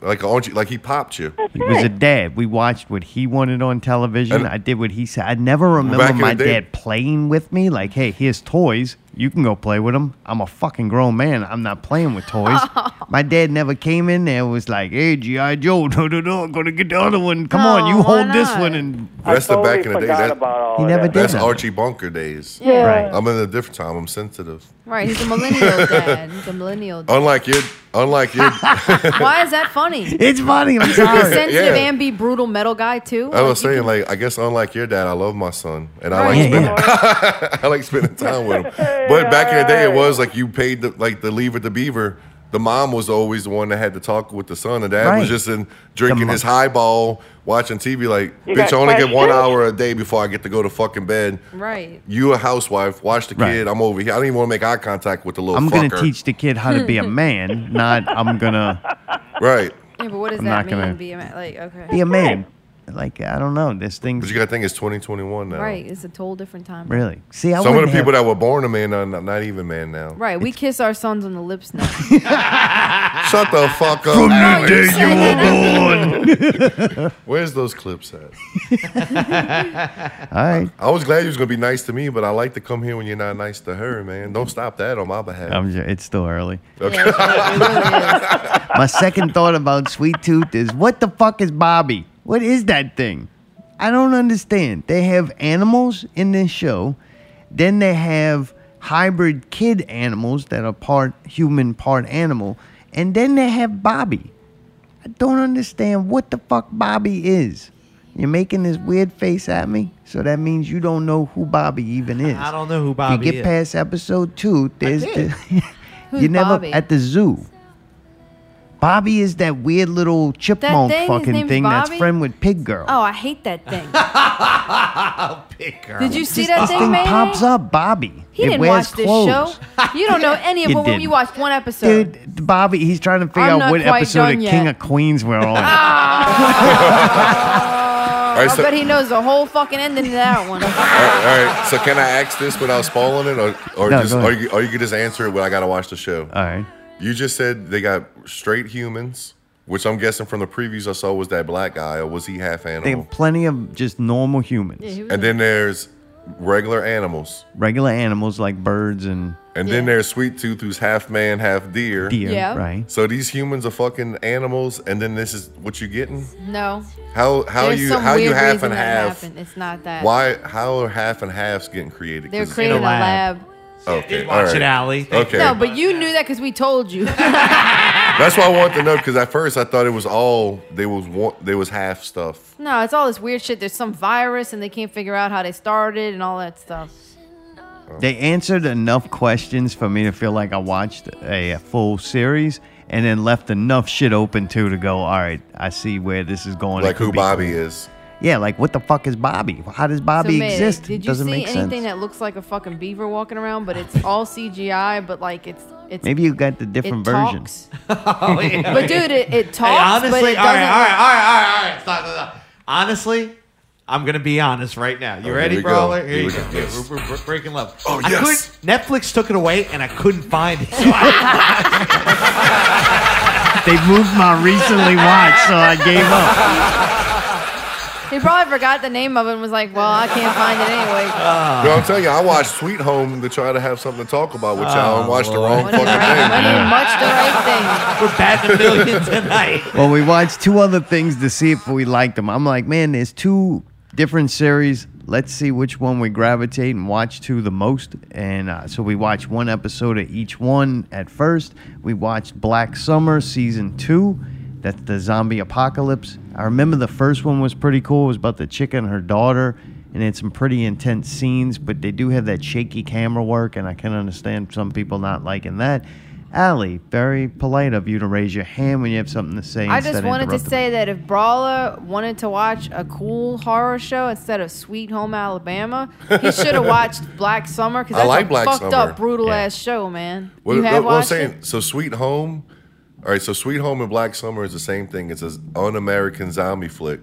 [SPEAKER 2] like an Archie, like he popped you.
[SPEAKER 1] He was a dad. We watched what he wanted on television.
[SPEAKER 2] And-
[SPEAKER 1] I did what he said. I never
[SPEAKER 2] Back
[SPEAKER 1] remember
[SPEAKER 2] in the
[SPEAKER 1] my
[SPEAKER 2] day-
[SPEAKER 1] dad playing with me. Like, hey, here's toys. You can go play with them. I'm a fucking grown man. I'm not playing with
[SPEAKER 6] [laughs]
[SPEAKER 1] toys.
[SPEAKER 6] Oh.
[SPEAKER 1] my dad never came in there and was like, hey, G.I. Joe, [laughs] no, no, no, I'm going to get the other one. Come on, you hold this one. And
[SPEAKER 2] That's the back in the day. That,
[SPEAKER 1] He never did
[SPEAKER 2] That's
[SPEAKER 1] that.
[SPEAKER 2] Archie Bunker days.
[SPEAKER 6] Yeah. Right.
[SPEAKER 2] I'm in a different time. I'm sensitive.
[SPEAKER 6] Right, he's a
[SPEAKER 2] [laughs]
[SPEAKER 6] millennial dad. He's a millennial. Dad.
[SPEAKER 2] Unlike your, unlike your.
[SPEAKER 6] Why is that funny?
[SPEAKER 1] It's funny. I'm
[SPEAKER 6] He's a
[SPEAKER 2] sorry.
[SPEAKER 6] sensitive
[SPEAKER 2] Yeah.
[SPEAKER 6] and be brutal metal guy too.
[SPEAKER 2] I
[SPEAKER 6] Like,
[SPEAKER 2] was saying, like, I guess unlike your dad, I love my son, and I
[SPEAKER 6] Right.
[SPEAKER 2] like
[SPEAKER 6] Yeah,
[SPEAKER 2] spending, [laughs] I like spending time with him. But back in the day, it was like you paid the like the leave with the beaver. The mom was always the one that had to talk with the son. The dad
[SPEAKER 1] Right.
[SPEAKER 2] was just in drinking his highball, watching TV. Like,
[SPEAKER 6] You
[SPEAKER 2] bitch,
[SPEAKER 6] got
[SPEAKER 2] I only get one
[SPEAKER 6] questions?"
[SPEAKER 2] hour a day before I get to go to fucking bed.
[SPEAKER 6] right.
[SPEAKER 2] You a housewife? Watch the
[SPEAKER 1] Right.
[SPEAKER 2] kid. I'm over here. I don't even want to make eye contact with the little.
[SPEAKER 1] I'm going to
[SPEAKER 2] fucker.
[SPEAKER 1] teach the kid how to
[SPEAKER 2] [laughs]
[SPEAKER 1] be a man, not I'm going to
[SPEAKER 2] Right.
[SPEAKER 6] Yeah, but what does
[SPEAKER 1] I'm
[SPEAKER 6] that
[SPEAKER 1] not
[SPEAKER 6] mean?
[SPEAKER 1] gonna-
[SPEAKER 6] Be a man? Like okay.
[SPEAKER 1] be a man. Like, I don't know. This thing.
[SPEAKER 2] But you got to think it's 2021 now.
[SPEAKER 6] Right, it's a total different time.
[SPEAKER 1] Really? See, I
[SPEAKER 2] Some of the
[SPEAKER 1] wouldn't have-
[SPEAKER 2] people that were born a man are not, not even man now.
[SPEAKER 6] Right, we kiss our sons on the lips
[SPEAKER 1] [laughs]
[SPEAKER 6] now.
[SPEAKER 2] Shut the fuck up.
[SPEAKER 6] From the No, you day you said
[SPEAKER 2] were born. Where's those clips at?
[SPEAKER 1] All right.
[SPEAKER 2] I was glad you was gonna be nice to me, but I like to come here when you're not nice to her, man. Don't stop that on my behalf.
[SPEAKER 1] I'm ju- it's still early.
[SPEAKER 2] Okay.
[SPEAKER 1] My second thought about Sweet Tooth is what the fuck is Bobby? What is that thing? I don't understand. They have animals in this show, then they have hybrid kid animals that are part human, part animal, and then they have Bobby. I don't understand what the fuck Bobby is. You're making this weird face at me, so that means you don't know who Bobby even is.
[SPEAKER 5] I don't know who Bobby
[SPEAKER 1] You get
[SPEAKER 5] is.
[SPEAKER 1] past episode two, there's
[SPEAKER 5] did.
[SPEAKER 1] the, [laughs]
[SPEAKER 5] Who's
[SPEAKER 1] you never
[SPEAKER 5] Bobby?
[SPEAKER 1] at the zoo. Bobby is that weird little chipmunk
[SPEAKER 6] thing? His
[SPEAKER 1] fucking
[SPEAKER 6] name's
[SPEAKER 1] thing that's
[SPEAKER 6] Bobby?
[SPEAKER 1] friend with Pig Girl.
[SPEAKER 6] Oh, I hate that thing.
[SPEAKER 5] Big girl.
[SPEAKER 6] Did you see
[SPEAKER 1] This-
[SPEAKER 6] that
[SPEAKER 1] this
[SPEAKER 6] thing,
[SPEAKER 1] thing
[SPEAKER 6] Mayday?
[SPEAKER 1] pops up, Bobby.
[SPEAKER 6] He
[SPEAKER 1] it
[SPEAKER 6] didn't
[SPEAKER 1] wears
[SPEAKER 6] watch
[SPEAKER 1] clothes.
[SPEAKER 6] this show. You don't know any of
[SPEAKER 1] You
[SPEAKER 6] what when
[SPEAKER 1] didn't.
[SPEAKER 6] you watched one episode.
[SPEAKER 1] Dude, Bobby, he's trying to figure
[SPEAKER 6] I'm
[SPEAKER 1] out
[SPEAKER 6] not
[SPEAKER 1] what
[SPEAKER 6] quite
[SPEAKER 1] episode
[SPEAKER 6] done
[SPEAKER 1] of King
[SPEAKER 6] yet.
[SPEAKER 1] of Queens we're
[SPEAKER 6] [laughs]
[SPEAKER 1] on.
[SPEAKER 2] all, right,
[SPEAKER 6] I
[SPEAKER 2] so,
[SPEAKER 6] bet he knows the whole fucking ending to that
[SPEAKER 2] [laughs]
[SPEAKER 6] one.
[SPEAKER 2] all right, all right, so can I ask this without spoiling it, or or
[SPEAKER 1] No,
[SPEAKER 2] just
[SPEAKER 1] go ahead. Uh,
[SPEAKER 2] or you, or you can just answer it? But I gotta watch the show. All
[SPEAKER 1] right.
[SPEAKER 2] You just said they got straight humans, which I'm guessing from the previews I saw was that black guy, or was he half
[SPEAKER 1] They
[SPEAKER 2] animal?
[SPEAKER 1] have plenty of just normal humans,
[SPEAKER 2] and then there's regular animals.
[SPEAKER 1] regular animals like birds and
[SPEAKER 2] And then there's Sweet Tooth, who's half man, half deer.
[SPEAKER 1] Deer, Yeah. right.
[SPEAKER 2] So these humans are fucking animals, and then this is what you getting?
[SPEAKER 6] No.
[SPEAKER 2] How how
[SPEAKER 6] There's
[SPEAKER 2] you
[SPEAKER 6] some
[SPEAKER 2] how you
[SPEAKER 6] weird
[SPEAKER 2] half
[SPEAKER 6] reason
[SPEAKER 2] and
[SPEAKER 6] that
[SPEAKER 2] half?
[SPEAKER 6] happened. It's not that.
[SPEAKER 2] Why how are half and halves getting created?
[SPEAKER 6] They're
[SPEAKER 2] 'Cause-
[SPEAKER 6] creating a lab.
[SPEAKER 2] Okay.
[SPEAKER 5] Watch
[SPEAKER 2] all right.
[SPEAKER 5] it, Allie.
[SPEAKER 2] Okay.
[SPEAKER 6] No, but you knew that because we
[SPEAKER 2] [laughs]
[SPEAKER 6] told you.
[SPEAKER 2] That's why I wanted to know because at first I thought it was all they was one, they was half stuff.
[SPEAKER 6] no, it's all this weird shit. There's some virus and they can't figure out how they started and all that stuff.
[SPEAKER 1] They answered enough questions for me to feel like I watched a, full series and then left enough shit open too to go, all right, I see where this is going. It
[SPEAKER 2] Like
[SPEAKER 1] could
[SPEAKER 2] who
[SPEAKER 1] be
[SPEAKER 2] Bobby
[SPEAKER 1] cool."
[SPEAKER 2] is.
[SPEAKER 1] Yeah, like what the fuck is Bobby? How does Bobby
[SPEAKER 6] So, May,
[SPEAKER 1] exist?
[SPEAKER 6] Did you
[SPEAKER 1] Doesn't
[SPEAKER 6] see
[SPEAKER 1] make
[SPEAKER 6] anything
[SPEAKER 1] sense.
[SPEAKER 6] that looks like a fucking beaver walking around, but it's all CGI, but like it's it's
[SPEAKER 1] Maybe you got the different
[SPEAKER 6] it
[SPEAKER 1] version.
[SPEAKER 5] Oh,
[SPEAKER 6] But dude, it,
[SPEAKER 5] [laughs]
[SPEAKER 6] it talks. but
[SPEAKER 5] honestly,
[SPEAKER 6] it
[SPEAKER 5] all right,
[SPEAKER 6] doesn't-
[SPEAKER 5] all right, all right, all right, all right. Stop, stop, stop. Honestly, I'm gonna be honest right now. You
[SPEAKER 13] Oh,
[SPEAKER 5] ready,
[SPEAKER 13] here we go.
[SPEAKER 5] brawler? Here,
[SPEAKER 13] Here
[SPEAKER 5] you
[SPEAKER 13] we
[SPEAKER 5] go.
[SPEAKER 13] go.
[SPEAKER 5] Yeah, We're, we're- we're breaking love.
[SPEAKER 13] Oh,
[SPEAKER 5] I
[SPEAKER 13] yes.
[SPEAKER 5] couldn't- Netflix took it away, and I couldn't find it. So I,
[SPEAKER 1] they moved my recently watched, so I gave up.
[SPEAKER 6] He probably forgot the name of it and was like, "Well, I can't find it
[SPEAKER 5] [laughs]
[SPEAKER 6] anyway."
[SPEAKER 5] Uh,
[SPEAKER 2] Yo, I'm telling you, I watched Sweet Home to try to have something to talk about with y'all and
[SPEAKER 5] Oh,
[SPEAKER 2] watched the
[SPEAKER 5] Lord.
[SPEAKER 2] wrong fucking thing.
[SPEAKER 6] Much the right
[SPEAKER 5] thing. We're batting a
[SPEAKER 1] [laughs]
[SPEAKER 5] million tonight.
[SPEAKER 1] Well, we watched two other things to see if we liked them. I'm like, man, there's two different series. Let's see which one we gravitate and watch to the most. And uh, so we watched one episode of each one at first. We watched Black Summer season two. That's the zombie apocalypse. I remember the first one was pretty cool. It was about the chick and her daughter. And it's some pretty intense scenes, but they do have that shaky camera work, and I can understand some people not liking that. Allie, very polite of you to raise your hand when you have something to say.
[SPEAKER 6] I
[SPEAKER 1] instead
[SPEAKER 6] just
[SPEAKER 1] of
[SPEAKER 6] wanted to
[SPEAKER 1] interrupting.
[SPEAKER 6] say that if Brawler wanted to watch a cool horror show instead of Sweet Home Alabama, he should have watched Black Summer because
[SPEAKER 2] I
[SPEAKER 6] that's a
[SPEAKER 2] like Black
[SPEAKER 6] fucked
[SPEAKER 2] Summer.
[SPEAKER 6] up, brutal ass show, man.
[SPEAKER 2] What,
[SPEAKER 6] you
[SPEAKER 2] what-
[SPEAKER 6] have
[SPEAKER 2] what I'm
[SPEAKER 6] watched
[SPEAKER 2] saying,
[SPEAKER 6] it?
[SPEAKER 2] so Sweet Home, all right, so Sweet Home and Black Summer is the same thing. It's an un American zombie flick.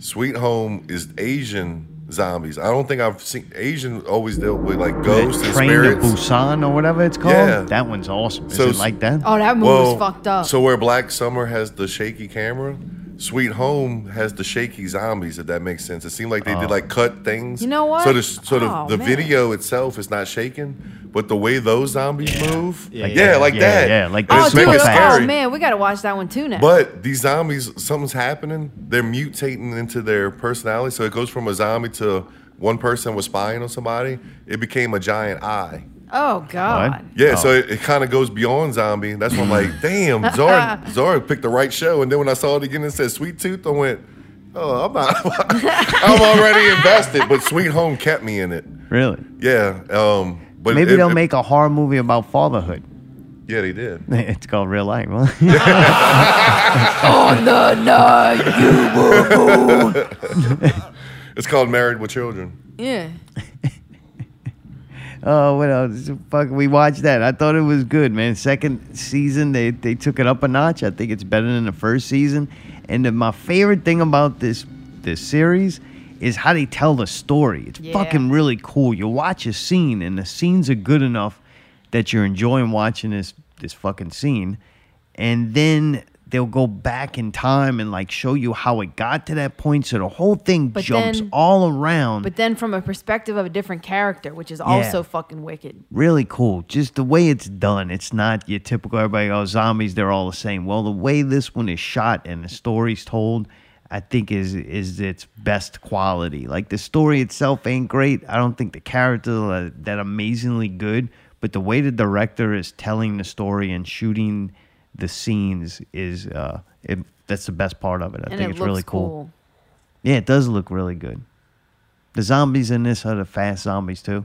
[SPEAKER 2] Sweet Home is Asian zombies. I don't think I've seen Asian always dealt with like ghosts and
[SPEAKER 1] Train to
[SPEAKER 2] spirits.
[SPEAKER 1] Busan or whatever it's called.
[SPEAKER 2] Yeah.
[SPEAKER 1] That one's awesome. Is
[SPEAKER 2] So
[SPEAKER 1] it
[SPEAKER 2] s-
[SPEAKER 1] like that?
[SPEAKER 6] Oh, that movie was fucked up.
[SPEAKER 2] So where Black Summer has the shaky camera, Sweet Home has the shaky zombies. If that makes sense, it seemed like
[SPEAKER 1] Oh.
[SPEAKER 2] they did like cut things.
[SPEAKER 6] You know what?
[SPEAKER 2] So the so the,
[SPEAKER 6] Oh,
[SPEAKER 2] the
[SPEAKER 6] man.
[SPEAKER 2] video itself is not shaking, but the way those zombies move, yeah,
[SPEAKER 1] yeah,
[SPEAKER 2] like
[SPEAKER 1] yeah,
[SPEAKER 2] that,
[SPEAKER 1] yeah, like
[SPEAKER 2] And
[SPEAKER 6] Oh,
[SPEAKER 2] it's
[SPEAKER 6] dude,
[SPEAKER 2] making it
[SPEAKER 6] oh
[SPEAKER 2] scary.
[SPEAKER 6] man, we gotta watch that one too now.
[SPEAKER 2] But these zombies, something's happening. They're mutating into their personality, so it goes from a zombie to one person was spying on somebody. It became a giant eye.
[SPEAKER 6] oh god,
[SPEAKER 2] Yeah, so
[SPEAKER 1] Oh.
[SPEAKER 2] it, it kind of goes beyond zombie. That's why
[SPEAKER 1] [laughs]
[SPEAKER 2] I'm like, damn, Zora, Zora picked the right show. And then when I saw it again and said Sweet Tooth, I went, oh, I'm not, [laughs] I'm already invested. But Sweet Home kept me in it.
[SPEAKER 1] Really?
[SPEAKER 2] Yeah. Um, but
[SPEAKER 1] Maybe
[SPEAKER 2] it-
[SPEAKER 1] they'll
[SPEAKER 2] it-
[SPEAKER 1] make a horror movie about fatherhood. [laughs]
[SPEAKER 2] Yeah, they did.
[SPEAKER 1] It's called Real Life. huh?
[SPEAKER 9] On the night you were born.
[SPEAKER 2] It's called Married with Children.
[SPEAKER 6] yeah.
[SPEAKER 1] Oh, what else? Fuck, we watched that. I thought it was good, man. Second season, they, they took it up a notch. I think it's better than the first season. And then my favorite thing about this this series is how they tell the story. It's
[SPEAKER 15] Yeah.
[SPEAKER 1] fucking really cool. You watch a scene, and the scenes are good enough that you're enjoying watching this this fucking scene. And then they'll go back in time and like show you how it got to that point. So the whole thing
[SPEAKER 6] But
[SPEAKER 1] jumps
[SPEAKER 6] then-
[SPEAKER 1] all around.
[SPEAKER 6] But then from a perspective of a different character, which is
[SPEAKER 1] Yeah.
[SPEAKER 6] also fucking wicked.
[SPEAKER 1] really cool. Just the way it's done. It's not your typical everybody, oh, zombies, they're all the same. Well, the way this one is shot and the story's told, I think is is its best quality. Like the story itself ain't great. I don't think the characters are that amazingly good, but the way the director is telling the story and shooting the scenes is uh it, that's the best part of it. I
[SPEAKER 6] and
[SPEAKER 1] think
[SPEAKER 6] it
[SPEAKER 1] it's
[SPEAKER 6] looks
[SPEAKER 1] really cool.
[SPEAKER 6] cool.
[SPEAKER 1] Yeah, it does look really good. The zombies in this are the fast zombies too.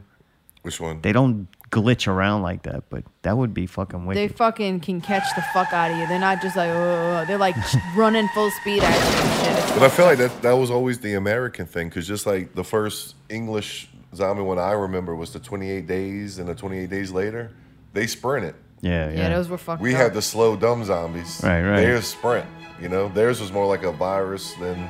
[SPEAKER 2] Which one?
[SPEAKER 1] They don't glitch around like that, but that would be fucking
[SPEAKER 6] They
[SPEAKER 1] wicked.
[SPEAKER 6] fucking can catch the fuck out of you. They're not just like, oh, they're like running full speed at you and shit.
[SPEAKER 2] But I feel like that that was always the American thing, because just like the first English zombie one I remember was the 28 days and the 28 days later, they sprinted.
[SPEAKER 1] yeah, yeah.
[SPEAKER 6] Yeah, those were fucked
[SPEAKER 2] We
[SPEAKER 6] up.
[SPEAKER 2] had the slow dumb zombies.
[SPEAKER 1] Right, right.
[SPEAKER 2] Theirs sprint. You know, theirs was more like a virus than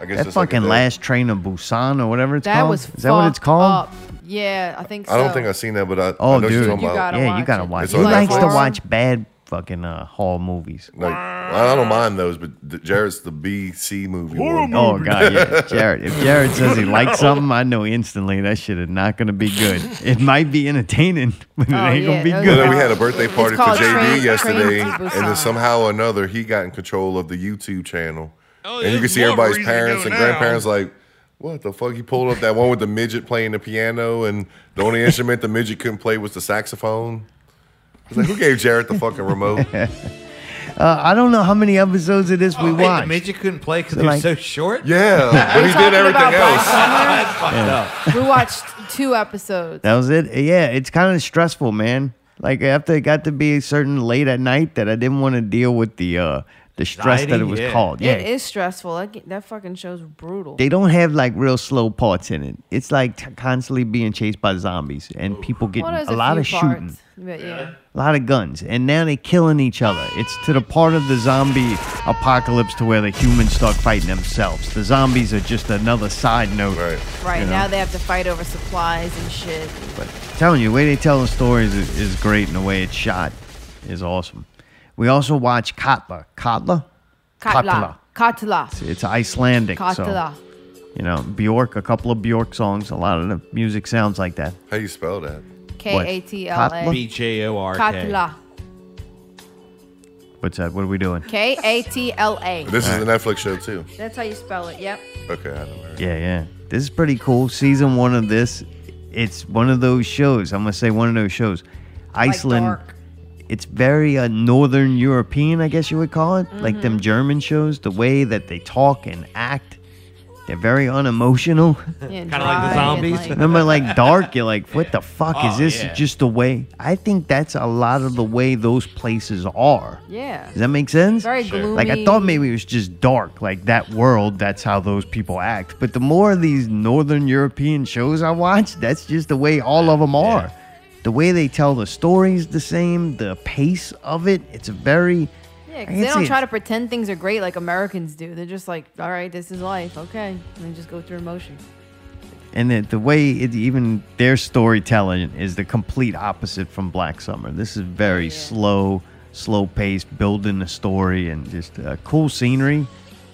[SPEAKER 2] I guess.
[SPEAKER 1] that
[SPEAKER 2] just like a
[SPEAKER 1] fucking
[SPEAKER 2] dead-
[SPEAKER 1] last train of Busan or whatever it's
[SPEAKER 6] That
[SPEAKER 1] called.
[SPEAKER 6] was
[SPEAKER 1] Is that what it's
[SPEAKER 6] fucked
[SPEAKER 1] called?
[SPEAKER 6] up. Yeah, I think so.
[SPEAKER 2] I don't think I've seen that, but I,
[SPEAKER 1] Oh,
[SPEAKER 2] I know
[SPEAKER 1] dude,
[SPEAKER 2] you're talking about.
[SPEAKER 1] yeah, you gotta watch.
[SPEAKER 2] It's
[SPEAKER 1] He
[SPEAKER 2] on
[SPEAKER 1] likes to
[SPEAKER 2] Netflix.
[SPEAKER 1] watch bad fucking uh, horror
[SPEAKER 2] [laughs]
[SPEAKER 1] movies.
[SPEAKER 2] Like, I don't mind those, but the, Jared's the B C movie. one.
[SPEAKER 1] Oh god, yeah, Jared. If Jared says
[SPEAKER 2] [laughs]
[SPEAKER 1] he likes something, I know instantly that shit is not gonna be good. It might be entertaining, [laughs] but it
[SPEAKER 6] Oh,
[SPEAKER 1] ain't
[SPEAKER 6] yeah,
[SPEAKER 1] gonna be
[SPEAKER 6] those
[SPEAKER 1] good.
[SPEAKER 2] You know, we had a birthday party for
[SPEAKER 6] called
[SPEAKER 2] JD
[SPEAKER 6] Train-
[SPEAKER 2] yesterday,
[SPEAKER 6] Train to
[SPEAKER 2] and
[SPEAKER 6] Busan.
[SPEAKER 2] then somehow or another, he got in control of the YouTube channel. and you can see everybody's parents and grandparents like, What the fuck? He pulled up that one with the midget playing the piano, and the only instrument the midget couldn't play was the saxophone. I was like, who gave Jared the fucking
[SPEAKER 1] [laughs]
[SPEAKER 2] remote?
[SPEAKER 1] Uh, I don't know how many episodes of this we
[SPEAKER 5] Wait,
[SPEAKER 1] watched.
[SPEAKER 5] the midget couldn't play because
[SPEAKER 1] They're
[SPEAKER 5] he was
[SPEAKER 1] like-
[SPEAKER 5] so short.
[SPEAKER 2] Yeah, but he did everything else.
[SPEAKER 5] That's fucked
[SPEAKER 1] Yeah.
[SPEAKER 5] up.
[SPEAKER 6] we watched two episodes.
[SPEAKER 1] That was it. Yeah, it's kind of stressful, man. Like after it got to be a certain late at night, that I didn't want to deal with the uh the stress that it
[SPEAKER 6] Anxiety,
[SPEAKER 1] was
[SPEAKER 6] yeah.
[SPEAKER 1] called. [laughs] Yeah,
[SPEAKER 6] It is stressful. That, ge- that fucking show's brutal.
[SPEAKER 1] they don't have like real slow parts in it. It's like t- constantly being chased by zombies and people getting
[SPEAKER 6] Well, there's
[SPEAKER 1] a lot
[SPEAKER 6] few
[SPEAKER 1] of shooting,
[SPEAKER 6] parts, But yeah.
[SPEAKER 1] a lot of guns, and now they're killing each other. It's to the part of the zombie apocalypse to where the humans start fighting themselves. The zombies are just another side note. Right.
[SPEAKER 6] Right now they have to fight over supplies and shit.
[SPEAKER 1] But telling you, the way they tell the stories is, is great, and the way it's shot is awesome. We also watch Katla. Katla?
[SPEAKER 6] Katla. Katla.
[SPEAKER 1] It's Icelandic.
[SPEAKER 6] Katla.
[SPEAKER 1] So, you know, Bjork, a couple of Bjork songs. A lot of the music sounds like that.
[SPEAKER 2] How you spell that?
[SPEAKER 6] K A T L
[SPEAKER 1] Katla?
[SPEAKER 6] A. Katla.
[SPEAKER 1] What's that? What are we doing?
[SPEAKER 6] K A T L A.
[SPEAKER 2] [laughs] This is a Netflix show too.
[SPEAKER 6] That's how you spell it. Yep.
[SPEAKER 2] Okay, I know.
[SPEAKER 1] Yeah, yeah. This is pretty cool. Season one of this, it's one of those shows. I'm gonna say one of those shows. Iceland. It's very uh, northern European, I guess you would call it, like them German shows. The way that they talk and act, they're very unemotional. [laughs]
[SPEAKER 6] Kind
[SPEAKER 5] of like the zombies.
[SPEAKER 1] Remember, like dark, you're
[SPEAKER 6] [laughs]
[SPEAKER 1] like, what the fuck is
[SPEAKER 5] Oh,
[SPEAKER 1] this?
[SPEAKER 5] yeah.
[SPEAKER 1] Just the way. I think that's a lot of the way those places are.
[SPEAKER 6] Yeah.
[SPEAKER 1] Does that make sense?
[SPEAKER 6] Very Sure.
[SPEAKER 1] Like I thought maybe it was just dark, like that world, that's how those people act. But the more of these northern European shows I watch, that's just the way all of them are. The way they tell the stories the same, the pace of it, it's a very
[SPEAKER 6] Yeah,
[SPEAKER 1] I
[SPEAKER 6] because
[SPEAKER 1] can
[SPEAKER 6] they don't
[SPEAKER 1] see
[SPEAKER 6] try
[SPEAKER 1] it.
[SPEAKER 6] to pretend things are great like Americans do. They're just like, all right, this is life. Okay. And then just go through emotions.
[SPEAKER 1] and the, the way it even their storytelling is the complete opposite from Black Summer. This is
[SPEAKER 6] Oh,
[SPEAKER 1] very slow, slow paced, building the story and just uh, cool scenery.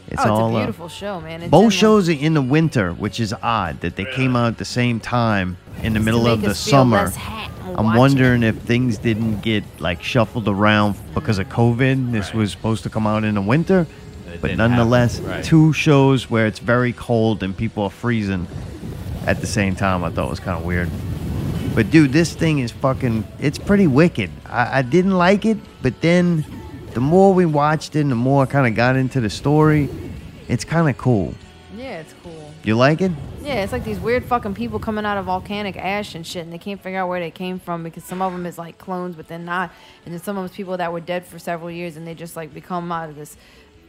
[SPEAKER 1] It's
[SPEAKER 6] oh, it's
[SPEAKER 1] all
[SPEAKER 6] a
[SPEAKER 1] uh,
[SPEAKER 6] beautiful show, man. It's in,
[SPEAKER 1] Both
[SPEAKER 6] like,
[SPEAKER 1] shows are in the winter, which is odd that they came out at the same time in the middle of
[SPEAKER 6] make
[SPEAKER 1] the
[SPEAKER 6] us feel
[SPEAKER 1] summer.
[SPEAKER 6] less hot and
[SPEAKER 1] I'm
[SPEAKER 6] watch
[SPEAKER 1] wondering if things didn't get like shuffled around because of COVID. This was supposed to come out in the winter, but
[SPEAKER 5] didn't happen,
[SPEAKER 1] nonetheless,
[SPEAKER 5] right.
[SPEAKER 1] two shows where it's very cold and people are freezing at the same time. I thought was kind of weird. But dude, this thing is fucking. It's pretty wicked. I, I didn't like it, but then the more we watched it, and the more I kind of got into the story. It's kind of cool.
[SPEAKER 6] Yeah, it's cool.
[SPEAKER 1] You like it?
[SPEAKER 6] Yeah, it's like these weird fucking people coming out of volcanic ash and shit, and they can't figure out where they came from because some of them is like clones, but then not, and then some of them's people that were dead for several years, and they just like become out of this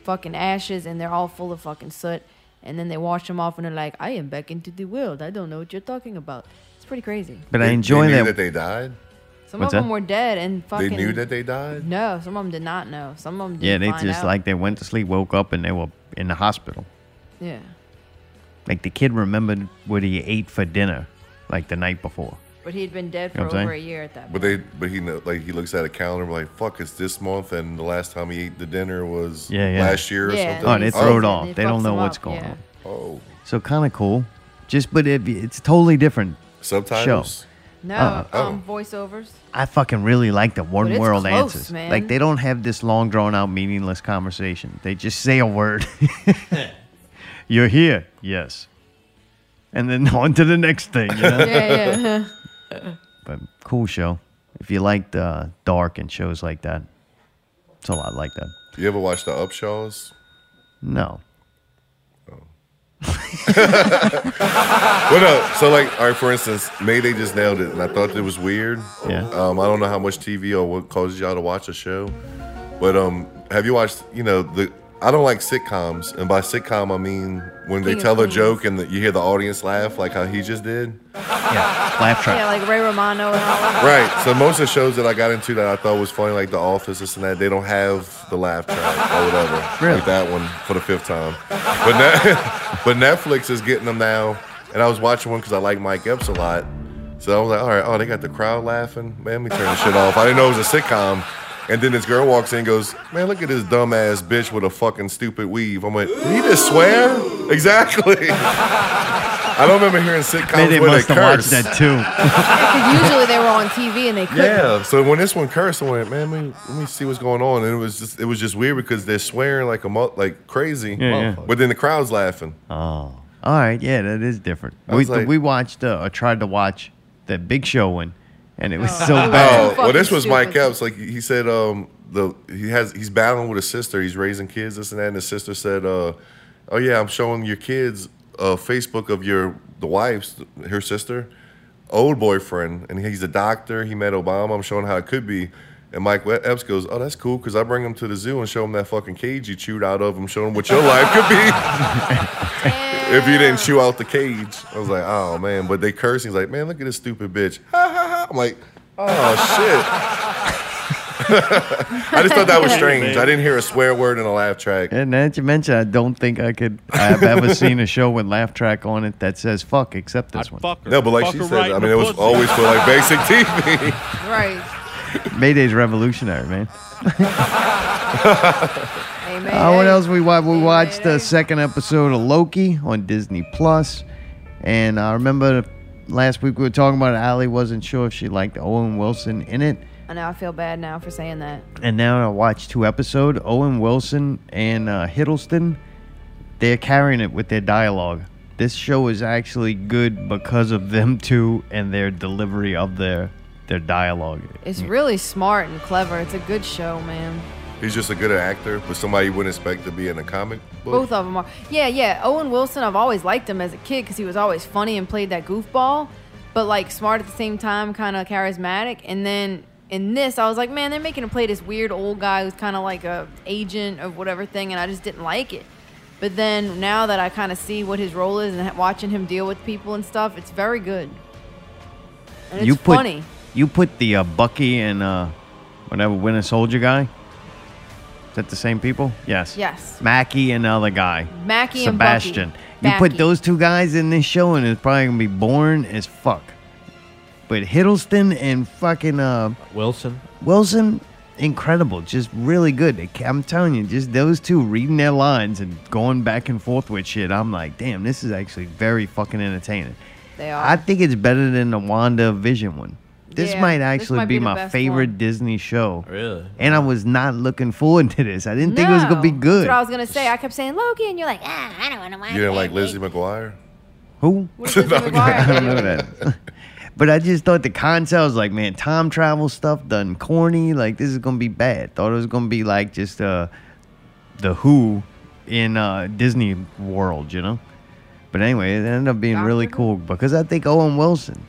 [SPEAKER 6] fucking ashes, and they're all full of fucking soot, and then they wash them off, and they're like, I am back into the world. I don't know what you're talking about. It's pretty crazy.
[SPEAKER 1] But I
[SPEAKER 2] They-
[SPEAKER 1] enjoy
[SPEAKER 2] they knew
[SPEAKER 1] that.
[SPEAKER 2] that they died.
[SPEAKER 6] Some
[SPEAKER 1] What's
[SPEAKER 6] of them
[SPEAKER 1] that?
[SPEAKER 6] were dead and
[SPEAKER 2] They
[SPEAKER 6] fucking.
[SPEAKER 2] knew that they died.
[SPEAKER 6] No, some of them did not know. Some of them.
[SPEAKER 1] Yeah,
[SPEAKER 6] Didn't
[SPEAKER 1] they
[SPEAKER 6] find
[SPEAKER 1] just
[SPEAKER 6] out.
[SPEAKER 1] like they went to sleep, woke up, and they were in the hospital.
[SPEAKER 6] Yeah.
[SPEAKER 1] Like the kid remembered what he ate for dinner, like the night before.
[SPEAKER 6] But he had been dead for
[SPEAKER 1] You know what I'm
[SPEAKER 6] over a
[SPEAKER 1] saying?
[SPEAKER 6] year at that
[SPEAKER 2] But they, but he know, like he looks at a calendar like, fuck, it's this month, and the last time he ate the dinner was
[SPEAKER 1] Yeah, yeah.
[SPEAKER 2] last year or
[SPEAKER 1] Yeah,
[SPEAKER 2] something.
[SPEAKER 1] Oh, they throw it off. They don't know what's going on.
[SPEAKER 2] Oh,
[SPEAKER 1] So kind of cool. Just but it, it's totally different.
[SPEAKER 2] Subtitles?
[SPEAKER 1] Show.
[SPEAKER 6] No,
[SPEAKER 2] uh,
[SPEAKER 1] Uh-uh.
[SPEAKER 2] oh.
[SPEAKER 6] um, voiceovers.
[SPEAKER 1] I fucking really like the
[SPEAKER 6] But
[SPEAKER 1] one
[SPEAKER 6] it's
[SPEAKER 1] world
[SPEAKER 6] close,
[SPEAKER 1] answers.
[SPEAKER 6] man.
[SPEAKER 1] Like they don't have this long drawn out meaningless conversation. They just say a word. You're here, yes. And then [laughs] on to the next thing. You know?
[SPEAKER 6] [laughs] yeah, yeah.
[SPEAKER 1] [laughs] But cool show. If you liked uh, Dark and shows like that, it's a lot like that.
[SPEAKER 2] you ever watch the Upshaws?
[SPEAKER 1] No.
[SPEAKER 2] What up? So like, all right, for instance, Mayday just nailed it, and I thought it was weird.
[SPEAKER 1] Yeah.
[SPEAKER 2] Um, I don't know how much TV or what causes y'all to watch a show, but um, have you watched? You know, the I don't like sitcoms, and by sitcom I mean when they
[SPEAKER 6] King of
[SPEAKER 2] tell a
[SPEAKER 6] Queens.
[SPEAKER 2] joke and the, you hear the audience laugh, like how he just did.
[SPEAKER 1] Yeah, laugh
[SPEAKER 6] Yeah, like Ray Romano and all that.
[SPEAKER 2] Right. So most of the shows that I got into that I thought was funny, like The Office, this and that, they don't have the laugh track or whatever. Like that one for the fifth time. But ne- [laughs] but Netflix is getting them now, and I was watching one because I like Mike Epps a lot. So I was like, all right, oh, they got the crowd laughing. Man, let me turn this shit off. I didn't know it was a sitcom. And then this girl walks in and goes, Man, look at this dumbass bitch with a fucking stupid weave. I'm like, Did he just swear? [laughs] Exactly. [laughs] I don't remember hearing sitcoms
[SPEAKER 1] Mayday
[SPEAKER 2] where
[SPEAKER 1] must
[SPEAKER 2] they
[SPEAKER 1] have watched
[SPEAKER 2] curse.
[SPEAKER 1] that too.
[SPEAKER 6] Because usually they were on TV and they couldn't.
[SPEAKER 2] Yeah. So when this one cursed, I went, man, let me, let me see what's going on. And it was just, it was just weird because they're swearing like a mo- like crazy,
[SPEAKER 1] Yeah, yeah.
[SPEAKER 2] but then the crowd's laughing.
[SPEAKER 1] Oh. All right, yeah, that is different.
[SPEAKER 2] I
[SPEAKER 1] We
[SPEAKER 2] was like-
[SPEAKER 1] we watched uh, or tried to watch the Big Show one, and it was so
[SPEAKER 2] Oh,
[SPEAKER 1] bad.
[SPEAKER 2] well, this was Mike Epps. Like he said, um, the he has he's battling with his sister. He's raising kids, this and that. And his sister said, uh, "Oh yeah, I'm showing your kids uh, Facebook of your the wife's her sister, old boyfriend, and he's a doctor. He met Obama. I'm showing how it could be." And Mike Epps goes, "Oh, that's cool, because I bring him to the zoo and show him that fucking cage you chewed out of him. Show him what your life could be." [laughs] If you didn't chew out the cage, I was like, oh man. But they cursed. He's like, man, look at this stupid bitch. [laughs] I'm like, oh shit. I just thought that was strange. I didn't hear a swear word in a laugh track.
[SPEAKER 1] And now that you mentioned, I don't think I could. I've ever seen a show with laugh track on it that says "fuck" except this one.
[SPEAKER 2] No, but like she said, I mean, it was always for like [laughs] basic TV.
[SPEAKER 6] Right.
[SPEAKER 1] Mayday's revolutionary, man.
[SPEAKER 6] Amen.
[SPEAKER 1] Uh, what else we watched? We watched the second episode of Loki on Disney Plus, and I remember last week we were talking about it. Allie wasn't sure if she liked Owen Wilson in it,
[SPEAKER 6] I know. I feel bad now for saying that.
[SPEAKER 1] and now I watched two episodes. Owen Wilson and uh, Hiddleston, they're carrying it with their dialogue. This show is actually good because of them [laughs] two and their delivery of their their dialogue.
[SPEAKER 6] It's really smart and clever. It's a good show, man.
[SPEAKER 2] He's just a good actor, but somebody you wouldn't expect to be in a comic book.
[SPEAKER 6] Both of them are. Yeah, yeah. Owen Wilson, I've always liked him as a kid because he was always funny and played that goofball, but like smart at the same time, kind of charismatic. And then in this, I was like, man, they're making him play this weird old guy who's kind of like a agent of whatever thing, and I just didn't like it. But then now that I kind of see what his role is and watching him deal with people and stuff, it's very good. And it's
[SPEAKER 1] you put
[SPEAKER 6] funny.
[SPEAKER 1] you put the uh, Bucky and uh, whatever Winter Soldier guy. Is that the same people? Yes.
[SPEAKER 6] Yes.
[SPEAKER 1] Mackie and the other guy.
[SPEAKER 6] Mackie and Bucky.
[SPEAKER 1] Sebastian. You put
[SPEAKER 6] Backy.
[SPEAKER 1] those two guys in this show, and it's probably gonna be boring as fuck. But Hiddleston and fucking uh,
[SPEAKER 5] Wilson.
[SPEAKER 1] Wilson, incredible, just really good. It- I'm telling you, just those two reading their lines and going back and forth with shit. I'm like, damn, this is actually very fucking entertaining.
[SPEAKER 6] They
[SPEAKER 1] I think it's better than the Wanda Vision one. This
[SPEAKER 6] Yeah,
[SPEAKER 1] might
[SPEAKER 6] this
[SPEAKER 1] actually
[SPEAKER 6] might
[SPEAKER 1] be,
[SPEAKER 6] be the
[SPEAKER 1] my
[SPEAKER 6] best
[SPEAKER 1] favorite
[SPEAKER 6] one.
[SPEAKER 1] Disney show.
[SPEAKER 5] Really?
[SPEAKER 1] And I was not looking forward to this. I didn't think it was gonna be
[SPEAKER 6] No.
[SPEAKER 1] good.
[SPEAKER 6] That's what I was gonna say. I kept saying Loki, and you're like, ah, I don't want to watch.
[SPEAKER 2] You didn't like Lizzie McGuire?
[SPEAKER 1] Who? [laughs]
[SPEAKER 2] What is Lizzie
[SPEAKER 1] I
[SPEAKER 2] McGuire?
[SPEAKER 1] don't know that. [laughs] but I just thought the concept I was like, man, time travel stuff done corny. Like this is gonna be bad. Thought it was gonna be like just uh the Who in uh Disney World, you know. But anyway, it ended up being really cool because I think Owen Wilson.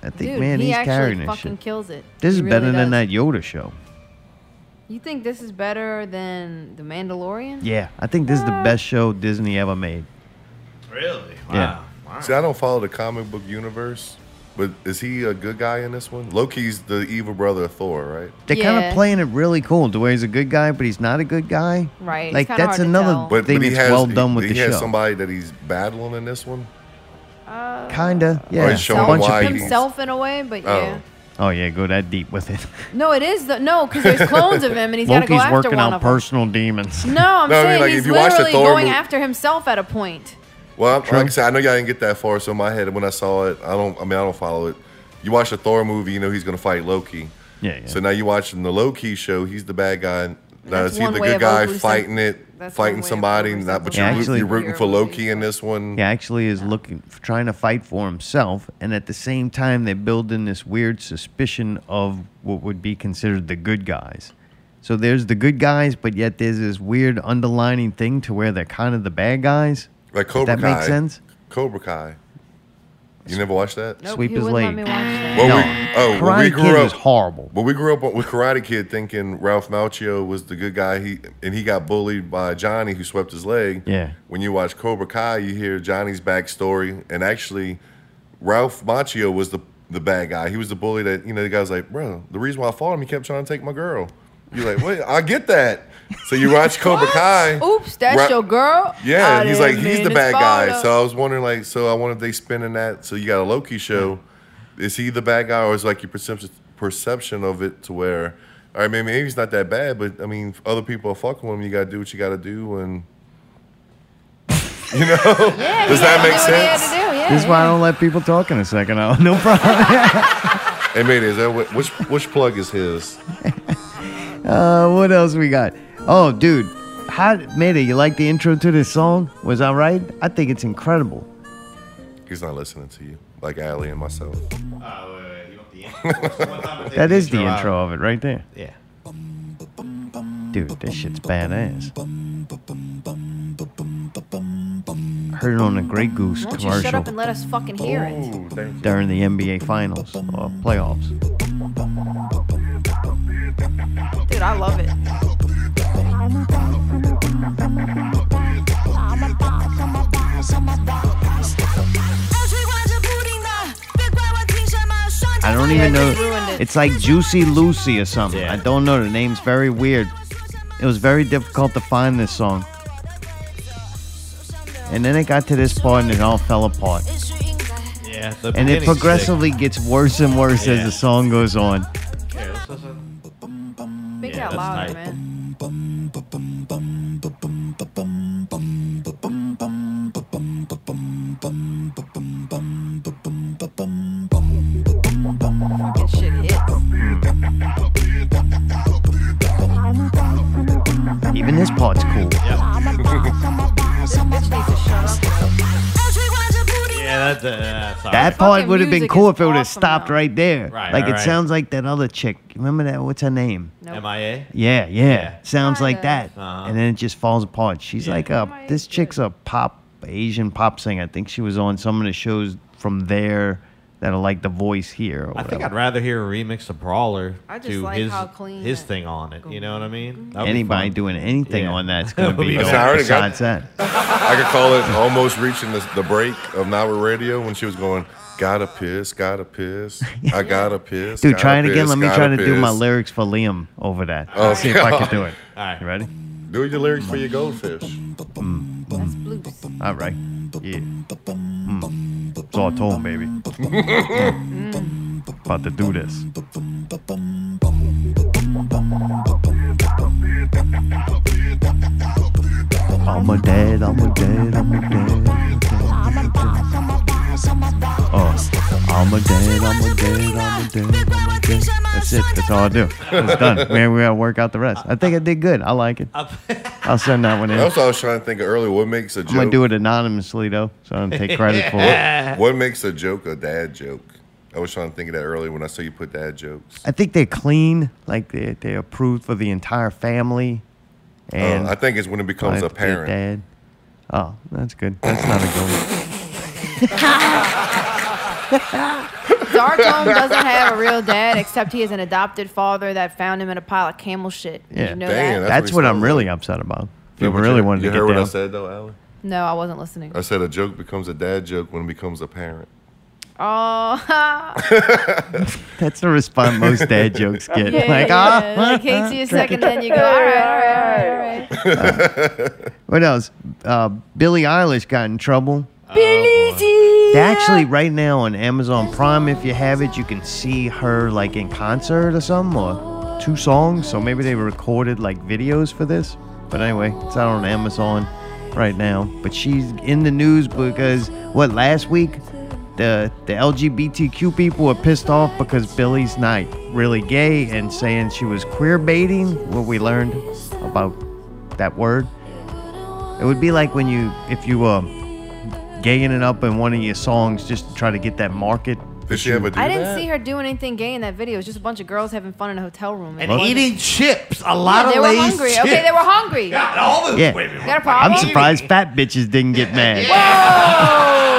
[SPEAKER 1] I think
[SPEAKER 6] Dude,
[SPEAKER 1] man,
[SPEAKER 6] he
[SPEAKER 1] he's
[SPEAKER 6] actually
[SPEAKER 1] carrying this
[SPEAKER 6] fucking
[SPEAKER 1] shit.
[SPEAKER 6] kills it.
[SPEAKER 1] This
[SPEAKER 6] He
[SPEAKER 1] is better
[SPEAKER 6] really
[SPEAKER 1] than
[SPEAKER 6] does.
[SPEAKER 1] that Yoda show.
[SPEAKER 6] You think this is better than The Mandalorian?
[SPEAKER 1] Yeah, I think this is
[SPEAKER 6] Ah.
[SPEAKER 1] the best show Disney ever made.
[SPEAKER 5] Really?
[SPEAKER 1] Yeah.
[SPEAKER 2] See, I don't follow the comic book universe, but is he a good guy in this one? Loki's the evil brother of Thor, right?
[SPEAKER 1] They're kind of playing it really cool. The way he's a good guy, but he's not a good guy.
[SPEAKER 6] Right. it's
[SPEAKER 1] Like
[SPEAKER 6] kinda
[SPEAKER 1] that's
[SPEAKER 6] hard to
[SPEAKER 1] another
[SPEAKER 6] tell.
[SPEAKER 2] But,
[SPEAKER 1] thing
[SPEAKER 2] but he
[SPEAKER 1] that's
[SPEAKER 2] has
[SPEAKER 1] well done with
[SPEAKER 2] he
[SPEAKER 1] the
[SPEAKER 2] has
[SPEAKER 1] show.
[SPEAKER 2] somebody that he's battling in this one.
[SPEAKER 1] Kinda. Yeah.
[SPEAKER 2] he's showing why he's-
[SPEAKER 6] Uh, himself in a way, but yeah.
[SPEAKER 1] Oh yeah, go that deep with it.
[SPEAKER 6] No, it is the no
[SPEAKER 1] [laughs]
[SPEAKER 6] because there's clones of him, and he's got to
[SPEAKER 1] Loki's
[SPEAKER 6] go after
[SPEAKER 1] working
[SPEAKER 6] one
[SPEAKER 1] on
[SPEAKER 6] of them.
[SPEAKER 1] personal demons.
[SPEAKER 6] No, I'm
[SPEAKER 2] No, I mean,
[SPEAKER 6] saying
[SPEAKER 2] like,
[SPEAKER 6] he's
[SPEAKER 2] if you watch the
[SPEAKER 6] literally
[SPEAKER 2] Thor
[SPEAKER 6] going
[SPEAKER 2] movie-
[SPEAKER 6] after himself at a point.
[SPEAKER 2] Well, I'm- like I said, I know y'all didn't get that far, so in my head when I saw it, I don't. I mean, I don't follow it. You watch the Thor movie, you know he's gonna fight Loki.
[SPEAKER 1] Yeah, yeah.
[SPEAKER 2] So now you're watching the Loki show. He's the bad guy. Now
[SPEAKER 1] That's
[SPEAKER 2] is he
[SPEAKER 1] one
[SPEAKER 2] the
[SPEAKER 1] way
[SPEAKER 2] good
[SPEAKER 1] of
[SPEAKER 2] guy
[SPEAKER 1] oversell-
[SPEAKER 2] fighting it,
[SPEAKER 1] that's one
[SPEAKER 2] fighting
[SPEAKER 1] way of
[SPEAKER 2] somebody? Not, but
[SPEAKER 1] overselling
[SPEAKER 2] you're,
[SPEAKER 1] it. Actually-
[SPEAKER 2] you're rooting for Loki in this one.
[SPEAKER 1] He actually is looking, trying to fight for himself, and at the same time, they build in this weird suspicion of what would be considered the good guys. So there's the good guys, but yet there's this weird underlining thing to where they're kind of the bad guys.
[SPEAKER 2] Like
[SPEAKER 1] If
[SPEAKER 2] Cobra
[SPEAKER 1] that
[SPEAKER 2] Kai.
[SPEAKER 1] makes sense.
[SPEAKER 2] Cobra Kai. You never watched that?
[SPEAKER 1] Nope, Sweep he his wouldn't let leg. me watch that.
[SPEAKER 2] Well,
[SPEAKER 1] No.
[SPEAKER 2] we, oh, well,
[SPEAKER 1] Karate
[SPEAKER 2] we grew
[SPEAKER 1] Kid
[SPEAKER 2] up,
[SPEAKER 1] was horrible.
[SPEAKER 2] But we grew up with Karate Kid thinking Ralph Macchio was the good guy. He and he got bullied by Johnny, who swept his leg.
[SPEAKER 1] Yeah.
[SPEAKER 2] When you watch Cobra Kai, you hear Johnny's backstory, and actually, Ralph Macchio was the the bad guy. He was the bully that you know the guy's like, bro. The reason why I fought him, he kept trying to take my girl. You're like, wait, I get that. So you watch Cobra Kai.
[SPEAKER 6] Oops, that's
[SPEAKER 2] Ra-
[SPEAKER 6] your girl.
[SPEAKER 2] yeah,
[SPEAKER 6] I
[SPEAKER 2] he's like
[SPEAKER 6] didn't
[SPEAKER 2] he's
[SPEAKER 6] mean
[SPEAKER 2] the
[SPEAKER 6] to
[SPEAKER 2] bad
[SPEAKER 6] spoil
[SPEAKER 2] guy.
[SPEAKER 6] it.
[SPEAKER 2] So I was wondering, like, so I wanted they spinning that. So you got a Loki show. Is he the bad guy, or is like your perception perception of it to where, all right, maybe, maybe he's not that bad, but I mean, other people are fucking with him. You got to do what you got to do, and you know, does that make sense?
[SPEAKER 1] this is why I don't let people talk in a second. hour. No problem.
[SPEAKER 2] Hey, man, is that what- which which plug is his?
[SPEAKER 1] Uh, what else we got? Oh, dude, how Mayday, you like the intro to this song? Was I right? I think it's incredible.
[SPEAKER 2] He's not listening to you, like Allie and myself.
[SPEAKER 5] Oh,
[SPEAKER 1] [laughs] That is the
[SPEAKER 5] uh,
[SPEAKER 1] intro uh, of it right there.
[SPEAKER 5] Yeah.
[SPEAKER 1] Dude, this shit's badass. I heard it on the Grey Goose
[SPEAKER 6] Won't you shut
[SPEAKER 1] commercial
[SPEAKER 6] up and let us fucking hear
[SPEAKER 2] Oh.
[SPEAKER 6] it?
[SPEAKER 1] during the NBA Finals or playoffs.
[SPEAKER 6] Dude, I love it.
[SPEAKER 1] I don't even know.
[SPEAKER 6] ruined it.
[SPEAKER 1] It's like Juicy Lucy or something. I don't know. The name's very weird. It was very difficult to find this song. And then it got to this part and it all fell apart.
[SPEAKER 5] Yeah. The
[SPEAKER 1] And it
[SPEAKER 5] beginning's sick.
[SPEAKER 1] progressively gets worse and worse as
[SPEAKER 5] Yeah.
[SPEAKER 1] the song goes on.
[SPEAKER 5] Here, let's listen.
[SPEAKER 6] Make
[SPEAKER 5] Yeah,
[SPEAKER 6] it
[SPEAKER 5] that's
[SPEAKER 6] louder,
[SPEAKER 5] tight.
[SPEAKER 6] man. Fucking shit
[SPEAKER 1] Even this part's cool.
[SPEAKER 5] Yeah, that, uh, sorry.
[SPEAKER 1] That part would have been cool if it would have stopped right there.
[SPEAKER 5] Right,
[SPEAKER 1] like it
[SPEAKER 5] right.
[SPEAKER 1] sounds like that other chick. Remember that? What's her name?
[SPEAKER 5] MIA?
[SPEAKER 1] Yeah, yeah. Sounds like that.
[SPEAKER 5] Uh-huh.
[SPEAKER 1] And then it just falls apart. She's like a this chick's a pop Asian pop singer. I think she was on some of the shows from there that are like The Voice here. Or
[SPEAKER 5] I think
[SPEAKER 1] whatever.
[SPEAKER 5] I'd rather hear a remix of Brawler
[SPEAKER 6] I just
[SPEAKER 5] to
[SPEAKER 6] like
[SPEAKER 5] his
[SPEAKER 6] how clean Mm-hmm.
[SPEAKER 5] his
[SPEAKER 6] that-
[SPEAKER 5] thing on it. You know what I mean? That would be
[SPEAKER 1] Anybody
[SPEAKER 5] fun.
[SPEAKER 1] doing anything on
[SPEAKER 5] [laughs]
[SPEAKER 1] that's
[SPEAKER 5] That
[SPEAKER 1] going to
[SPEAKER 5] would
[SPEAKER 1] be
[SPEAKER 5] be
[SPEAKER 1] gold
[SPEAKER 5] awesome. I already got-
[SPEAKER 1] besides that.
[SPEAKER 2] I could call it almost reaching the, the break of Now We're Radio when she was going, gotta piss, gotta piss,
[SPEAKER 1] [laughs]
[SPEAKER 2] I gotta piss.
[SPEAKER 1] Dude,
[SPEAKER 2] gotta
[SPEAKER 1] try it again.
[SPEAKER 2] piss,
[SPEAKER 1] Let me
[SPEAKER 2] gotta
[SPEAKER 1] try to do my
[SPEAKER 2] piss."
[SPEAKER 1] lyrics for Liam over that.
[SPEAKER 2] Oh,
[SPEAKER 1] Let's see if I
[SPEAKER 2] God.
[SPEAKER 1] can do it.
[SPEAKER 5] All right.
[SPEAKER 1] You ready?
[SPEAKER 2] Do your lyrics for your goldfish.
[SPEAKER 1] All right. Yeah. Mm. It's all tone, baby. Mm. About to do this. I'm a dad, I'm a dad, I'm a dad. Oh, I'm a dad, I'm a dad, I'm a dad, I'm a dad. That's it. That's all I do. It's done. Man, we gotta work out the rest. I think I did good. I like it. I'll send that one in.
[SPEAKER 2] That's what I was trying to think of earlier. What makes a
[SPEAKER 1] I'm gonna
[SPEAKER 2] joke?
[SPEAKER 1] do it anonymously though, so I don't take
[SPEAKER 2] [laughs]
[SPEAKER 1] credit for it.
[SPEAKER 2] What, what makes a joke a dad joke? I was trying to think of that earlier when I saw you put dad jokes.
[SPEAKER 1] I think they're clean, like they they approved for the entire family. And
[SPEAKER 2] Uh, I think it's when it becomes
[SPEAKER 1] like,
[SPEAKER 2] apparent.
[SPEAKER 1] they're Dad. Oh, that's good. That's not a
[SPEAKER 2] [laughs]
[SPEAKER 1] good.
[SPEAKER 6] Dartone doesn't have a real dad except he is an adopted father that found him in a pile of camel shit. Did
[SPEAKER 1] Yeah,
[SPEAKER 6] you know that?
[SPEAKER 1] that's, what, I'm really upset about. If you
[SPEAKER 2] but
[SPEAKER 1] really wanted
[SPEAKER 2] you
[SPEAKER 1] to get
[SPEAKER 2] heard what
[SPEAKER 1] down.
[SPEAKER 2] I said though, Allie?
[SPEAKER 6] No, I wasn't listening.
[SPEAKER 2] I said a joke becomes a dad joke when it becomes apparent.
[SPEAKER 6] Oh, [laughs]
[SPEAKER 1] That's the response most dad jokes
[SPEAKER 2] [laughs]
[SPEAKER 1] get.
[SPEAKER 6] yeah,
[SPEAKER 1] like,
[SPEAKER 6] yeah,
[SPEAKER 1] ah, Oh,
[SPEAKER 6] yeah. like takes you a second, then you go, all right, all right, all right.
[SPEAKER 1] what else? Uh, Billie Eilish got in trouble.
[SPEAKER 6] Billy
[SPEAKER 1] They actually right now on Amazon Prime, if you have it, you can see her like in concert or something, or two songs. So maybe they recorded like videos for this. But anyway, it's out on Amazon right now. But she's in the news because what last week the the LGBTQ people were pissed off because Billy's not really gay and saying she was queer baiting. What we learned about that word. It would be like when you if you um gaying it up in one of your songs just to try to get that market.
[SPEAKER 2] Did she ever do
[SPEAKER 6] I didn't see her doing anything gay in that video. It was just a bunch of girls having fun in a hotel room.
[SPEAKER 1] And
[SPEAKER 6] It wasn't-
[SPEAKER 1] eating
[SPEAKER 5] chips. A
[SPEAKER 1] lot
[SPEAKER 6] yeah,
[SPEAKER 1] of
[SPEAKER 6] they
[SPEAKER 1] ladies
[SPEAKER 6] were hungry. Okay, they were hungry.
[SPEAKER 5] God, all those
[SPEAKER 1] Yeah.
[SPEAKER 6] You got a problem?
[SPEAKER 1] I'm surprised fat bitches didn't get mad. [laughs]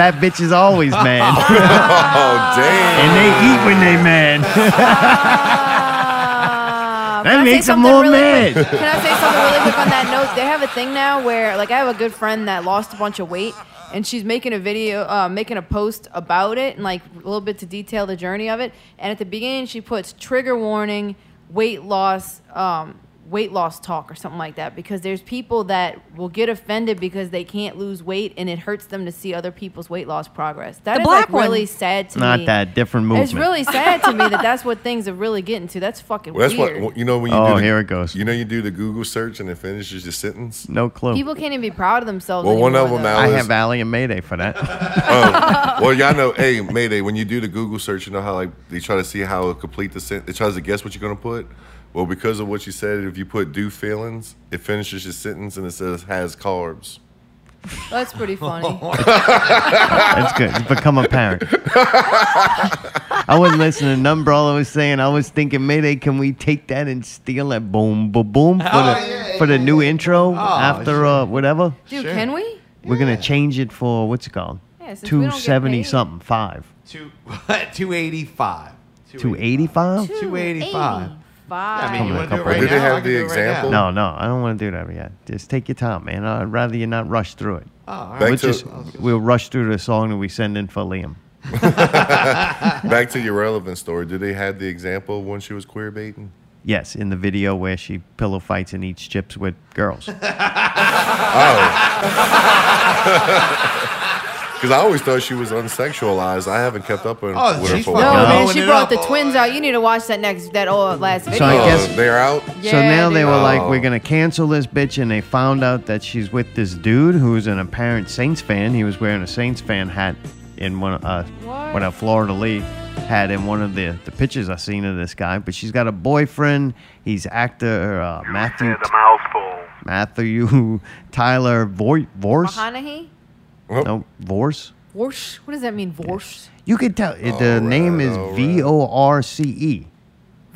[SPEAKER 1] Fat bitches
[SPEAKER 6] [laughs]
[SPEAKER 1] always mad.
[SPEAKER 2] [laughs] oh damn!
[SPEAKER 1] And they eat when they mad.
[SPEAKER 6] Ah,
[SPEAKER 1] that makes them
[SPEAKER 6] something
[SPEAKER 1] more
[SPEAKER 6] really
[SPEAKER 1] mad.
[SPEAKER 6] quick? [laughs] Can I say something really quick on that note? They have a thing now where, like, I have a good friend that lost a bunch of weight, and she's making a video, uh, making a post about it, and like a little bit to detail the journey of it. And at the beginning, she puts trigger warning, weight loss, um, weight loss talk, or something like that, because there's people that will get offended because they can't lose weight, and it hurts them to see other people's weight loss progress. That
[SPEAKER 15] The
[SPEAKER 6] is, like,
[SPEAKER 15] black one.
[SPEAKER 6] really sad to me.
[SPEAKER 1] Not that different movement.
[SPEAKER 6] It's really sad to me that that's what things are really getting to. That's fucking
[SPEAKER 2] Well, that's
[SPEAKER 6] weird.
[SPEAKER 2] what you know when you
[SPEAKER 1] Oh,
[SPEAKER 2] do the,
[SPEAKER 1] here it goes.
[SPEAKER 2] You know you do the Google search and it finishes your sentence.
[SPEAKER 1] No clue.
[SPEAKER 6] People can't even be proud of themselves.
[SPEAKER 2] Well, one
[SPEAKER 6] anymore,
[SPEAKER 2] of 'em
[SPEAKER 6] though.
[SPEAKER 2] now
[SPEAKER 1] I
[SPEAKER 2] is-
[SPEAKER 1] have Allie and Mayday for that.
[SPEAKER 2] oh, well, y'all know. Hey, Mayday, when you do the Google search, you know how like they try to see how complete the sentence. It tries to guess what you're gonna put. Well, because of what you said, if you put do feelings, it finishes your sentence and it says has carbs.
[SPEAKER 6] That's pretty
[SPEAKER 5] [laughs]
[SPEAKER 6] funny.
[SPEAKER 5] Oh,
[SPEAKER 1] That's good. You become a parent. I wasn't listening to none Brawler was saying. I was thinking, Mayday, can we take that and steal it? Boom, boom, boom for the, for the new intro after uh, whatever.
[SPEAKER 6] Dude, can we?
[SPEAKER 1] We're going to change it for what's it called?
[SPEAKER 6] Yeah, since we don't get
[SPEAKER 1] 270
[SPEAKER 6] paid.
[SPEAKER 1] something, five.
[SPEAKER 5] [laughs] Two, 285.
[SPEAKER 1] 285?
[SPEAKER 5] 285.
[SPEAKER 6] Five.
[SPEAKER 5] I mean, you
[SPEAKER 1] Come
[SPEAKER 5] want
[SPEAKER 1] on,
[SPEAKER 5] to do it
[SPEAKER 1] couple
[SPEAKER 5] right
[SPEAKER 1] of-
[SPEAKER 5] now? I can do it right
[SPEAKER 1] No,
[SPEAKER 5] now.
[SPEAKER 1] no, I don't want to do that yet. Just take your time, man. I'd rather you not rush through it.
[SPEAKER 5] Oh, all right.
[SPEAKER 1] we'll,
[SPEAKER 5] Back to-
[SPEAKER 1] just, we'll rush through the song that we send in for Liam.
[SPEAKER 2] Back to your relevant story. Did they have the example of when she was queer baiting?
[SPEAKER 1] Yes, in the video where she pillow fights and eats chips with girls.
[SPEAKER 2] Because I always thought she was unsexualized. I haven't kept up with,
[SPEAKER 6] Oh,
[SPEAKER 2] with her
[SPEAKER 6] she's
[SPEAKER 2] for a
[SPEAKER 6] fucking
[SPEAKER 2] while.
[SPEAKER 6] No, man, she brought the twins out. You need to watch that next, that old last video.
[SPEAKER 1] So I guess
[SPEAKER 2] Uh, they're out.
[SPEAKER 1] so
[SPEAKER 6] Yeah,
[SPEAKER 1] now they
[SPEAKER 6] they
[SPEAKER 1] were
[SPEAKER 6] are.
[SPEAKER 1] like, we're gonna cancel this bitch, and they found out that she's with this dude who's an apparent Saints fan. He was wearing a Saints fan hat in one of uh,
[SPEAKER 6] What?
[SPEAKER 1] when a Florida Lee had in one of the, the pictures I seen of this guy. But she's got a boyfriend. He's actor uh, Matthew Matthew [laughs] Tyler Vor- Vorse.
[SPEAKER 6] Mahanahi?
[SPEAKER 1] No, Vorse.
[SPEAKER 6] Vorsh? What does that mean, Vorsh?
[SPEAKER 1] You could tell it, the name is V O R C E.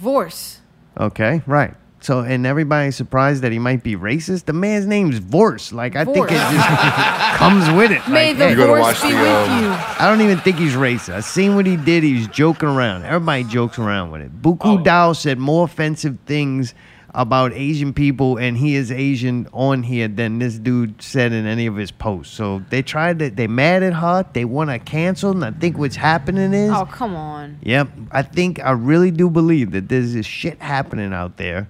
[SPEAKER 6] Vorse.
[SPEAKER 1] Okay, right. So, and everybody's surprised that he might be racist. The man's name's Vorse. Like, I think it
[SPEAKER 6] Vorse.
[SPEAKER 1] just [laughs] comes with it.
[SPEAKER 6] May
[SPEAKER 1] Like,
[SPEAKER 6] the
[SPEAKER 1] hey.
[SPEAKER 6] You gotta Vorse watch be the, with um, you.
[SPEAKER 1] I don't even think he's racist. I seen what he did. He's joking around. Everybody jokes around with it.
[SPEAKER 6] Oh.
[SPEAKER 1] Buku Dao said more offensive things about Asian people, and he is Asian on here than this dude said in any of his posts. So they tried to. They mad at her. They want to cancel. And I think what's happening is
[SPEAKER 6] Oh, come on.
[SPEAKER 1] Yep. I think I really do believe that there's this shit happening out there.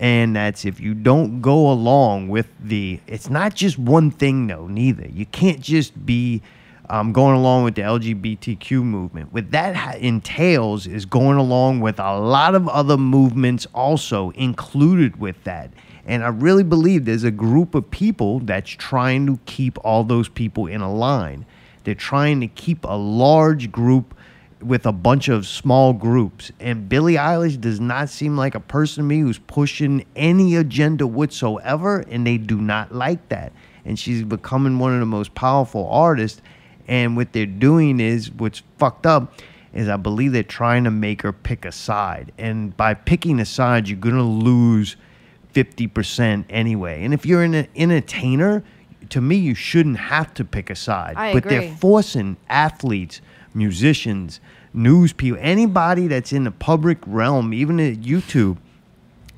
[SPEAKER 1] And that's if you don't go along with the it's not just one thing though, neither. You can't just be um, going along with the LGBTQ movement. What that ha- entails is going along with a lot of other movements also included with that. And I really believe there's a group of people that's trying to keep all those people in a line. They're trying to keep a large group with a bunch of small groups. And Billie Eilish does not seem like a person to me who's pushing any agenda whatsoever, and they do not like that. And she's becoming one of the most powerful artists. And what they're doing is what's fucked up is I believe they're trying to make her pick a side. And by picking a side, you're gonna lose 50% anyway. And if you're an entertainer, to me, you shouldn't have to pick a side.
[SPEAKER 12] I
[SPEAKER 1] but
[SPEAKER 12] agree.
[SPEAKER 1] they're forcing athletes, musicians, news people, anybody that's in the public realm, even at YouTube,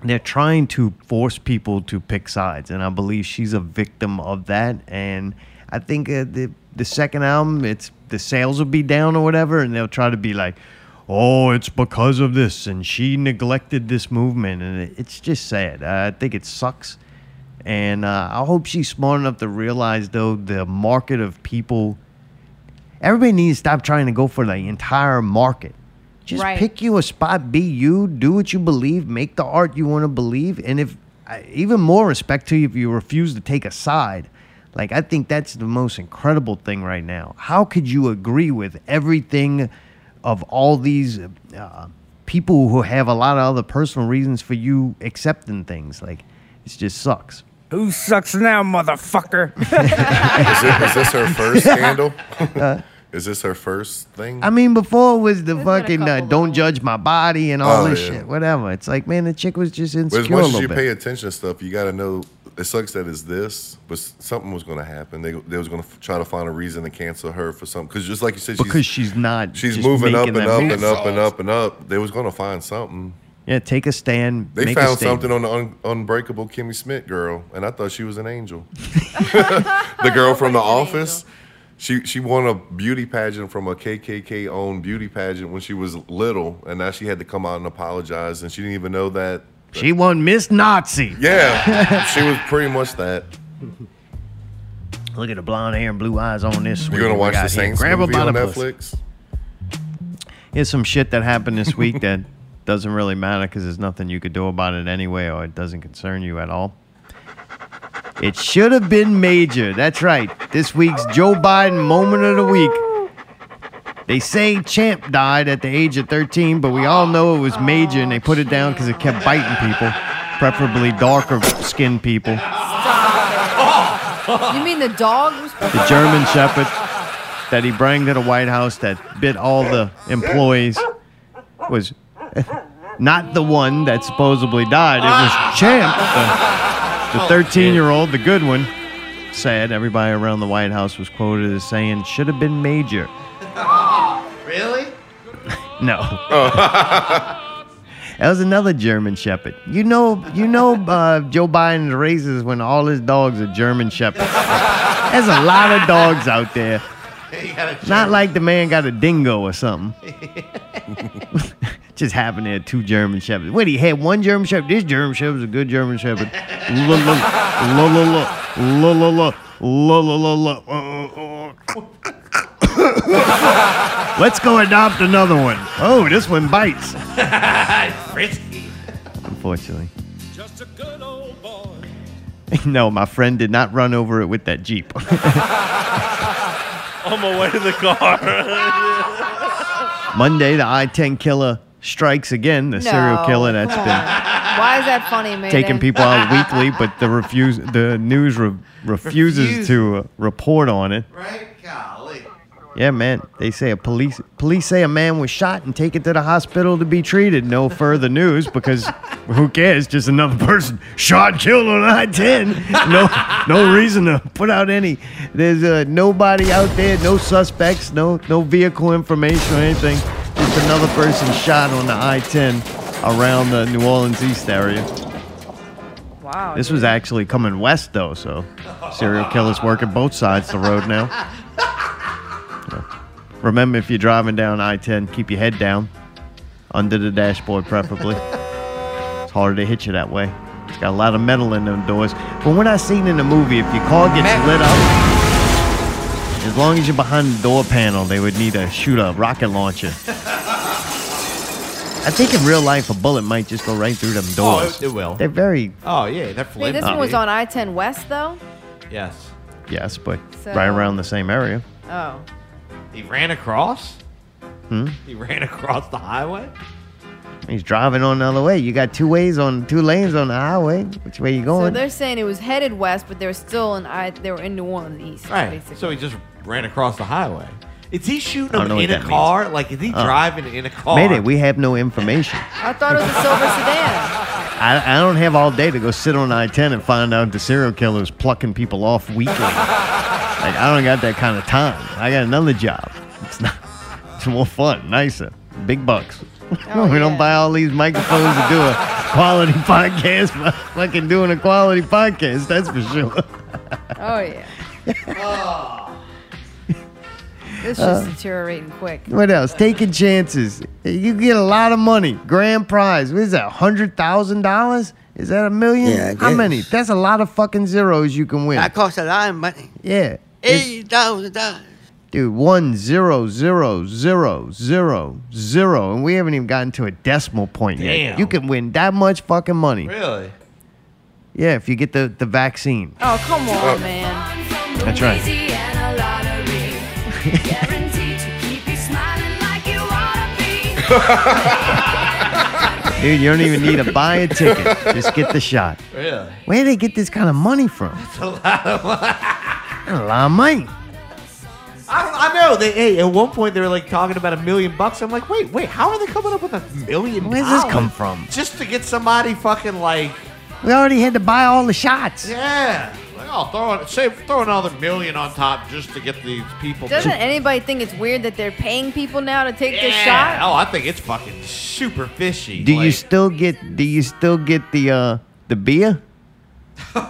[SPEAKER 1] they're trying to force people to pick sides. And I believe she's a victim of that. And I think uh, the, the second album, it's the sales will be down or whatever, and they'll try to be like, oh, it's because of this, and she neglected this movement. And it- it's just sad. I think it sucks. And uh, I hope she's smart enough to realize, though, the market of people. Everybody needs to stop trying to go for the entire market. Just
[SPEAKER 12] Right.
[SPEAKER 1] pick you a spot, be you, do what you believe, make the art you want to believe. And if I- even more respect to you if you refuse to take a side. Like, I think that's the most incredible thing right now. How could you agree with everything of all these uh, people who have a lot of other personal reasons for you accepting things? Like, it just sucks.
[SPEAKER 15] Who sucks now, motherfucker?
[SPEAKER 2] Is, it, is
[SPEAKER 1] [laughs]
[SPEAKER 2] this her first scandal?
[SPEAKER 1] Huh?
[SPEAKER 2] is this her first thing?
[SPEAKER 1] I mean, before it was the fucking uh, "Don't judge my body" and all
[SPEAKER 2] Oh,
[SPEAKER 1] this
[SPEAKER 2] yeah.
[SPEAKER 1] shit, whatever. It's like, man, the chick was just
[SPEAKER 2] But
[SPEAKER 1] insecure
[SPEAKER 2] as much
[SPEAKER 1] a
[SPEAKER 2] as
[SPEAKER 1] little
[SPEAKER 2] you
[SPEAKER 1] bit.
[SPEAKER 2] pay attention to stuff, you got to know it sucks that it's this, but s- something was going to happen. They, they was going to f- try to find a reason to cancel her for something. Because just like you said,
[SPEAKER 1] because she's not.
[SPEAKER 2] she's, she's
[SPEAKER 1] just
[SPEAKER 2] moving up and
[SPEAKER 1] making
[SPEAKER 2] up
[SPEAKER 1] that
[SPEAKER 2] and up
[SPEAKER 1] move.
[SPEAKER 2] and up and up. They was going to find something.
[SPEAKER 1] Yeah, take a stand.
[SPEAKER 2] They
[SPEAKER 1] make a
[SPEAKER 2] found
[SPEAKER 1] statement.
[SPEAKER 2] something on the un- unbreakable Kimmy Schmidt girl, and I thought she was an angel. [laughs] the girl from The Office. She she won a beauty pageant from a KKK owned beauty pageant when she was little, and now she had to come out and apologize, and she didn't even know that.
[SPEAKER 1] She won Miss Nazi.
[SPEAKER 2] Yeah, [laughs] she was pretty much that.
[SPEAKER 1] Look at the blonde hair and blue eyes on this.
[SPEAKER 2] You're gonna
[SPEAKER 1] sweetie we
[SPEAKER 2] watch
[SPEAKER 1] got
[SPEAKER 2] the
[SPEAKER 1] here.
[SPEAKER 2] Saints
[SPEAKER 1] Grab her
[SPEAKER 2] movie
[SPEAKER 1] by
[SPEAKER 2] on
[SPEAKER 1] the pussy.
[SPEAKER 2] Netflix?
[SPEAKER 1] Here's some shit that happened this week that [laughs] doesn't really matter because there's nothing you could do about it anyway, or it doesn't concern you at all. It should have been major. That's right. This week's Joe Biden moment of the week. They say Champ died at the age of 13, but we all know it was major, and they put it down because it kept biting people, preferably darker skinned people.
[SPEAKER 6] You mean the dog? was-
[SPEAKER 1] the German Shepherd that he brought to the White House that bit all the employees was not the one that supposedly died. It was Champ, the- the 13 year old, the good one. Sad, everybody around the White House was quoted as saying, should have been Major.
[SPEAKER 5] Really?
[SPEAKER 1] No. [laughs] That was another German Shepherd. You know, you know, uh, Joe Biden's racist when all his dogs are German Shepherds. There's a lot of dogs out there. Not like the man got a dingo or something. Just happened to have two German Shepherds. Wait, he had one German Shepherd. This German Shepherd's a good German Shepherd. Look, look, look, look, look, look, look, look, look, look. uh. [coughs] Let's go adopt another one. Oh, this one bites.
[SPEAKER 5] Frisky.
[SPEAKER 1] Unfortunately. [laughs] No, my friend did not run over it with that
[SPEAKER 13] [laughs]
[SPEAKER 1] Jeep.
[SPEAKER 13] On my way to the car.
[SPEAKER 1] [laughs] Monday, the I 10 killer strikes again, the [laughs] serial
[SPEAKER 6] No,
[SPEAKER 1] killer that's
[SPEAKER 6] come
[SPEAKER 1] been
[SPEAKER 6] on. Why is that funny, man?
[SPEAKER 1] taking people out weekly, but the, refuse, the news re- refuses
[SPEAKER 6] Refuse.
[SPEAKER 1] to uh, report on it.
[SPEAKER 5] Right? Golly.
[SPEAKER 1] Yeah, man. They say a police police say a man was shot and taken to the hospital to be treated. No further news because who cares? Just another person shot, killed on I-10. No, no reason to put out any. There's uh, nobody out there, no suspects, no no vehicle information or anything. Just another person shot on the I-10 around the New Orleans East area.
[SPEAKER 6] Wow.
[SPEAKER 1] This was actually coming west though, so serial killers working both sides of the road
[SPEAKER 5] [laughs]
[SPEAKER 1] now. Yeah. Remember, if you're driving down I-10, keep your head down, under the dashboard preferably. it's harder to hit you that way. It's got a lot of metal in them doors. But when I seen in the movie, if your car gets lit up, as long as you're behind the door panel, they would need to shoot a rocket
[SPEAKER 5] [laughs]
[SPEAKER 1] launcher. I think in real life, a bullet might just go right through them
[SPEAKER 5] Oh,
[SPEAKER 1] doors.
[SPEAKER 5] it- it will.
[SPEAKER 1] They're very
[SPEAKER 5] Oh, yeah, that
[SPEAKER 6] I mean,
[SPEAKER 5] flipped.
[SPEAKER 6] this one was on I-10 West, though.
[SPEAKER 5] Yes.
[SPEAKER 1] Yes, but
[SPEAKER 6] So-
[SPEAKER 1] right around the same area.
[SPEAKER 6] Oh.
[SPEAKER 5] He ran across?
[SPEAKER 1] Hmm?
[SPEAKER 5] He ran across the highway?
[SPEAKER 1] He's driving on the other way. You got two ways on two lanes on the highway. Which way you
[SPEAKER 6] So
[SPEAKER 1] going?
[SPEAKER 6] they're saying it was headed west, but they were still in I. They were in New Orleans East,
[SPEAKER 5] Right.
[SPEAKER 6] basically.
[SPEAKER 5] So he just ran across the highway. Is he shooting
[SPEAKER 1] I don't
[SPEAKER 5] him
[SPEAKER 1] know what
[SPEAKER 5] in a
[SPEAKER 1] that means.
[SPEAKER 5] car? Like, is he
[SPEAKER 1] Uh,
[SPEAKER 5] driving in a car?
[SPEAKER 1] Mayday, we have no information.
[SPEAKER 6] I thought it was a silver sedan.
[SPEAKER 1] I, I don't have all day to go sit on I 10 and find out the serial killer's plucking people off
[SPEAKER 6] [laughs]
[SPEAKER 1] weekly. like, I don't got that kind of time. I got another job. It's not. It's more fun, nicer, big bucks. [laughs]
[SPEAKER 6] Oh,
[SPEAKER 1] we don't buy all these microphones to do a quality [laughs] podcast. but Fucking doing a quality podcast, that's for sure.
[SPEAKER 6] [laughs] Oh yeah. Oh. This
[SPEAKER 1] Uh,
[SPEAKER 6] just deteriorating quick.
[SPEAKER 1] What else? Taking chances. You get a lot of money. Grand prize. What is that? Hundred thousand dollars? Is that a million?
[SPEAKER 11] Yeah,
[SPEAKER 1] How
[SPEAKER 11] I
[SPEAKER 1] many? That's a lot of fucking zeros you can win.
[SPEAKER 11] That costs a lot of money.
[SPEAKER 1] yeah.
[SPEAKER 11] Eighty thousand dollars.
[SPEAKER 1] Dude, one zero zero zero zero zero. And we haven't even gotten to a decimal point yet.
[SPEAKER 5] Damn.
[SPEAKER 1] You can win that much fucking money.
[SPEAKER 5] Really?
[SPEAKER 1] Yeah, if you get the, the vaccine.
[SPEAKER 6] Oh come
[SPEAKER 1] Oh.
[SPEAKER 6] on, man.
[SPEAKER 1] That's right. [laughs] Dude, you don't even need to buy a ticket. Just get the shot.
[SPEAKER 5] Really?
[SPEAKER 1] Where do they get this kind of money
[SPEAKER 5] [laughs]
[SPEAKER 1] from?
[SPEAKER 5] It's a lot of
[SPEAKER 1] A lot of money.
[SPEAKER 5] I, don't, I know. They, hey, at one point they were like talking about a million bucks. I'm like, wait, wait, how are they coming up with a million?
[SPEAKER 1] Where's this
[SPEAKER 5] dollars?
[SPEAKER 1] come from?
[SPEAKER 5] Just to get somebody fucking like,
[SPEAKER 1] We already had to buy all the shots.
[SPEAKER 5] yeah, like oh, throw it- say throw another million on top just to get these people.
[SPEAKER 6] Doesn't anybody think it's weird that they're paying people now to take this
[SPEAKER 5] Yeah.
[SPEAKER 6] shot?
[SPEAKER 5] Oh, I think it's fucking super fishy.
[SPEAKER 1] Do you
[SPEAKER 5] like,
[SPEAKER 1] still get? Do you still get the uh the beer?
[SPEAKER 5] no,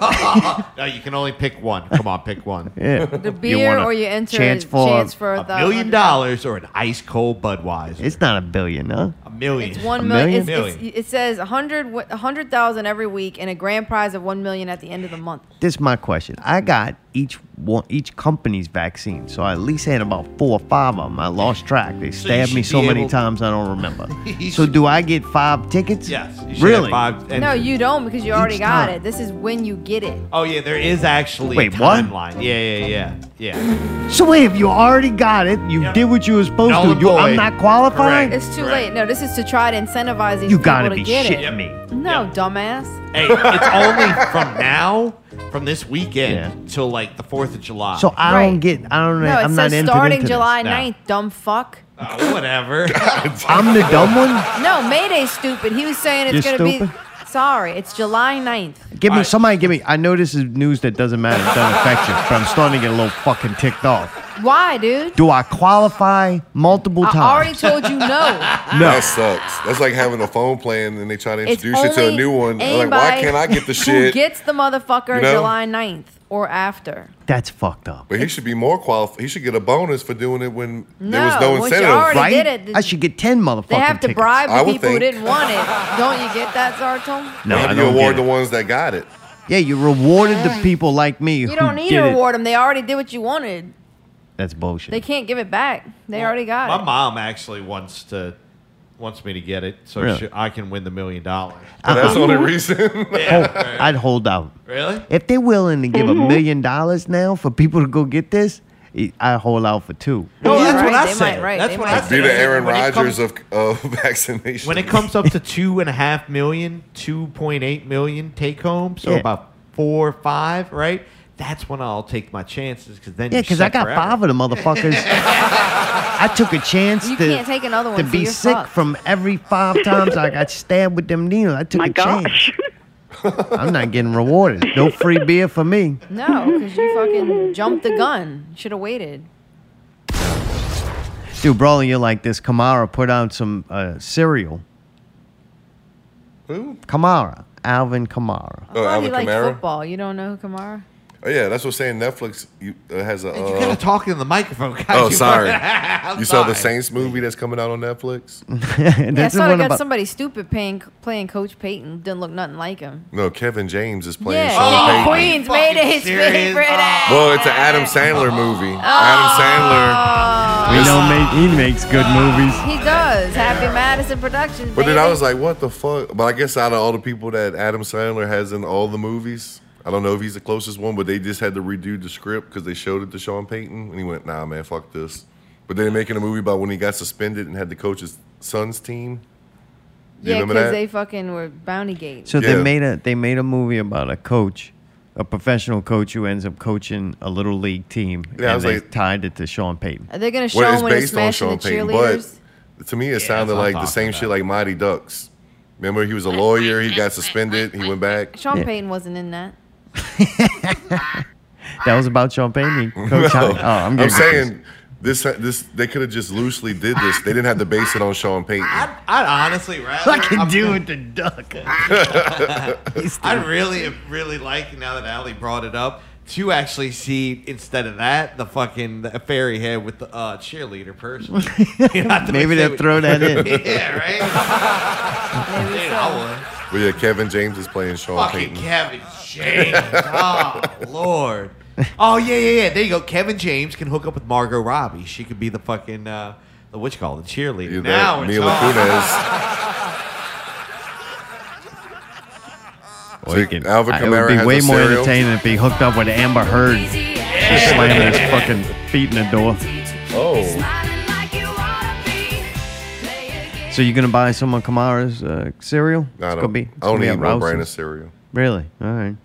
[SPEAKER 5] oh, you can only pick one. Come on, pick one.
[SPEAKER 1] Yeah.
[SPEAKER 6] The
[SPEAKER 1] You
[SPEAKER 6] beer,
[SPEAKER 1] wanna
[SPEAKER 6] or you enter
[SPEAKER 1] chance
[SPEAKER 6] a
[SPEAKER 1] [laughs] for
[SPEAKER 6] chance for the
[SPEAKER 5] million dollars or an ice cold Budweiser.
[SPEAKER 1] It's not a billion, huh?
[SPEAKER 5] A million.
[SPEAKER 6] It's one
[SPEAKER 1] A
[SPEAKER 6] million.
[SPEAKER 1] million?
[SPEAKER 6] it's- it's- it says 100 wi- 100,000 every week and a grand prize of 1 million at the end of the month.
[SPEAKER 1] This is my question. I got each one, each company's vaccine, so I at least had about four or five of them. I lost track. They
[SPEAKER 5] you
[SPEAKER 1] stabbed me
[SPEAKER 5] should
[SPEAKER 1] so
[SPEAKER 5] be
[SPEAKER 1] many
[SPEAKER 5] able-
[SPEAKER 1] times I don't remember.
[SPEAKER 5] [laughs] You
[SPEAKER 1] so do I get five tickets?
[SPEAKER 5] Yes. you should have
[SPEAKER 1] Really?
[SPEAKER 5] Five, and-
[SPEAKER 6] no, you don't because you already
[SPEAKER 1] Each
[SPEAKER 6] got
[SPEAKER 1] time.
[SPEAKER 6] it. This is when you get it.
[SPEAKER 5] Oh yeah, there is actually
[SPEAKER 1] Wait,
[SPEAKER 5] a
[SPEAKER 1] what?
[SPEAKER 5] timeline. Yeah, yeah, yeah, yeah.
[SPEAKER 1] So wait, if you already got it, you did what you were supposed
[SPEAKER 5] Null
[SPEAKER 1] to.
[SPEAKER 5] and
[SPEAKER 1] You, I'm
[SPEAKER 5] void.
[SPEAKER 1] not qualified.
[SPEAKER 6] It's too late. No, this is to try to incentivize these
[SPEAKER 1] You
[SPEAKER 6] people
[SPEAKER 1] gotta
[SPEAKER 6] to
[SPEAKER 1] be
[SPEAKER 6] get
[SPEAKER 1] shitting
[SPEAKER 6] it.
[SPEAKER 1] me.
[SPEAKER 6] No, dumbass.
[SPEAKER 5] Hey, it's only from now, from from this weekend till like the Fourth of July.
[SPEAKER 1] So I don't get. I don't. know.
[SPEAKER 6] No, it
[SPEAKER 1] I'm not
[SPEAKER 6] says
[SPEAKER 1] entered
[SPEAKER 6] starting
[SPEAKER 1] into
[SPEAKER 6] July
[SPEAKER 1] this.
[SPEAKER 6] 9th, dumb fuck.
[SPEAKER 5] Oh, whatever.
[SPEAKER 1] I'm the dumb one.
[SPEAKER 6] No, Mayday's stupid. He was saying
[SPEAKER 1] You're
[SPEAKER 6] it's going to
[SPEAKER 1] stupid?
[SPEAKER 6] be. Sorry, it's July 9th.
[SPEAKER 1] Give me somebody. Give me. I know this is news that doesn't matter. It doesn't affect you, but I'm starting to get a little fucking ticked off.
[SPEAKER 6] Why, dude?
[SPEAKER 1] Do I qualify multiple
[SPEAKER 6] I
[SPEAKER 1] times?
[SPEAKER 6] already told you no.
[SPEAKER 1] No.
[SPEAKER 2] That sucks. That's like having a phone plan and they try to [laughs]
[SPEAKER 6] It's
[SPEAKER 2] introduce you to a
[SPEAKER 6] only
[SPEAKER 2] new one. They're Like,
[SPEAKER 6] anybody
[SPEAKER 2] why can't I get the
[SPEAKER 6] [laughs] Who
[SPEAKER 2] shit?
[SPEAKER 6] gets the motherfucker
[SPEAKER 2] You know?
[SPEAKER 6] July 9th or after?
[SPEAKER 1] That's fucked up.
[SPEAKER 2] But he should be more qualified. He should get a bonus for doing it when there was
[SPEAKER 6] No,
[SPEAKER 2] no
[SPEAKER 6] once you
[SPEAKER 2] incentive.
[SPEAKER 6] already Right? did it,
[SPEAKER 1] I should get ten motherfucking.
[SPEAKER 6] They have to
[SPEAKER 1] tickets.
[SPEAKER 6] bribe
[SPEAKER 2] I
[SPEAKER 6] the
[SPEAKER 2] would
[SPEAKER 6] people who
[SPEAKER 2] think-
[SPEAKER 6] didn't want it. Don't you get that, Zartone?
[SPEAKER 1] No,
[SPEAKER 2] Maybe
[SPEAKER 1] I
[SPEAKER 2] you
[SPEAKER 1] don't
[SPEAKER 2] award
[SPEAKER 1] get it.
[SPEAKER 2] the ones that got it.
[SPEAKER 1] Yeah, you rewarded the people like me.
[SPEAKER 6] You don't need to reward them. They already did what you wanted.
[SPEAKER 1] That's bullshit.
[SPEAKER 6] They can't give it back. [laughs] They already got
[SPEAKER 5] My
[SPEAKER 6] it.
[SPEAKER 5] mom actually wants to wants me to get it so
[SPEAKER 1] Really?
[SPEAKER 5] she, I can win the million dollars.
[SPEAKER 2] That's the only reason.
[SPEAKER 1] Oh, I'd hold out.
[SPEAKER 5] Really?
[SPEAKER 1] If they're willing to give a
[SPEAKER 6] Mm-hmm.
[SPEAKER 1] million dollars now for people to go get this, I hold out for two.
[SPEAKER 5] No, that's what I
[SPEAKER 6] They
[SPEAKER 5] said.
[SPEAKER 6] might, right,
[SPEAKER 5] That's
[SPEAKER 6] they
[SPEAKER 5] what
[SPEAKER 6] might.
[SPEAKER 5] I
[SPEAKER 2] [laughs] Be
[SPEAKER 5] said.
[SPEAKER 2] the
[SPEAKER 5] I said,
[SPEAKER 2] Aaron
[SPEAKER 5] when it
[SPEAKER 2] Rodgers
[SPEAKER 5] comes-
[SPEAKER 2] of, of [laughs] vaccination.
[SPEAKER 5] When it comes up
[SPEAKER 1] [laughs]
[SPEAKER 5] to two and a half million, two point eight million take home, so
[SPEAKER 1] Yeah.
[SPEAKER 5] about four or five, right? That's when I'll take my chances because then
[SPEAKER 1] Yeah,
[SPEAKER 5] you're
[SPEAKER 1] because I
[SPEAKER 5] set
[SPEAKER 1] got
[SPEAKER 5] forever.
[SPEAKER 1] five of the motherfuckers.
[SPEAKER 6] [laughs]
[SPEAKER 1] I took a chance
[SPEAKER 6] You
[SPEAKER 1] to,
[SPEAKER 6] can't take another one,
[SPEAKER 1] to
[SPEAKER 6] so
[SPEAKER 1] be
[SPEAKER 6] you're
[SPEAKER 1] sick
[SPEAKER 6] fucked.
[SPEAKER 1] from every five times I got stabbed with them needles. I took a chance. I'm not getting rewarded. No free beer for me.
[SPEAKER 6] No, because you fucking jumped the gun. Should have waited.
[SPEAKER 1] Dude, Brawley, you're like this. Kamara put out some uh, cereal.
[SPEAKER 2] Who?
[SPEAKER 1] Kamara. Alvin Kamara.
[SPEAKER 2] Oh,
[SPEAKER 6] Probably
[SPEAKER 2] Alvin
[SPEAKER 6] like
[SPEAKER 2] Kamara.
[SPEAKER 6] football. You don't know who Kamara?
[SPEAKER 2] Oh yeah, that's what I'm saying. Netflix you, uh, has a.
[SPEAKER 5] You gotta
[SPEAKER 2] Uh,
[SPEAKER 5] talk in the microphone. guys.
[SPEAKER 2] oh,
[SPEAKER 5] You-
[SPEAKER 2] sorry.
[SPEAKER 5] I'm
[SPEAKER 2] you saw the
[SPEAKER 5] sorry.
[SPEAKER 2] Saints movie that's coming out on Netflix?
[SPEAKER 1] [laughs]
[SPEAKER 6] Yeah, I
[SPEAKER 1] That's the
[SPEAKER 6] saw they
[SPEAKER 1] one
[SPEAKER 6] got
[SPEAKER 1] about-
[SPEAKER 6] somebody stupid paying, playing Coach Payton. Didn't look nothing like him.
[SPEAKER 2] No, Kevin James is playing.
[SPEAKER 6] yeah,
[SPEAKER 2] Sean
[SPEAKER 6] King of
[SPEAKER 2] Payton.
[SPEAKER 6] Queens made it his
[SPEAKER 5] serious?
[SPEAKER 6] favorite. act.
[SPEAKER 2] Well, it's an Adam Sandler movie.
[SPEAKER 6] Oh.
[SPEAKER 2] Adam Sandler.
[SPEAKER 1] We know ma- he makes good movies.
[SPEAKER 6] He does. Happy Madison Productions.
[SPEAKER 2] But then I
[SPEAKER 6] baby.
[SPEAKER 2] was like, what the fuck? But I guess out of all the people that Adam Sandler has in all the movies, I don't know if he's the closest one, but they just had to redo the script because they showed it to Sean Payton. And he went, nah, man, fuck this. But then they're making a movie about when he got suspended and had to coach his son's team. Do you
[SPEAKER 6] yeah,
[SPEAKER 2] remember
[SPEAKER 6] because
[SPEAKER 2] that?
[SPEAKER 6] they fucking were bounty gates.
[SPEAKER 1] So they
[SPEAKER 2] Yeah.
[SPEAKER 1] made a they made a movie about a coach, a professional coach who ends up coaching a little league team,
[SPEAKER 2] Yeah, I
[SPEAKER 1] and
[SPEAKER 2] was
[SPEAKER 1] they
[SPEAKER 2] like-
[SPEAKER 1] tied it to Sean Payton.
[SPEAKER 6] Are they gonna show
[SPEAKER 2] Well,
[SPEAKER 6] him when he's smashing the cheerleaders?
[SPEAKER 2] but to me, it sounded
[SPEAKER 5] what I'm
[SPEAKER 2] like the
[SPEAKER 5] talking
[SPEAKER 2] same shit like Mighty Ducks. Remember, he was a lawyer, he got suspended, he went back.
[SPEAKER 6] Sean
[SPEAKER 1] Yeah.
[SPEAKER 6] Payton wasn't in that.
[SPEAKER 1] That was about Sean
[SPEAKER 2] [laughs]
[SPEAKER 1] Payton. Coach,
[SPEAKER 2] No.
[SPEAKER 1] oh, I'm,
[SPEAKER 2] I'm,
[SPEAKER 1] getting [laughs]
[SPEAKER 2] saying this. This they could have just loosely did this. They didn't have to base it on Sean Payton.
[SPEAKER 5] I'd, I'd honestly rather.
[SPEAKER 1] I can
[SPEAKER 5] I'm-
[SPEAKER 1] do with the duck. He's
[SPEAKER 5] I really, am really like now that Ali brought it up to actually see instead of that the fucking the fairy head with the uh,
[SPEAKER 1] [laughs]
[SPEAKER 5] cheerleader person. You know, I think
[SPEAKER 1] Maybe
[SPEAKER 5] they
[SPEAKER 1] they'll throw that in.
[SPEAKER 5] [laughs] yeah,
[SPEAKER 1] [laughs]
[SPEAKER 5] right.
[SPEAKER 6] Maybe
[SPEAKER 5] Dude,
[SPEAKER 6] so.
[SPEAKER 5] I
[SPEAKER 2] But yeah, Kevin James is playing
[SPEAKER 5] would.
[SPEAKER 2] Sean
[SPEAKER 5] Fucking
[SPEAKER 2] Payton.
[SPEAKER 5] Kevin
[SPEAKER 2] [laughs]
[SPEAKER 5] James. Oh Lord. Oh yeah, yeah, yeah. There you go. Kevin James can hook up with Margot Robbie. She could be the fucking uh, the what you call it, the cheerleader.
[SPEAKER 2] Either
[SPEAKER 5] now it's
[SPEAKER 2] Mila
[SPEAKER 5] on.
[SPEAKER 2] Kunis.
[SPEAKER 1] Or you can-
[SPEAKER 2] [laughs] Alvin
[SPEAKER 1] I- it
[SPEAKER 2] Kamara
[SPEAKER 1] would be
[SPEAKER 2] has
[SPEAKER 1] way
[SPEAKER 2] a
[SPEAKER 1] more
[SPEAKER 2] cereal.
[SPEAKER 1] entertaining if he hooked up with Amber Heard, just slamming his fucking feet in the door.
[SPEAKER 2] Oh,
[SPEAKER 1] So you're gonna buy some of Kamara's uh, cereal?
[SPEAKER 2] I
[SPEAKER 1] it's gonna
[SPEAKER 2] don't,
[SPEAKER 1] be.
[SPEAKER 2] I don't
[SPEAKER 1] it's gonna be
[SPEAKER 2] need
[SPEAKER 1] at
[SPEAKER 2] no
[SPEAKER 1] Rouse's.
[SPEAKER 2] brand of cereal.
[SPEAKER 1] Really? All right.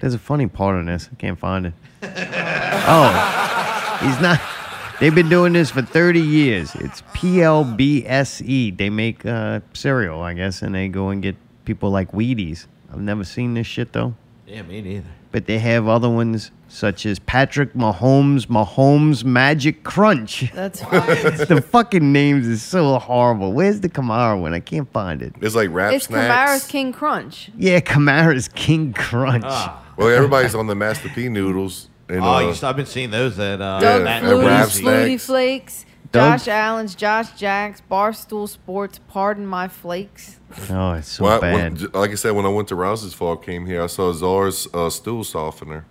[SPEAKER 1] There's a funny part on this. I can't find it.
[SPEAKER 2] [laughs]
[SPEAKER 1] oh, he's not. They've been doing this for 30 years. It's PLBSE. They make uh, cereal, I guess, and they go and get people like Wheaties. I've never seen this shit though.
[SPEAKER 5] Yeah, me neither.
[SPEAKER 1] But they have other ones such as Patrick Mahomes Mahomes Magic Crunch.
[SPEAKER 6] That's
[SPEAKER 2] [laughs]
[SPEAKER 6] fine.
[SPEAKER 1] [laughs] the fucking names is so horrible. Where's the Kamara one? I can't find it.
[SPEAKER 2] It's like rap
[SPEAKER 6] it's Kamara's
[SPEAKER 2] snacks.
[SPEAKER 6] King Crunch.
[SPEAKER 1] Yeah, Kamara's King Crunch.
[SPEAKER 6] Ah.
[SPEAKER 2] Well, everybody's on the Master P noodles. And,
[SPEAKER 5] Ah. [laughs] Oh,
[SPEAKER 2] uh,
[SPEAKER 5] you saw, I've been seeing those at uh,
[SPEAKER 6] Doug
[SPEAKER 2] Yeah,
[SPEAKER 5] Matt and
[SPEAKER 2] that rap
[SPEAKER 6] Flutie's
[SPEAKER 5] Ramsey.
[SPEAKER 2] snack.
[SPEAKER 6] Flutie Flakes,
[SPEAKER 1] Doug-
[SPEAKER 6] Josh Allen's, Josh Jack's, Barstool Sports, Pardon My Flakes.
[SPEAKER 1] Oh, it's so
[SPEAKER 2] well, I-
[SPEAKER 1] bad.
[SPEAKER 2] when- like I said, when I went to Rouse's Fall, came here, I saw Czar's uh, stool softener.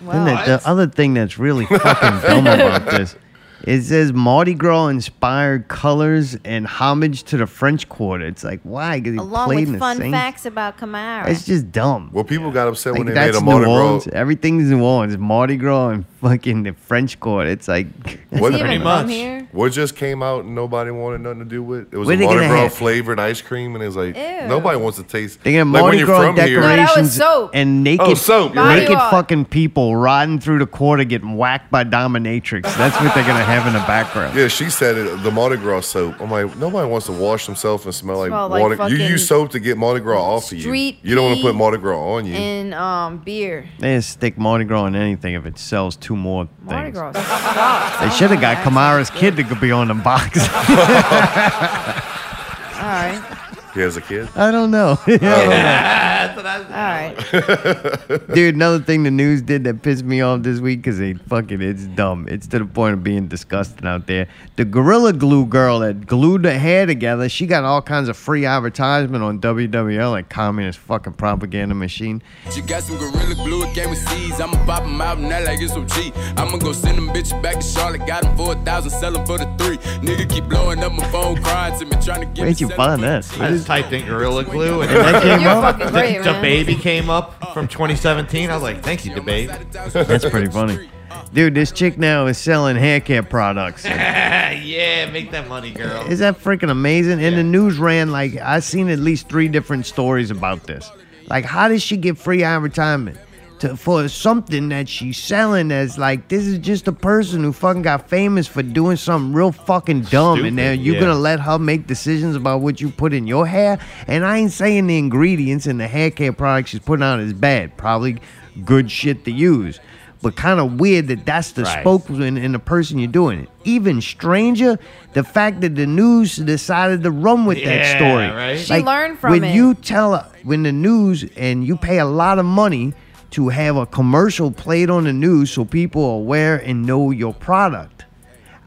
[SPEAKER 1] Then the,
[SPEAKER 6] Wow.
[SPEAKER 1] the other thing that's really fucking dumb
[SPEAKER 6] [laughs]
[SPEAKER 1] about this, it says Mardi Gras inspired colors and homage to the French Quarter. It's like why? Because he
[SPEAKER 6] Along
[SPEAKER 1] played in
[SPEAKER 6] with
[SPEAKER 1] the
[SPEAKER 6] fun
[SPEAKER 1] same-
[SPEAKER 6] facts about Kamara.
[SPEAKER 1] It's just dumb.
[SPEAKER 2] Well, people got upset
[SPEAKER 1] Like,
[SPEAKER 2] when they made
[SPEAKER 1] that's
[SPEAKER 2] a
[SPEAKER 1] New
[SPEAKER 2] Mardi
[SPEAKER 1] Orleans.
[SPEAKER 2] Gras.
[SPEAKER 1] Everything's New Orleans. Mardi Gras and fucking the French court. It's like [laughs]
[SPEAKER 2] What just came out and nobody wanted nothing to do with? It was
[SPEAKER 1] What
[SPEAKER 2] a
[SPEAKER 1] they
[SPEAKER 2] Mardi
[SPEAKER 1] gonna
[SPEAKER 2] Gras
[SPEAKER 1] have?
[SPEAKER 2] flavored ice cream, and it was like
[SPEAKER 6] Ew.
[SPEAKER 2] nobody wants to taste.
[SPEAKER 1] They get
[SPEAKER 2] like when
[SPEAKER 1] Mardi
[SPEAKER 2] you're
[SPEAKER 1] Gras
[SPEAKER 2] from here,
[SPEAKER 1] decorations
[SPEAKER 6] soap.
[SPEAKER 1] and naked,
[SPEAKER 2] Oh, soap, you're right.
[SPEAKER 1] naked
[SPEAKER 6] Body wash.
[SPEAKER 1] fucking people riding through the quarter getting whacked by dominatrix. That's what they're gonna have in the background.
[SPEAKER 2] Yeah, she said it. The Mardi Gras soap. I'm like, nobody wants to wash themselves and smell like
[SPEAKER 6] Smell like
[SPEAKER 2] water. you
[SPEAKER 6] fucking
[SPEAKER 2] use soap to get Mardi Gras off of you. You
[SPEAKER 6] street
[SPEAKER 2] don't want to
[SPEAKER 6] pee
[SPEAKER 2] put Mardi Gras on you.
[SPEAKER 6] in um beer.
[SPEAKER 1] They just stick Mardi Gras in anything if it sells two more
[SPEAKER 6] Mardi
[SPEAKER 1] things.
[SPEAKER 6] Gras. Stop.
[SPEAKER 1] They should have got Kamara's kid to be on the box. [laughs]
[SPEAKER 6] All right.
[SPEAKER 2] He has a kid.
[SPEAKER 1] I don't know. [laughs] I don't know.
[SPEAKER 6] All right.
[SPEAKER 1] Dude, another thing the news did that pissed me off this week because they fucking it's dumb. It's to the point of being disgusting out there. The Gorilla Glue girl that glued her hair together, she got all kinds of free advertisement on WWL, like communist fucking propaganda machine.
[SPEAKER 16] She got some gorilla glue, it came with seeds. I'ma pop 'em out now like it's OG. I'ma go send them bitches back to Charlotte. Got 'em for a thousand, sell 'em for the three. Nigga keep blowing up my phone, crying to me, trying to get
[SPEAKER 1] Where'd you find that?
[SPEAKER 5] I just typed in Gorilla Glue and,
[SPEAKER 1] And that came You're up?
[SPEAKER 5] up.
[SPEAKER 1] fucking great,
[SPEAKER 5] the
[SPEAKER 1] man.
[SPEAKER 5] baby came up from 2017. I was like, thank you, the
[SPEAKER 13] [laughs]
[SPEAKER 5] babe.
[SPEAKER 1] That's pretty funny. Dude, this chick now is selling hair care products.
[SPEAKER 5] yeah, make that money, girl.
[SPEAKER 1] Is that freaking amazing? And the news ran like I seen at least three different stories about this. Like, how does she get free advertisement to, for something that she's selling? As like, this is just a person who fucking got famous for doing something real fucking dumb,
[SPEAKER 17] Stupid,
[SPEAKER 1] and then you're
[SPEAKER 17] yeah.
[SPEAKER 1] gonna let her make decisions about what you put in your hair. And I ain't saying the ingredients in the hair care product she's putting out is bad. Probably good shit to use. But kind of weird that that's the
[SPEAKER 17] Right.
[SPEAKER 1] spokesman and the person you're doing it. Even stranger, the fact that the news decided to run with that
[SPEAKER 17] Yeah,
[SPEAKER 1] story.
[SPEAKER 17] right? She
[SPEAKER 6] learned from
[SPEAKER 1] when
[SPEAKER 6] it.
[SPEAKER 1] you tell when the news and you pay a lot of money to have a commercial played on the news so people are aware and know your product.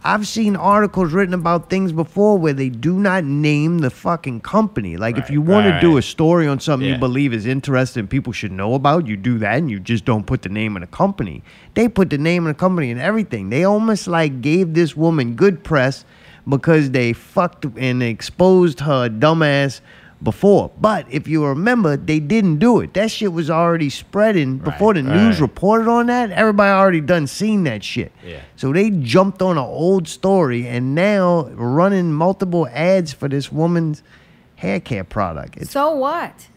[SPEAKER 1] I've seen articles written about things before where they do not name the fucking company. Like if you want to do a
[SPEAKER 17] right.
[SPEAKER 1] story on something
[SPEAKER 17] Yeah.
[SPEAKER 1] you believe is interesting, people should know about, you do that and you just don't put the name of the company. They put the name of the company and everything. They almost like gave this woman good press because they fucked and exposed her dumbass before. But if you remember, they didn't do it. That shit was already spreading before the news
[SPEAKER 17] right.
[SPEAKER 1] reported on that. Everybody already done seen that shit.
[SPEAKER 17] Yeah.
[SPEAKER 1] So they jumped on an old story and now running multiple ads for this woman's hair care
[SPEAKER 17] [laughs]
[SPEAKER 1] product. It's
[SPEAKER 6] So what?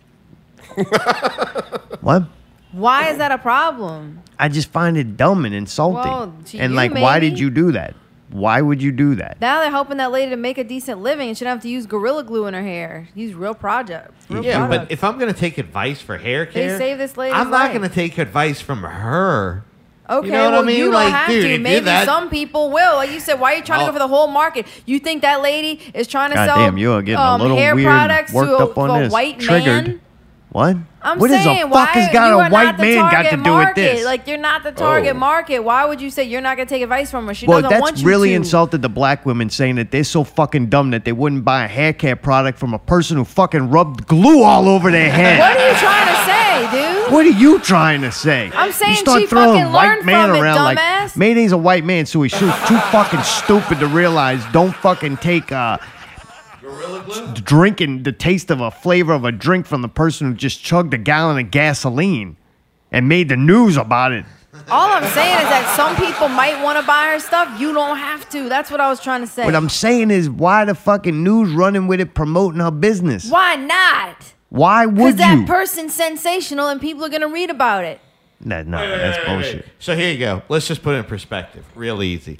[SPEAKER 1] what?
[SPEAKER 6] Why is that a problem?
[SPEAKER 1] I just find it dumb and insulting.
[SPEAKER 6] Well, to
[SPEAKER 1] and
[SPEAKER 6] you,
[SPEAKER 1] like, why
[SPEAKER 6] maybe.
[SPEAKER 1] did you do that? Why would you do that?
[SPEAKER 6] Now they're helping that lady to make a decent living and she don't have to use gorilla glue in her hair. Use real project. Real
[SPEAKER 5] Yeah,
[SPEAKER 6] product.
[SPEAKER 5] but if I'm gonna take advice for hair
[SPEAKER 6] They
[SPEAKER 5] care,
[SPEAKER 6] saved this lady's
[SPEAKER 5] I'm not
[SPEAKER 6] life.
[SPEAKER 5] gonna take advice from her.
[SPEAKER 6] Okay,
[SPEAKER 5] You know what
[SPEAKER 6] well,
[SPEAKER 5] I mean?
[SPEAKER 6] you don't
[SPEAKER 5] Like,
[SPEAKER 6] have
[SPEAKER 5] dude, if
[SPEAKER 6] to.
[SPEAKER 5] you're
[SPEAKER 6] Maybe
[SPEAKER 5] that-
[SPEAKER 6] some people will. Like you said, why are you trying to
[SPEAKER 5] Oh.
[SPEAKER 6] go for the whole market? You think that lady is trying to sell
[SPEAKER 1] Goddamn, you are getting
[SPEAKER 6] um,
[SPEAKER 1] a little
[SPEAKER 6] hair
[SPEAKER 1] weird,
[SPEAKER 6] products
[SPEAKER 1] worked
[SPEAKER 6] to a,
[SPEAKER 1] up on
[SPEAKER 6] a
[SPEAKER 1] this,
[SPEAKER 6] white
[SPEAKER 1] triggered.
[SPEAKER 6] man?
[SPEAKER 1] What?
[SPEAKER 6] I'm
[SPEAKER 1] what does
[SPEAKER 6] saying,
[SPEAKER 1] a
[SPEAKER 6] why
[SPEAKER 1] fuck has got
[SPEAKER 6] you are
[SPEAKER 1] a white
[SPEAKER 6] not the
[SPEAKER 1] man got
[SPEAKER 6] target
[SPEAKER 1] to do
[SPEAKER 6] market.
[SPEAKER 1] with this?
[SPEAKER 6] Like you're not the target
[SPEAKER 1] Oh.
[SPEAKER 6] market. Why would you say you're not going to take advice from her? She
[SPEAKER 1] well,
[SPEAKER 6] doesn't want
[SPEAKER 1] that's
[SPEAKER 6] you
[SPEAKER 1] really
[SPEAKER 6] to.
[SPEAKER 1] insulted the black women saying that they're so fucking dumb that they wouldn't buy a hair care product from a person who fucking rubbed glue all over
[SPEAKER 6] [laughs]
[SPEAKER 1] their head.
[SPEAKER 6] What are you trying to say, dude?
[SPEAKER 1] What are you trying to say?
[SPEAKER 6] I'm saying
[SPEAKER 1] you start
[SPEAKER 6] she
[SPEAKER 1] throwing
[SPEAKER 6] fucking
[SPEAKER 1] white
[SPEAKER 6] learned
[SPEAKER 1] man
[SPEAKER 6] from it,
[SPEAKER 1] around
[SPEAKER 6] dumbass.
[SPEAKER 1] like Mayday's a white man, so he's too too fucking stupid to realize. Don't fucking take uh, drinking the taste of a flavor of a drink from the person who just chugged a gallon of gasoline and made the news about it.
[SPEAKER 6] All I'm saying is that some people might want to buy her stuff. You don't have to. That's what I was trying to say.
[SPEAKER 1] What I'm saying is, why the fucking news running with it promoting her business?
[SPEAKER 6] Why not?
[SPEAKER 1] Why
[SPEAKER 6] Because
[SPEAKER 1] would you?
[SPEAKER 6] that person's sensational and people are going to read about it.
[SPEAKER 1] Nah, nah, that's bullshit.
[SPEAKER 5] So here you go. Let's just put it in perspective, real easy.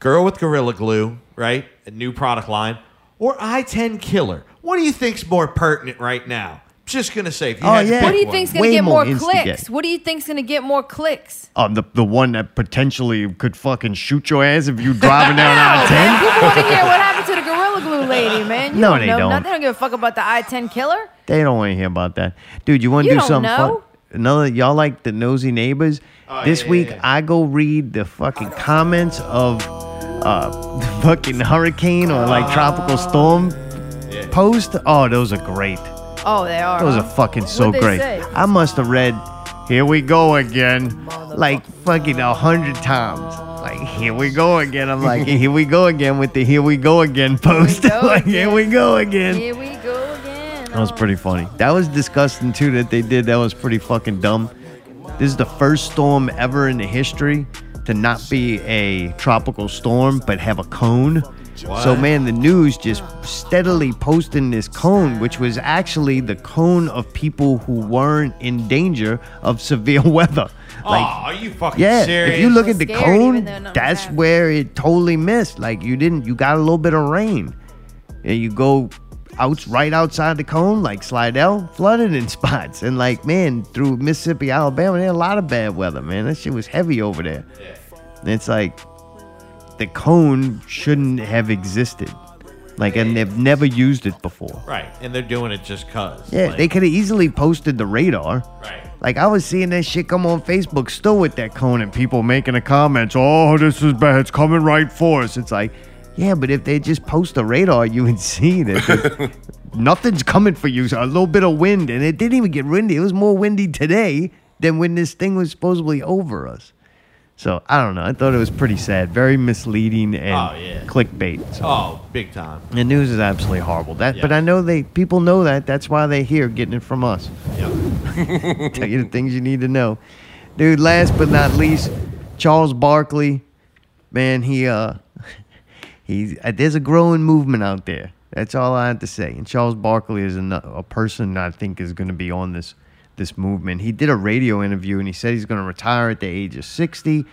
[SPEAKER 5] Girl with Gorilla Glue, right? A new product line, or I-10 Killer. What do you think's more pertinent right now? Just gonna say.
[SPEAKER 1] Oh,
[SPEAKER 5] If you
[SPEAKER 6] What
[SPEAKER 5] had to pick
[SPEAKER 6] do you
[SPEAKER 5] one.
[SPEAKER 6] think's going to get more, clicks? What do you think's going to get more clicks?
[SPEAKER 1] Um, the the one that potentially could fucking shoot your ass if you driving
[SPEAKER 6] [laughs]
[SPEAKER 1] down I
[SPEAKER 6] Man, people
[SPEAKER 1] [laughs]
[SPEAKER 6] want to hear
[SPEAKER 1] ten.
[SPEAKER 6] what happened to the Gorilla Glue lady, man. You
[SPEAKER 1] No,
[SPEAKER 6] don't
[SPEAKER 1] they
[SPEAKER 6] know
[SPEAKER 1] don't.
[SPEAKER 6] Nothing. They don't give a fuck about the I-10 killer.
[SPEAKER 1] They don't want to hear about that, dude. You want to
[SPEAKER 6] You
[SPEAKER 1] do
[SPEAKER 6] don't
[SPEAKER 1] something
[SPEAKER 6] know.
[SPEAKER 1] fun? Another y'all like the nosy neighbors. this week I go read the fucking comments of uh [laughs] the fucking hurricane or like tropical storm post. Oh, those are great.
[SPEAKER 6] Oh, they are.
[SPEAKER 1] Those
[SPEAKER 6] huh?
[SPEAKER 1] are fucking so
[SPEAKER 6] What'd they
[SPEAKER 1] great.
[SPEAKER 6] say?
[SPEAKER 1] I must have read "Here We Go Again" like fucking a hundred times. Like here we go again. I'm like here we go again with the here we go again post. [laughs] like here we go again.
[SPEAKER 6] Here we go again.
[SPEAKER 1] That was pretty funny. That was disgusting too that they did. That was pretty fucking dumb. This is the first storm ever in the history to not be a tropical storm but have a cone. So man, the news just steadily posting this cone, which was actually the cone of people who weren't in danger of [laughs] severe weather.
[SPEAKER 5] oh,
[SPEAKER 1] Like
[SPEAKER 5] are you fucking
[SPEAKER 1] yeah,
[SPEAKER 5] serious?
[SPEAKER 1] if you look at the cone, that's where it totally missed. Like you didn't, you got a little bit of rain, and you go out right outside the cone, like Slidell, flooded in [laughs] spots, and like man, through Mississippi, Alabama, there a lot of bad weather, man. That shit was heavy over there. And it's like the cone shouldn't have existed. Like, and they've never used it before.
[SPEAKER 5] Right, and they're doing it just cause.
[SPEAKER 1] Yeah,
[SPEAKER 5] Like,
[SPEAKER 1] they could have easily posted the radar.
[SPEAKER 5] Right.
[SPEAKER 1] Like I was seeing that shit come on Facebook still with that cone and people making the comments, oh, this is bad. It's coming right for us. It's like, yeah, but if they just post the radar, you would see that
[SPEAKER 5] [laughs]
[SPEAKER 1] it- nothing's coming for you. A little bit of wind, and it didn't even get windy. It was more windy today than when this thing was supposedly over us. So I don't know. I thought it was pretty sad, very misleading and
[SPEAKER 5] Oh, yeah.
[SPEAKER 1] clickbait. So.
[SPEAKER 5] Oh, big time.
[SPEAKER 1] The news is absolutely horrible. That, but I know they people know that. That's why they're here, getting it from us. Tell you the things you need to know, dude. Last but not least, Charles Barkley, man, he uh, [laughs] he's uh, there's a growing movement out there. That's all I have to say. And Charles Barkley is ano- a person I think is going to be on this this movement. He did a radio interview and he said he's going to retire at the age of sixty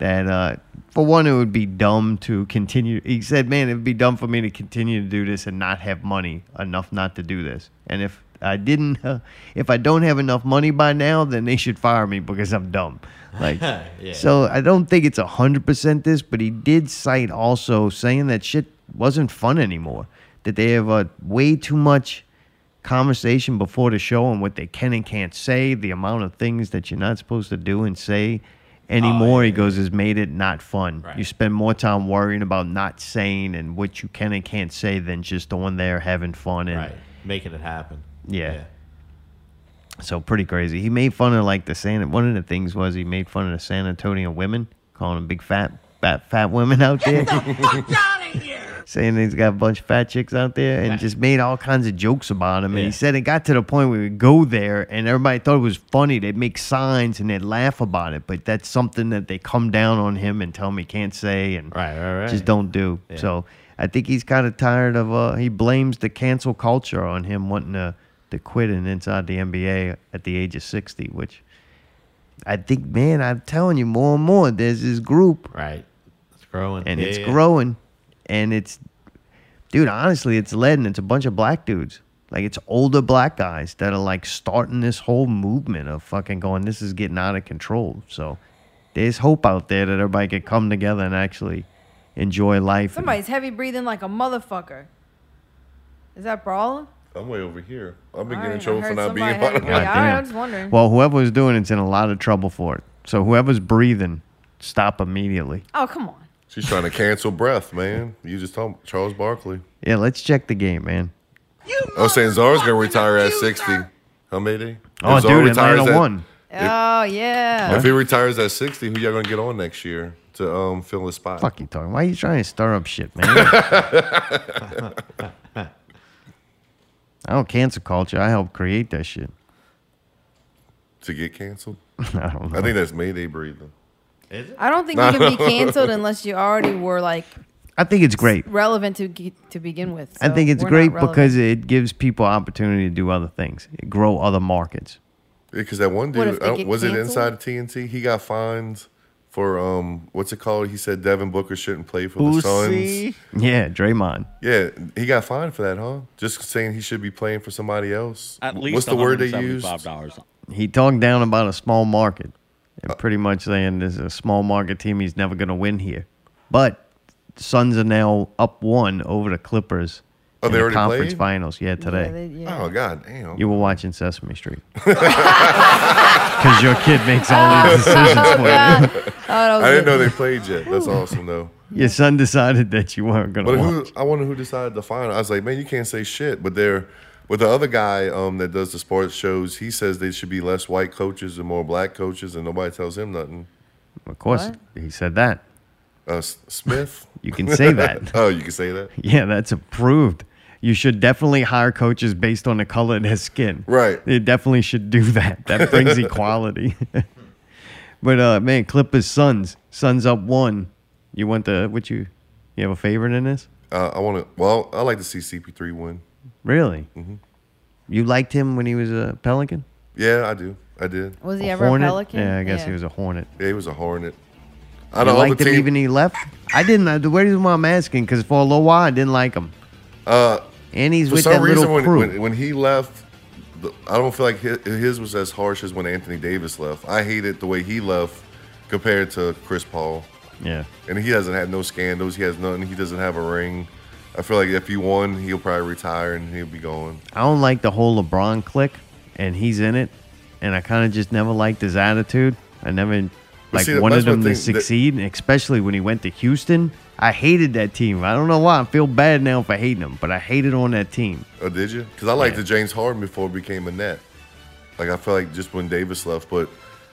[SPEAKER 1] that uh, for one it would be dumb to continue he said man it would be dumb for me to continue to do this and not have money enough not to do this and if i didn't uh, if i don't have enough money by now then they should fire me because i'm dumb like
[SPEAKER 5] [laughs] Yeah.
[SPEAKER 1] so i don't think it's 100% this but he did cite also saying that shit wasn't fun anymore that they have uh, way too much conversation before the show on what they can and can't say, the amount of things that you're not supposed to do and say
[SPEAKER 5] Oh,
[SPEAKER 1] anymore, he goes, has made it not fun. You spend more time worrying about not saying and what you can and can't say than just on there having fun and
[SPEAKER 5] Right, making it happen.
[SPEAKER 1] yeah. So pretty crazy. He made fun of like the San. One of the things was he made fun of the San Antonio women, calling them big fat, fat, fat women out there. Saying he's got a bunch of fat chicks out there, and just made all kinds of jokes about him. And he said it got to the point where we go there, and everybody thought it was funny. They'd make signs and they'd laugh about it, but that's something that they come down on him and tell him he can't say, and just don't do.
[SPEAKER 5] Yeah.
[SPEAKER 1] So I think he's kind of tired of. Uh, he blames the cancel culture on him wanting to to quit and inside the NBA at the age of sixty, which I think, man, I'm telling you, more and more there's this group,
[SPEAKER 5] right? It's growing,
[SPEAKER 1] and
[SPEAKER 5] Yeah,
[SPEAKER 1] it's
[SPEAKER 5] yeah.
[SPEAKER 1] growing, and it's, dude, honestly, it's led and it's a bunch of black dudes. Like it's older black guys that are like starting this whole movement of fucking going, this is getting out of control. So there's hope out there that everybody could come together and actually enjoy life. and-
[SPEAKER 6] Somebody's heavy breathing like a motherfucker. Is that brawling?
[SPEAKER 2] I'm way over here. I've been
[SPEAKER 6] All
[SPEAKER 2] getting in
[SPEAKER 6] right, I
[SPEAKER 2] trouble for
[SPEAKER 6] heard
[SPEAKER 2] not being
[SPEAKER 6] somebody had-
[SPEAKER 2] on
[SPEAKER 6] Yeah, all right,
[SPEAKER 1] Damn.
[SPEAKER 6] I'm just wondering.
[SPEAKER 1] Well, whoever was doing it's in a lot of trouble for it. So whoever's breathing, stop immediately.
[SPEAKER 6] Oh, come on.
[SPEAKER 2] She's trying to cancel breath, man. You just told Charles Barkley.
[SPEAKER 1] Yeah, let's check the game, man.
[SPEAKER 2] I was saying Zara's gonna retire at 60. How many?
[SPEAKER 1] Oh,
[SPEAKER 2] If Zara
[SPEAKER 1] dude,
[SPEAKER 2] retires
[SPEAKER 1] Atlanta
[SPEAKER 2] at-
[SPEAKER 1] won.
[SPEAKER 6] Oh yeah.
[SPEAKER 2] If he retires at 60, who y'all gonna get on next year to um fill his spot?
[SPEAKER 1] Fuck you talking. Why are you trying to stir up shit, man?
[SPEAKER 6] [laughs]
[SPEAKER 1] I don't cancel culture. I help create that shit. [laughs]
[SPEAKER 2] to get canceled?
[SPEAKER 1] I don't know.
[SPEAKER 2] I think that's Mayday breathing.
[SPEAKER 6] I don't think
[SPEAKER 1] No,
[SPEAKER 2] [laughs]
[SPEAKER 6] you can be
[SPEAKER 1] no.
[SPEAKER 6] canceled unless you already were like
[SPEAKER 1] I think it's great.
[SPEAKER 6] relevant to ge- to begin with.
[SPEAKER 1] I
[SPEAKER 6] so
[SPEAKER 1] think it's
[SPEAKER 6] we're not
[SPEAKER 1] great
[SPEAKER 6] relevant.
[SPEAKER 1] because it gives people opportunity to do other things, grow other markets.
[SPEAKER 2] Because that one
[SPEAKER 6] What, if
[SPEAKER 2] dude,
[SPEAKER 6] they
[SPEAKER 2] I don't-
[SPEAKER 6] get
[SPEAKER 2] was it
[SPEAKER 6] canceled?
[SPEAKER 2] inside of TNT? He got fined for um what's it called? He said Devin Booker shouldn't play for the Suns.
[SPEAKER 1] Yeah, Draymond.
[SPEAKER 2] Yeah, he got fined for that, huh? Just saying he should be playing for somebody else.
[SPEAKER 13] At least
[SPEAKER 2] what's the word they used?
[SPEAKER 13] $175.
[SPEAKER 1] He talked down about a small market and pretty much saying this is a small market team. He's never going to win here. But the Suns are now up one over the Clippers
[SPEAKER 2] Oh,
[SPEAKER 1] in
[SPEAKER 2] they
[SPEAKER 1] the
[SPEAKER 2] already
[SPEAKER 1] conference
[SPEAKER 2] played?
[SPEAKER 1] finals. Yeah, today.
[SPEAKER 2] Oh god damn.
[SPEAKER 1] You were watching Sesame Street. [laughs] Because your kid makes all these decisions
[SPEAKER 2] Oh,
[SPEAKER 6] [laughs]
[SPEAKER 1] for
[SPEAKER 2] God.
[SPEAKER 1] you.
[SPEAKER 2] I
[SPEAKER 1] [laughs]
[SPEAKER 2] didn't know they played yet. That's awesome though.
[SPEAKER 1] Your son decided that you weren't going to
[SPEAKER 2] But
[SPEAKER 1] watch.
[SPEAKER 2] who, I wonder who decided to find. I was like, man, you can't say shit. But they're with the other guy um, that does the sports shows. He says they should be less white coaches and more black coaches, and nobody tells him nothing.
[SPEAKER 1] Of course, he said that.
[SPEAKER 2] Uh, S- Smith.
[SPEAKER 1] [laughs] You can say that.
[SPEAKER 2] [laughs] oh, you can say that.
[SPEAKER 1] Yeah, that's approved. You should definitely hire coaches based on the color of their skin.
[SPEAKER 2] Right.
[SPEAKER 1] They definitely should do that. That brings equality. [laughs] But uh, man, Clippers Suns. Suns up one. You want the what you? You have a favorite in this?
[SPEAKER 2] Uh, I want to. Well, I like to see CP3 win.
[SPEAKER 1] Really?
[SPEAKER 2] Mhm.
[SPEAKER 1] You liked him when he was a Pelican?
[SPEAKER 2] Yeah, I do. I did.
[SPEAKER 6] Was
[SPEAKER 1] A
[SPEAKER 6] he ever
[SPEAKER 1] Hornet?
[SPEAKER 6] a Pelican?
[SPEAKER 1] Yeah, I guess he was a Hornet.
[SPEAKER 2] Yeah, he was a Hornet.
[SPEAKER 1] I
[SPEAKER 2] Out of all the
[SPEAKER 1] liked him
[SPEAKER 2] team,
[SPEAKER 1] even he left. I didn't. uh, The reason why I'm asking because for a little while I didn't like him.
[SPEAKER 2] Uh,
[SPEAKER 1] and he's
[SPEAKER 2] for
[SPEAKER 1] with
[SPEAKER 2] some
[SPEAKER 1] that
[SPEAKER 2] reason
[SPEAKER 1] little
[SPEAKER 2] when,
[SPEAKER 1] crew.
[SPEAKER 2] When, when he left, the- I don't feel like his, his was as harsh as when Anthony Davis left. I hated the way he left compared to Chris Paul.
[SPEAKER 1] Yeah.
[SPEAKER 2] And he doesn't have no scandals. He has nothing. He doesn't have a ring. I feel like if he won, he'll probably retire and he'll be going.
[SPEAKER 1] I don't like the whole LeBron clique, and he's in it, and I kind of just never liked his attitude. I never
[SPEAKER 2] But
[SPEAKER 1] like
[SPEAKER 2] see, that-
[SPEAKER 1] wanted
[SPEAKER 2] that's one
[SPEAKER 1] him to
[SPEAKER 2] thing that-
[SPEAKER 1] succeed, and especially when he went to Houston. I hated that team. I don't know why. I feel bad now for hating him, but I hated on that team.
[SPEAKER 2] Oh, did you? Because I liked the James Harden before it became a net. Like I feel like just when Davis left, but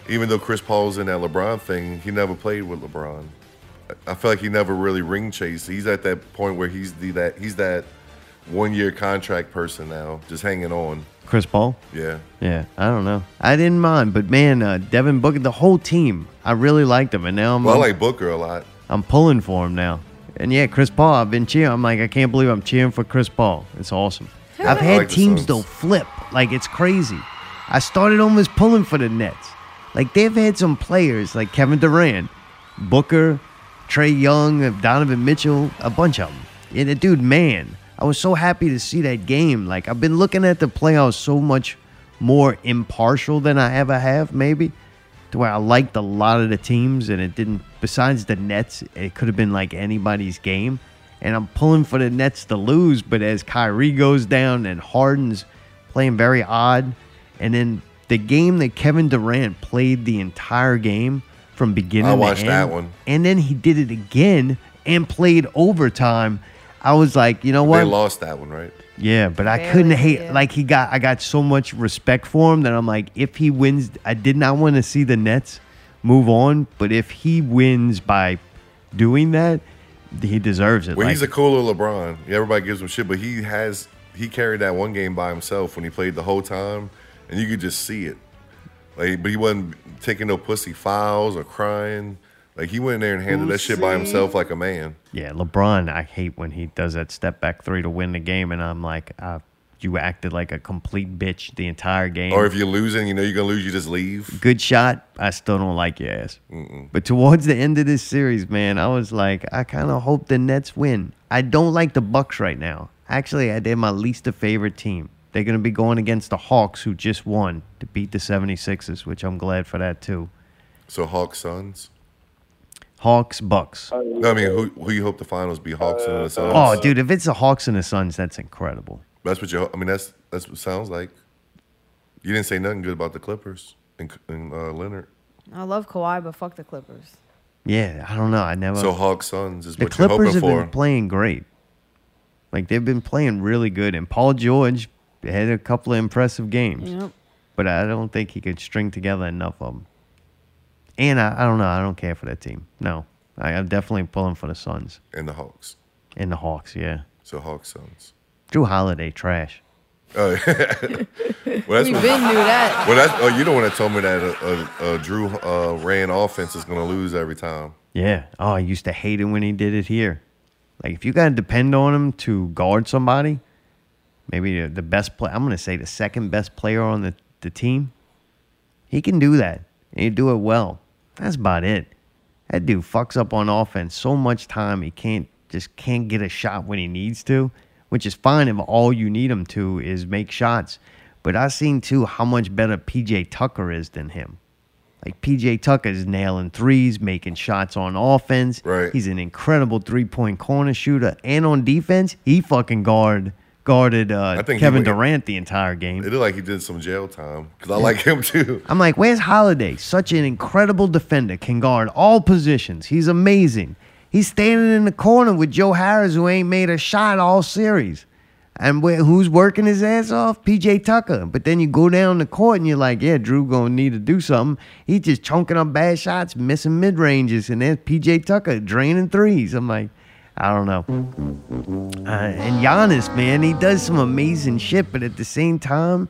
[SPEAKER 2] even though Chris Paul's in that LeBron thing, he never played with LeBron. I- I feel like he never really ring chased. He's at that point where he's the that he's that one year contract person now, just hanging on.
[SPEAKER 1] Chris Paul.
[SPEAKER 2] Yeah.
[SPEAKER 1] Yeah, I don't know. I didn't mind, but man, uh, Devin Booker, the whole team, I really liked him, and now I'm
[SPEAKER 2] Well, I like Booker a lot.
[SPEAKER 1] I'm pulling for him now. And yeah, Chris Paul, I've been cheering. I'm like, I can't believe I'm cheering for Chris Paul. It's awesome.
[SPEAKER 2] Yeah.
[SPEAKER 1] I've
[SPEAKER 2] I
[SPEAKER 1] had
[SPEAKER 2] like the
[SPEAKER 1] teams
[SPEAKER 2] Suns.
[SPEAKER 1] though flip. Like it's crazy. I started almost pulling for the Nets. Like they've had some players like Kevin Durant, Booker, Trey Young, Donovan Mitchell, a bunch of them. Yeah, that dude, man, I was so happy to see that game. Like I've been looking at the playoffs so much more impartial than I ever have, maybe to where I liked a lot of the teams, and it didn't. Besides the Nets, it could have been like anybody's game. And I'm pulling for the Nets to lose, but as Kyrie goes down and Harden's playing very odd, and then the game that Kevin Durant played the entire game from beginning
[SPEAKER 2] I
[SPEAKER 1] to
[SPEAKER 2] watched
[SPEAKER 1] end,
[SPEAKER 2] that one.
[SPEAKER 1] and then he did it again and played overtime. I was like, you know what?
[SPEAKER 2] They lost that one, right?
[SPEAKER 1] Yeah, but I
[SPEAKER 2] Barely,
[SPEAKER 1] couldn't hate like he got I got so much respect for him that I'm like if he wins I did not want to see the Nets move on, but if he wins by doing that, he deserves it.
[SPEAKER 2] Well,
[SPEAKER 1] Like,
[SPEAKER 2] he's a cooler LeBron. Yeah, Everybody gives him shit, but he has he carried that one game by himself when he played the whole time, and you could just see it. Like, but he wasn't taking no pussy fouls or crying. Like he went in there and handled that shit by
[SPEAKER 1] Pussy.
[SPEAKER 2] himself like a man.
[SPEAKER 1] yeah, LeBron, I hate when he does that step back 3 to win the game and I'm like, uh, you acted like a complete bitch the entire game.
[SPEAKER 2] Or if you're losing, you know you're gonna lose. You just leave.
[SPEAKER 1] good shot. I still don't like your ass. But towards the end of this series, man, I was like, I kind of hope the Nets win. I don't like the Bucks right now. Actually, I- they're my least favorite team. They're going to be going against the Hawks, who just won to beat the 76ers, which I'm glad for that too.
[SPEAKER 2] So Hawks Suns.
[SPEAKER 1] Hawks, Bucks.
[SPEAKER 2] No, I mean, who who you hope the finals be? Hawks and the Suns.
[SPEAKER 1] Oh, dude, if it's the Hawks and the Suns, that's incredible.
[SPEAKER 2] That's what you. ho- I mean, that's that's what it sounds like. You didn't say nothing good about the Clippers and, and uh, Leonard.
[SPEAKER 6] I love Kawhi, but fuck the Clippers.
[SPEAKER 1] Yeah, I don't know. I never.
[SPEAKER 2] So Hawks Suns is
[SPEAKER 1] the
[SPEAKER 2] what you're
[SPEAKER 1] Clippers
[SPEAKER 2] hoping
[SPEAKER 1] have
[SPEAKER 2] for.
[SPEAKER 1] been playing great. Like they've been playing really good, and Paul George had a couple of impressive games.
[SPEAKER 6] Yep.
[SPEAKER 1] But I don't think he could string together enough of them. And I, I don't know. I don't care for that team. No, I, I'm definitely pulling for the Suns
[SPEAKER 2] and the Hawks.
[SPEAKER 1] and the Hawks. Yeah,
[SPEAKER 2] So Hawks Suns.
[SPEAKER 1] Drew Holiday trash.
[SPEAKER 2] Oh, well,
[SPEAKER 6] We been knew that.
[SPEAKER 2] Well, that's, oh, you don't want to tell me that a, a, a Drew uh, ran offense is going to lose every time.
[SPEAKER 1] Yeah. Oh, I used to hate him when he did it here. Like if you gotta depend on him to guard somebody, maybe the- the best play. I'm gonna say the second best player on the, the team. He can do that. And he do it well. That's about it. That dude fucks up on offense so much time he can't just can't get a shot when he needs to, which is fine if all you need him to is make shots. But I seen too how much better PJ Tucker is than him. Like PJ Tucker is nailing threes, making shots on offense. Right. He's an incredible three point corner shooter, and on defense, he fucking guard guarded uh,
[SPEAKER 2] I think he
[SPEAKER 1] Kevin
[SPEAKER 2] went-
[SPEAKER 1] Durant the entire game.
[SPEAKER 2] It looked like he did some jail time because I like him too. [laughs]
[SPEAKER 1] I'm like, where's Holiday? Such an incredible defender, can guard all positions. He's amazing. He's standing in the corner with Joe Harris, who ain't made a shot all series. And where, who's working his ass off? PJ Tucker. But then you go down the court and you're like, yeah, Drew gonna need to do something. He's just chunking up bad shots, missing mid ranges, and then PJ Tucker draining threes. I'm like, I don't know. Uh, and Giannis, man, he does some amazing shit, but at the same time,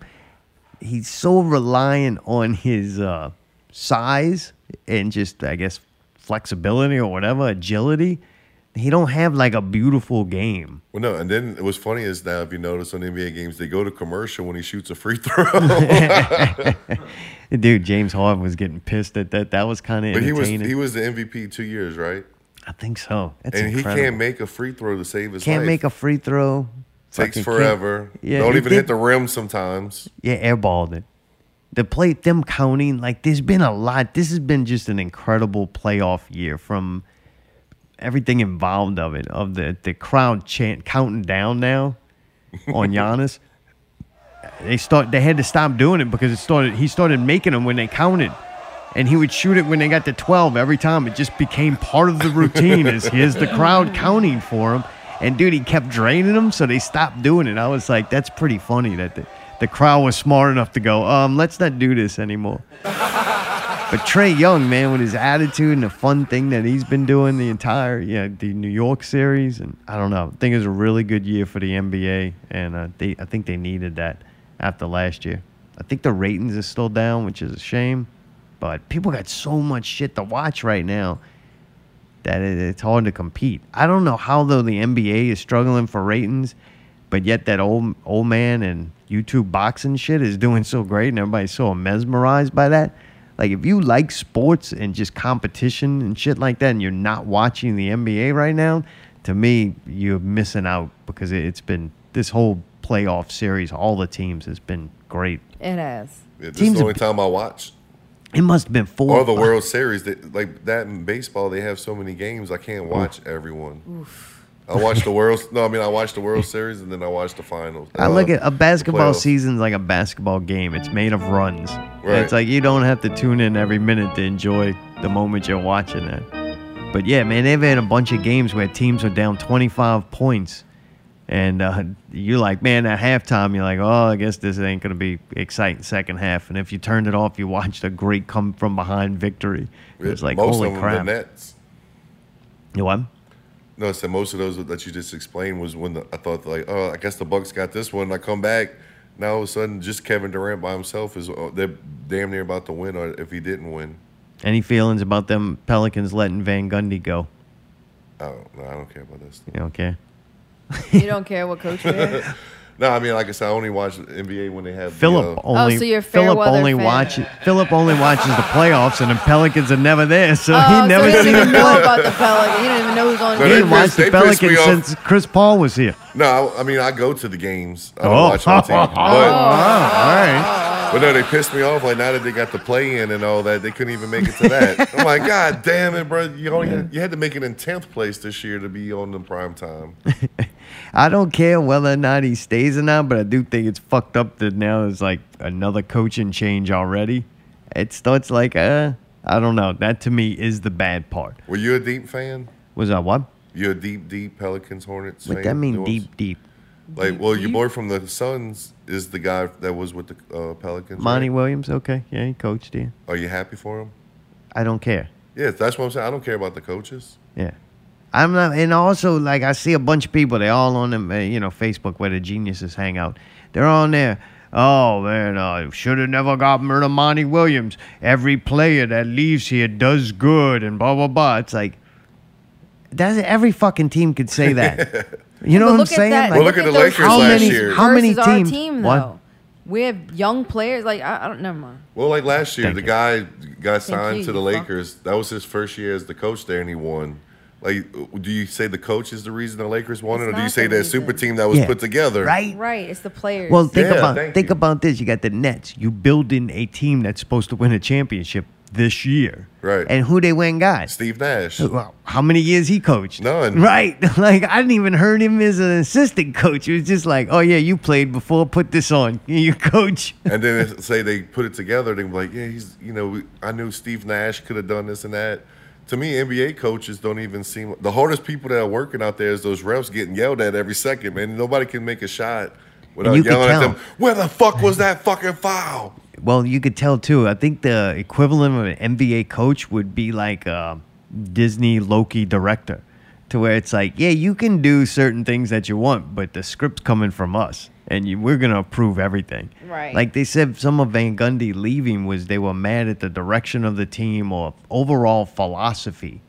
[SPEAKER 1] he's so reliant on his uh, size and just I guess flexibility or whatever, agility. He don't have like a beautiful game.
[SPEAKER 2] Well, no, and then what's funny is now if you notice on NBA games, they go to commercial when he shoots a free throw. [laughs]
[SPEAKER 1] Dude, James Harden was getting pissed at that. That was kind of
[SPEAKER 2] but he
[SPEAKER 1] entertaining.
[SPEAKER 2] was he was the MVP two years, right?
[SPEAKER 1] I think so. That's
[SPEAKER 2] and
[SPEAKER 1] incredible.
[SPEAKER 2] he can't make a free throw to save his
[SPEAKER 1] Can't
[SPEAKER 2] life.
[SPEAKER 1] make a free throw.
[SPEAKER 2] Takes
[SPEAKER 1] Fucking can't-
[SPEAKER 2] forever.
[SPEAKER 1] Yeah,
[SPEAKER 2] Don't
[SPEAKER 1] he
[SPEAKER 2] even
[SPEAKER 1] did-
[SPEAKER 2] hit the rim sometimes.
[SPEAKER 1] Yeah, airballed it. The play, them counting, like there's been a lot. This has been just an incredible playoff year from everything involved of it, of the the crowd chant counting down now on Giannis. they start, they had to stop doing it because it started. He started making them when they counted, and he would shoot it when they got to twelve every time. It just became part of the routine. is here's the crowd counting for him, and dude, he kept draining them, so they stopped doing it. I was like, that's pretty funny that the, the crowd was smart enough to go, um, let's not do this anymore. But Trey Young, man, with his attitude and the fun thing that he's been doing the entire yeah the New York series, and I don't know, I think it was a really good year for the NBA, and uh, they I think they needed that after last year. I think the ratings are still down, which is a shame, but people got so much shit to watch right now that it, it's hard to compete. I don't know how though the NBA is struggling for ratings, but yet that old old man and YouTube boxing shit is doing so great, and everybody's so mesmerized by that. Like if you like sports and just competition and shit like that, and you're not watching the NBA right now, to me you're missing out because it, it's been this whole playoff series, all the teams has been great.
[SPEAKER 6] It has.
[SPEAKER 2] Yeah, this
[SPEAKER 1] Teams
[SPEAKER 2] is the
[SPEAKER 1] have
[SPEAKER 2] only time I watch.
[SPEAKER 1] It must have been four
[SPEAKER 2] Or the
[SPEAKER 1] five-
[SPEAKER 2] World Series, they, like that in baseball, they have so many games. I can't watch everyone. I watch the World. No, I mean I watch the World Series and then I watch the finals. Uh,
[SPEAKER 1] I look at a
[SPEAKER 2] Um,
[SPEAKER 1] basketball
[SPEAKER 2] playoffs.
[SPEAKER 1] season's like a basketball game. It's made of runs.
[SPEAKER 2] Right.
[SPEAKER 1] It's like you don't have to tune in every minute to enjoy the moment you're watching it. But yeah, man, they've had a bunch of games where teams are down 25 points, and uh, you're like, man, at halftime, you're like, oh, I guess this ain't gonna be exciting second half. And if you turned it off, you watched a great come from behind victory. It was like,
[SPEAKER 2] most
[SPEAKER 1] holy
[SPEAKER 2] of them
[SPEAKER 1] crap!
[SPEAKER 2] the Nets.
[SPEAKER 1] You what?
[SPEAKER 2] No, I said most of those that you just explained was when the, I thought like, oh, I guess the Bucks got this one. I come back, now all of a sudden, just Kevin Durant by himself is uh, they're damn near about to win, or if he didn't win,
[SPEAKER 1] Any feelings about them Pelicans letting Van Gundy go?
[SPEAKER 2] I don't, no, I don't care about this.
[SPEAKER 1] You don't care.
[SPEAKER 6] You don't care what coach wears.
[SPEAKER 2] no, I mean, like I said, I only watch the NBA when they have the,
[SPEAKER 1] Philip
[SPEAKER 2] uh,
[SPEAKER 1] only
[SPEAKER 6] Oh, so you're a fair
[SPEAKER 1] Philip
[SPEAKER 6] weather
[SPEAKER 1] only
[SPEAKER 6] fan.
[SPEAKER 1] watches Philip only watches the playoffs and the Pelicans are never there, so
[SPEAKER 6] oh,
[SPEAKER 1] he never
[SPEAKER 6] so he
[SPEAKER 1] seen
[SPEAKER 6] doesn't
[SPEAKER 1] them
[SPEAKER 6] even know
[SPEAKER 1] [laughs] play.
[SPEAKER 6] about the Pelicans. He don't even know who's on.
[SPEAKER 1] He didn't watch the Pelicans since Chris Paul was here.
[SPEAKER 2] No, I, I mean I go to the games. I don't
[SPEAKER 1] Oh.
[SPEAKER 2] watch my
[SPEAKER 1] [laughs]
[SPEAKER 2] team.
[SPEAKER 1] Oh,
[SPEAKER 2] But,
[SPEAKER 1] all right.
[SPEAKER 2] But no, they pissed me off. Like now that they got the play in and all that, they couldn't even make it to
[SPEAKER 1] [laughs]
[SPEAKER 2] that. I'm like, God damn it, bro! You only you had to make it in tenth place this year to be on the prime time.
[SPEAKER 1] I don't care whether or not he stays or not, but I do think it's fucked up that now there's like another coaching change already. It starts like uh I don't know. That to me is the bad part.
[SPEAKER 2] Were you a deep fan?
[SPEAKER 1] Was that what?
[SPEAKER 2] You're a deep, deep Pelicans Hornets.
[SPEAKER 1] What
[SPEAKER 2] fan?
[SPEAKER 1] that mean
[SPEAKER 2] Nuance?
[SPEAKER 1] deep deep?
[SPEAKER 2] Like, well, your boy from the Suns is the guy that was with the uh, Pelicans.
[SPEAKER 1] Monty
[SPEAKER 2] right?
[SPEAKER 1] Williams, okay. Yeah, he coached you.
[SPEAKER 2] Are you happy for him?
[SPEAKER 1] I don't care.
[SPEAKER 2] Yeah, that's what I'm saying. I don't care about the coaches.
[SPEAKER 1] Yeah. I'm not, and also like I see a bunch of people. They all on them, uh, you know, Facebook where the geniuses hang out. They're on there. Oh man, I should have never gotten rid of Monty Williams. Every player that leaves here does good, and blah blah blah. It's like that's every fucking team could say that. you know what
[SPEAKER 6] But
[SPEAKER 1] I'm
[SPEAKER 6] look at
[SPEAKER 1] saying?
[SPEAKER 6] that-
[SPEAKER 1] Like,
[SPEAKER 6] Well, look at the
[SPEAKER 1] those
[SPEAKER 2] Lakers
[SPEAKER 1] how
[SPEAKER 2] last
[SPEAKER 1] many,
[SPEAKER 2] year.
[SPEAKER 1] How many
[SPEAKER 6] versus our
[SPEAKER 1] teams?
[SPEAKER 6] team,
[SPEAKER 1] what?
[SPEAKER 6] We have young players. Like I, I don't. Never mind.
[SPEAKER 2] Well, like last year, the guy got signed
[SPEAKER 6] you,
[SPEAKER 2] to the
[SPEAKER 6] you fuck.
[SPEAKER 2] Lakers. That was his first year as the coach there, and he won. Like, do you say the coach is the reason the Lakers won it, or do you
[SPEAKER 6] not
[SPEAKER 2] say
[SPEAKER 6] the
[SPEAKER 2] that super team that was
[SPEAKER 1] Yeah.
[SPEAKER 2] put together?
[SPEAKER 6] Right. It's the players.
[SPEAKER 1] Well, think
[SPEAKER 2] Yeah,
[SPEAKER 1] about
[SPEAKER 2] thank
[SPEAKER 1] think about this. You got the Nets. You building a team that's supposed to win a championship this year,
[SPEAKER 2] Right.
[SPEAKER 1] And who they went got? [laughs]
[SPEAKER 2] Steve Nash.
[SPEAKER 1] Well, How many years he coached?
[SPEAKER 2] None.
[SPEAKER 1] Right. [laughs] Like I didn't even heard him as an assistant coach. It was just like, oh yeah, you played before. Put this on. [laughs] You coach.
[SPEAKER 2] And then if- say they put it together, they be like, yeah, he's, you know, we- I knew Steve Nash could have done this and that. To me, NBA coaches don't even seem the hardest people that are working out there is those refs getting yelled at every second, man. Nobody can make a shot without
[SPEAKER 1] you can
[SPEAKER 2] yelling at
[SPEAKER 1] tell.
[SPEAKER 2] them. Where the fuck was that fucking foul?
[SPEAKER 1] Well, you could tell too. I think the equivalent of an NBA coach would be like a Disney Loki director. to where it's like, yeah, you can do certain things that you want, but the script's coming from us, and you, we're gonna approve everything.
[SPEAKER 6] Right.
[SPEAKER 1] Like they said, some of Van Gundy leaving was they were mad at the direction of the team or overall philosophy,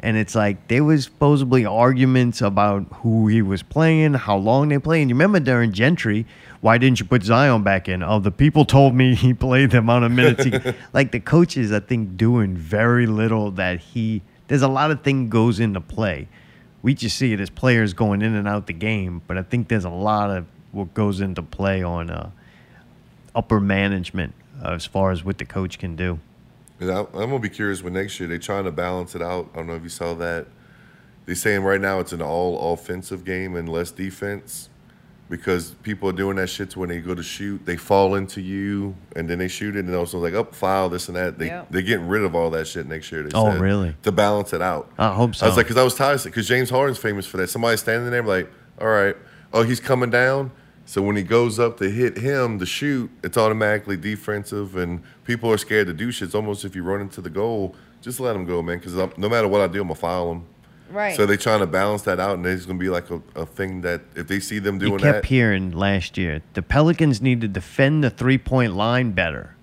[SPEAKER 1] and it's like there was supposedly arguments about who he was playing, how long they played. And you remember during Gentry, why didn't you put Zion back in? Oh, the people told me [laughs] he played the amount of minutes. He, like the coaches, I think doing very little that he there's a lot of thing goes into play. We just see it as players going in and out the game, but I think there's a lot of what goes into play on uh, upper management uh, as far as what the coach can do.
[SPEAKER 2] And I, I'm gonna be curious when next year they're trying to balance it out. I don't know if you saw that. They're saying right now it's an all offensive game and less defense because people are doing that shit to when they go to shoot, they fall into you and then they shoot it and also like up foul this and that. They
[SPEAKER 1] Yep.
[SPEAKER 2] they're getting rid of all that shit next year. They
[SPEAKER 1] Oh,
[SPEAKER 2] said,
[SPEAKER 1] really?
[SPEAKER 2] To balance it out.
[SPEAKER 1] I hope so.
[SPEAKER 2] I was like, because I was tired because James Harden's famous for that. Somebody standing there like, all right, oh he's coming down. So when he goes up to hit him to shoot, it's automatically defensive, and people are scared to do shit. It's almost if you run into the goal, just let him go, man. Because no matter what I do, I'm gonna foul him.
[SPEAKER 6] Right.
[SPEAKER 2] So they're trying to balance that out, and it's gonna be like a, a thing that if they see them doing
[SPEAKER 1] you kept
[SPEAKER 2] that,
[SPEAKER 1] hearing last year the Pelicans need to defend the three point line better,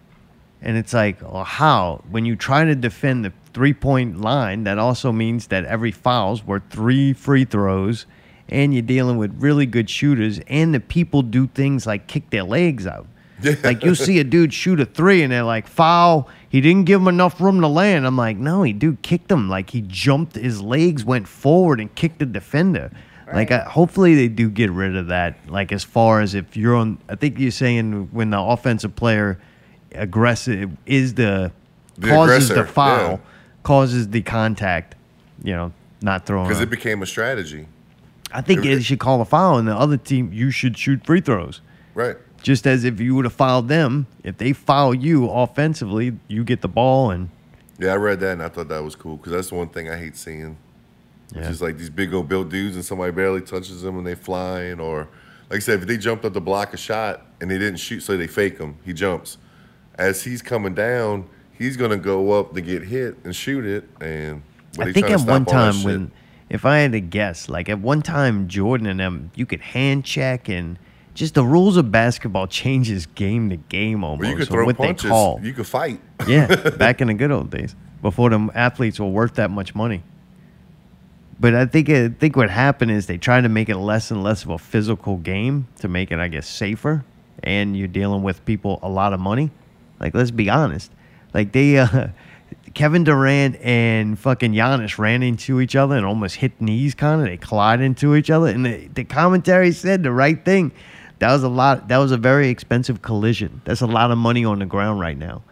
[SPEAKER 1] and it's like, well, how? When you try to defend the three point line, that also means that every foul's worth three free throws, and you're dealing with really good shooters, and the people do things like kick their legs out. Like you see a dude shoot a three and they're like foul. He didn't give him enough room to land. I'm like, no, he dude kicked him. Like he jumped, his legs went forward and kicked the defender. Like I, hopefully they do get rid of that. Like as far as if you're on, I think you're saying when the offensive player aggressive is the,
[SPEAKER 2] The
[SPEAKER 1] causes the
[SPEAKER 2] aggressor,
[SPEAKER 1] foul,
[SPEAKER 2] yeah.
[SPEAKER 1] causes the contact. You know, not throwing.
[SPEAKER 2] because
[SPEAKER 1] a-
[SPEAKER 2] it became a strategy,
[SPEAKER 1] I think
[SPEAKER 2] it-
[SPEAKER 1] they should call a foul, and the other team you should shoot free throws.
[SPEAKER 2] right?
[SPEAKER 1] Just as if you would have fouled them, if they foul you offensively, you get the ball and
[SPEAKER 2] Yeah, I read that and I thought that was cool because that's one thing I hate seeing. It's just like these big old built dudes and somebody barely touches them and they flying or, like I said, if they jumped up to block a shot and they didn't shoot, so they fake him, he jumps. As he's coming down, he's gonna go up to get hit and shoot it. And but
[SPEAKER 1] I
[SPEAKER 2] they
[SPEAKER 1] think
[SPEAKER 2] trying
[SPEAKER 1] at
[SPEAKER 2] to stop
[SPEAKER 1] one
[SPEAKER 2] all that
[SPEAKER 1] time
[SPEAKER 2] shit.
[SPEAKER 1] when, if I had to guess, like at one time Jordan and them, you could hand check and just the rules of basketball [laughs] changes game to game almost.
[SPEAKER 2] Well, you could
[SPEAKER 1] on
[SPEAKER 2] throw
[SPEAKER 1] Oh, what
[SPEAKER 2] punches,
[SPEAKER 1] they call.
[SPEAKER 2] you could fight. [laughs]
[SPEAKER 1] yeah, back in the good old days, before the athletes were worth that much money. But I think I think what happened is they tried to make it less and less of a physical game to make it, I guess, safer. And you're dealing with people a lot of money. Like, let's be honest. Like they, uh, [laughs] Kevin Durant and fucking Giannis ran into each other and almost hit knees, kind of. They collided into each other, and the, the commentary said the right thing. That was a lot. That was a very expensive collision. That's a lot of money on the ground right now.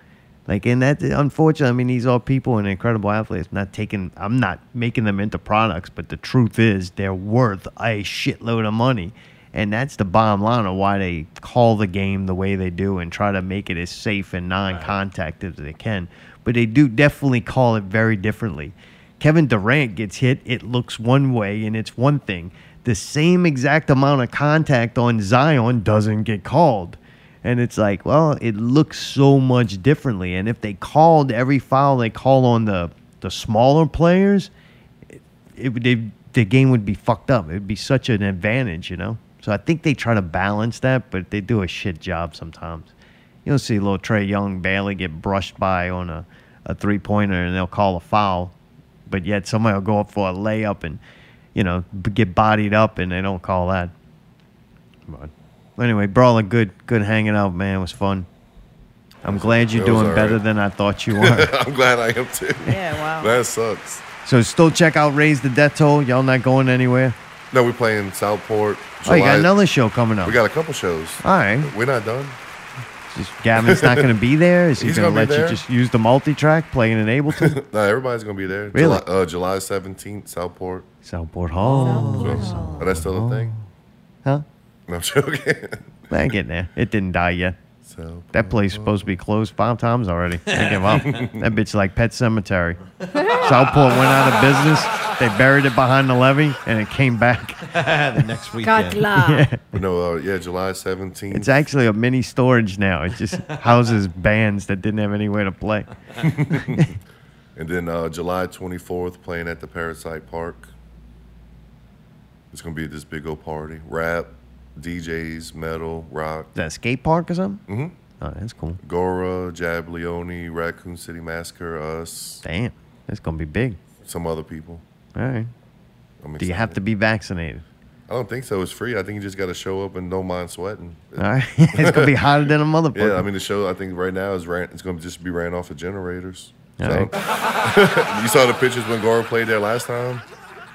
[SPEAKER 1] Like, and that, unfortunately, I mean, these are people and incredible athletes. Not taking, I'm not making them into products, but the truth is, they're worth a shitload of money, and that's the bottom line of why they call the game the way they do and try to make it as safe and non-contact as they can. But they do definitely call it very differently. Kevin Durant gets hit, it looks one way and it's one thing. The same exact amount of contact on Zion doesn't get called. And it's like, well, it looks so much differently. And if they called every foul they call on the, the smaller players, it, would they, the game would be fucked up. It would be such an advantage, you know? So I think they try to balance that, but they do a shit job sometimes. You'll see little Trey Young barely get brushed by on a, a three pointer and they'll call a foul, but yet somebody will go up for a layup and, you know, b- get bodied up and they don't call that. But anyway, Brawler, good, good hanging out, man. It was fun. I'm glad you're
[SPEAKER 2] that was
[SPEAKER 1] doing
[SPEAKER 2] all
[SPEAKER 1] better
[SPEAKER 2] right.
[SPEAKER 1] than I thought you were.
[SPEAKER 2] I'm glad I am too.
[SPEAKER 6] Yeah, wow.
[SPEAKER 2] That sucks.
[SPEAKER 1] so still check out Raise the Death Toll. Y'all not going anywhere.
[SPEAKER 2] No, we're playing Southport.
[SPEAKER 1] Oh, you
[SPEAKER 2] July-
[SPEAKER 1] got another Uh, show coming up.
[SPEAKER 2] We got a couple shows.
[SPEAKER 1] All right.
[SPEAKER 2] We're not done.
[SPEAKER 1] Just Gavin's not going to be there. Is he
[SPEAKER 2] He's
[SPEAKER 1] going to
[SPEAKER 2] gonna
[SPEAKER 1] let
[SPEAKER 2] be
[SPEAKER 1] you
[SPEAKER 2] there.
[SPEAKER 1] just use the multi-track playing in
[SPEAKER 2] [laughs]
[SPEAKER 1] Ableton?
[SPEAKER 2] No, everybody's gonna be there.
[SPEAKER 1] Really?
[SPEAKER 2] July, uh, July seventeenth, Southport.
[SPEAKER 1] Southport Hall.
[SPEAKER 2] So, oh, that's still a thing.
[SPEAKER 1] Huh?
[SPEAKER 2] No, I'm [laughs] joking.
[SPEAKER 1] Man, getting there. It didn't die yet.
[SPEAKER 2] So
[SPEAKER 1] That place is supposed to be closed five times already. I give
[SPEAKER 2] [laughs]
[SPEAKER 1] up. that bitch like Pet Cemetery. Southport went out of business. They buried it behind the levee, and it came back.
[SPEAKER 5] the next
[SPEAKER 1] Got
[SPEAKER 5] weekend.
[SPEAKER 1] la. Yeah.
[SPEAKER 2] But no, uh, yeah, July seventeenth.
[SPEAKER 1] It's actually a mini storage now. It just houses bands that didn't have anywhere to play.
[SPEAKER 2] and then uh, July twenty fourth, playing at the Parasite Park. It's gonna be this big old party. Rap, DJs, metal, rock.
[SPEAKER 1] Is that a skate park or something?
[SPEAKER 2] Mm-hmm.
[SPEAKER 1] Oh, that's cool.
[SPEAKER 2] Gora, Jab Leone, Raccoon City Massacre, us,
[SPEAKER 1] Damn, that's gonna be big.
[SPEAKER 2] some other people.
[SPEAKER 1] All right.
[SPEAKER 2] I'm
[SPEAKER 1] Do you have to be
[SPEAKER 2] [laughs]
[SPEAKER 1] vaccinated?
[SPEAKER 2] I don't think so. It's free. I think you just got to show up and don't mind sweating.
[SPEAKER 1] All right. [laughs] it's gonna be hotter than a motherfucker.
[SPEAKER 2] Yeah, I mean the show. I think right now is ran. It's going to just be ran off of generators.
[SPEAKER 1] All
[SPEAKER 2] So- [laughs] you saw the pictures when Gora played there last time,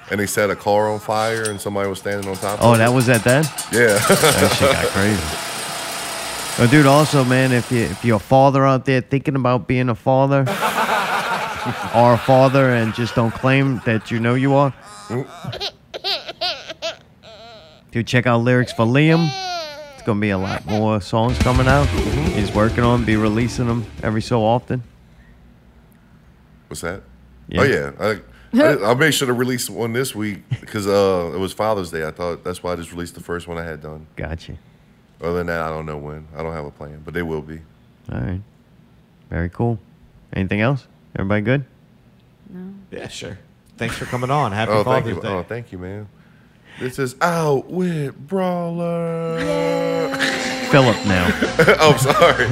[SPEAKER 2] and they set a car on fire and somebody was standing on top.
[SPEAKER 1] Oh,
[SPEAKER 2] of
[SPEAKER 1] that
[SPEAKER 2] it.
[SPEAKER 1] was at that.
[SPEAKER 2] Yeah.
[SPEAKER 1] that shit got crazy. Oh, dude. Also, man, if you if you're a father out there thinking about being a
[SPEAKER 2] [laughs]
[SPEAKER 1] father or a father and just don't claim that you know you are, dude, check out lyrics for Liam. It's gonna be a lot more songs coming out.
[SPEAKER 2] Mm-hmm.
[SPEAKER 1] He's working on, 'em, be releasing them every so often.
[SPEAKER 2] What's that?
[SPEAKER 1] Yeah.
[SPEAKER 2] Oh yeah, I, I, I made sure to release one this week because uh, it was Father's Day. I thought that's why I just released the first one I had done.
[SPEAKER 1] Gotcha.
[SPEAKER 2] Other than that, I don't know when. I don't have a plan, but they will be.
[SPEAKER 1] All right. Very cool. Anything else? Everybody good?
[SPEAKER 5] Yeah, sure. Thanks for coming on. Happy
[SPEAKER 2] oh,
[SPEAKER 5] Father's
[SPEAKER 2] thank you.
[SPEAKER 5] Day.
[SPEAKER 2] Oh, thank you, man. This is out with brawler.
[SPEAKER 1] Philip now.
[SPEAKER 2] oh, sorry.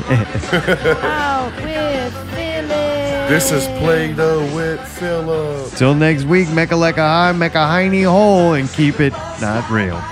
[SPEAKER 6] Out with Philip.
[SPEAKER 2] this is Play Doh with Philip.
[SPEAKER 1] Till next week, Mecca Lecca High, Mecca Heiny Hole, and keep it not real.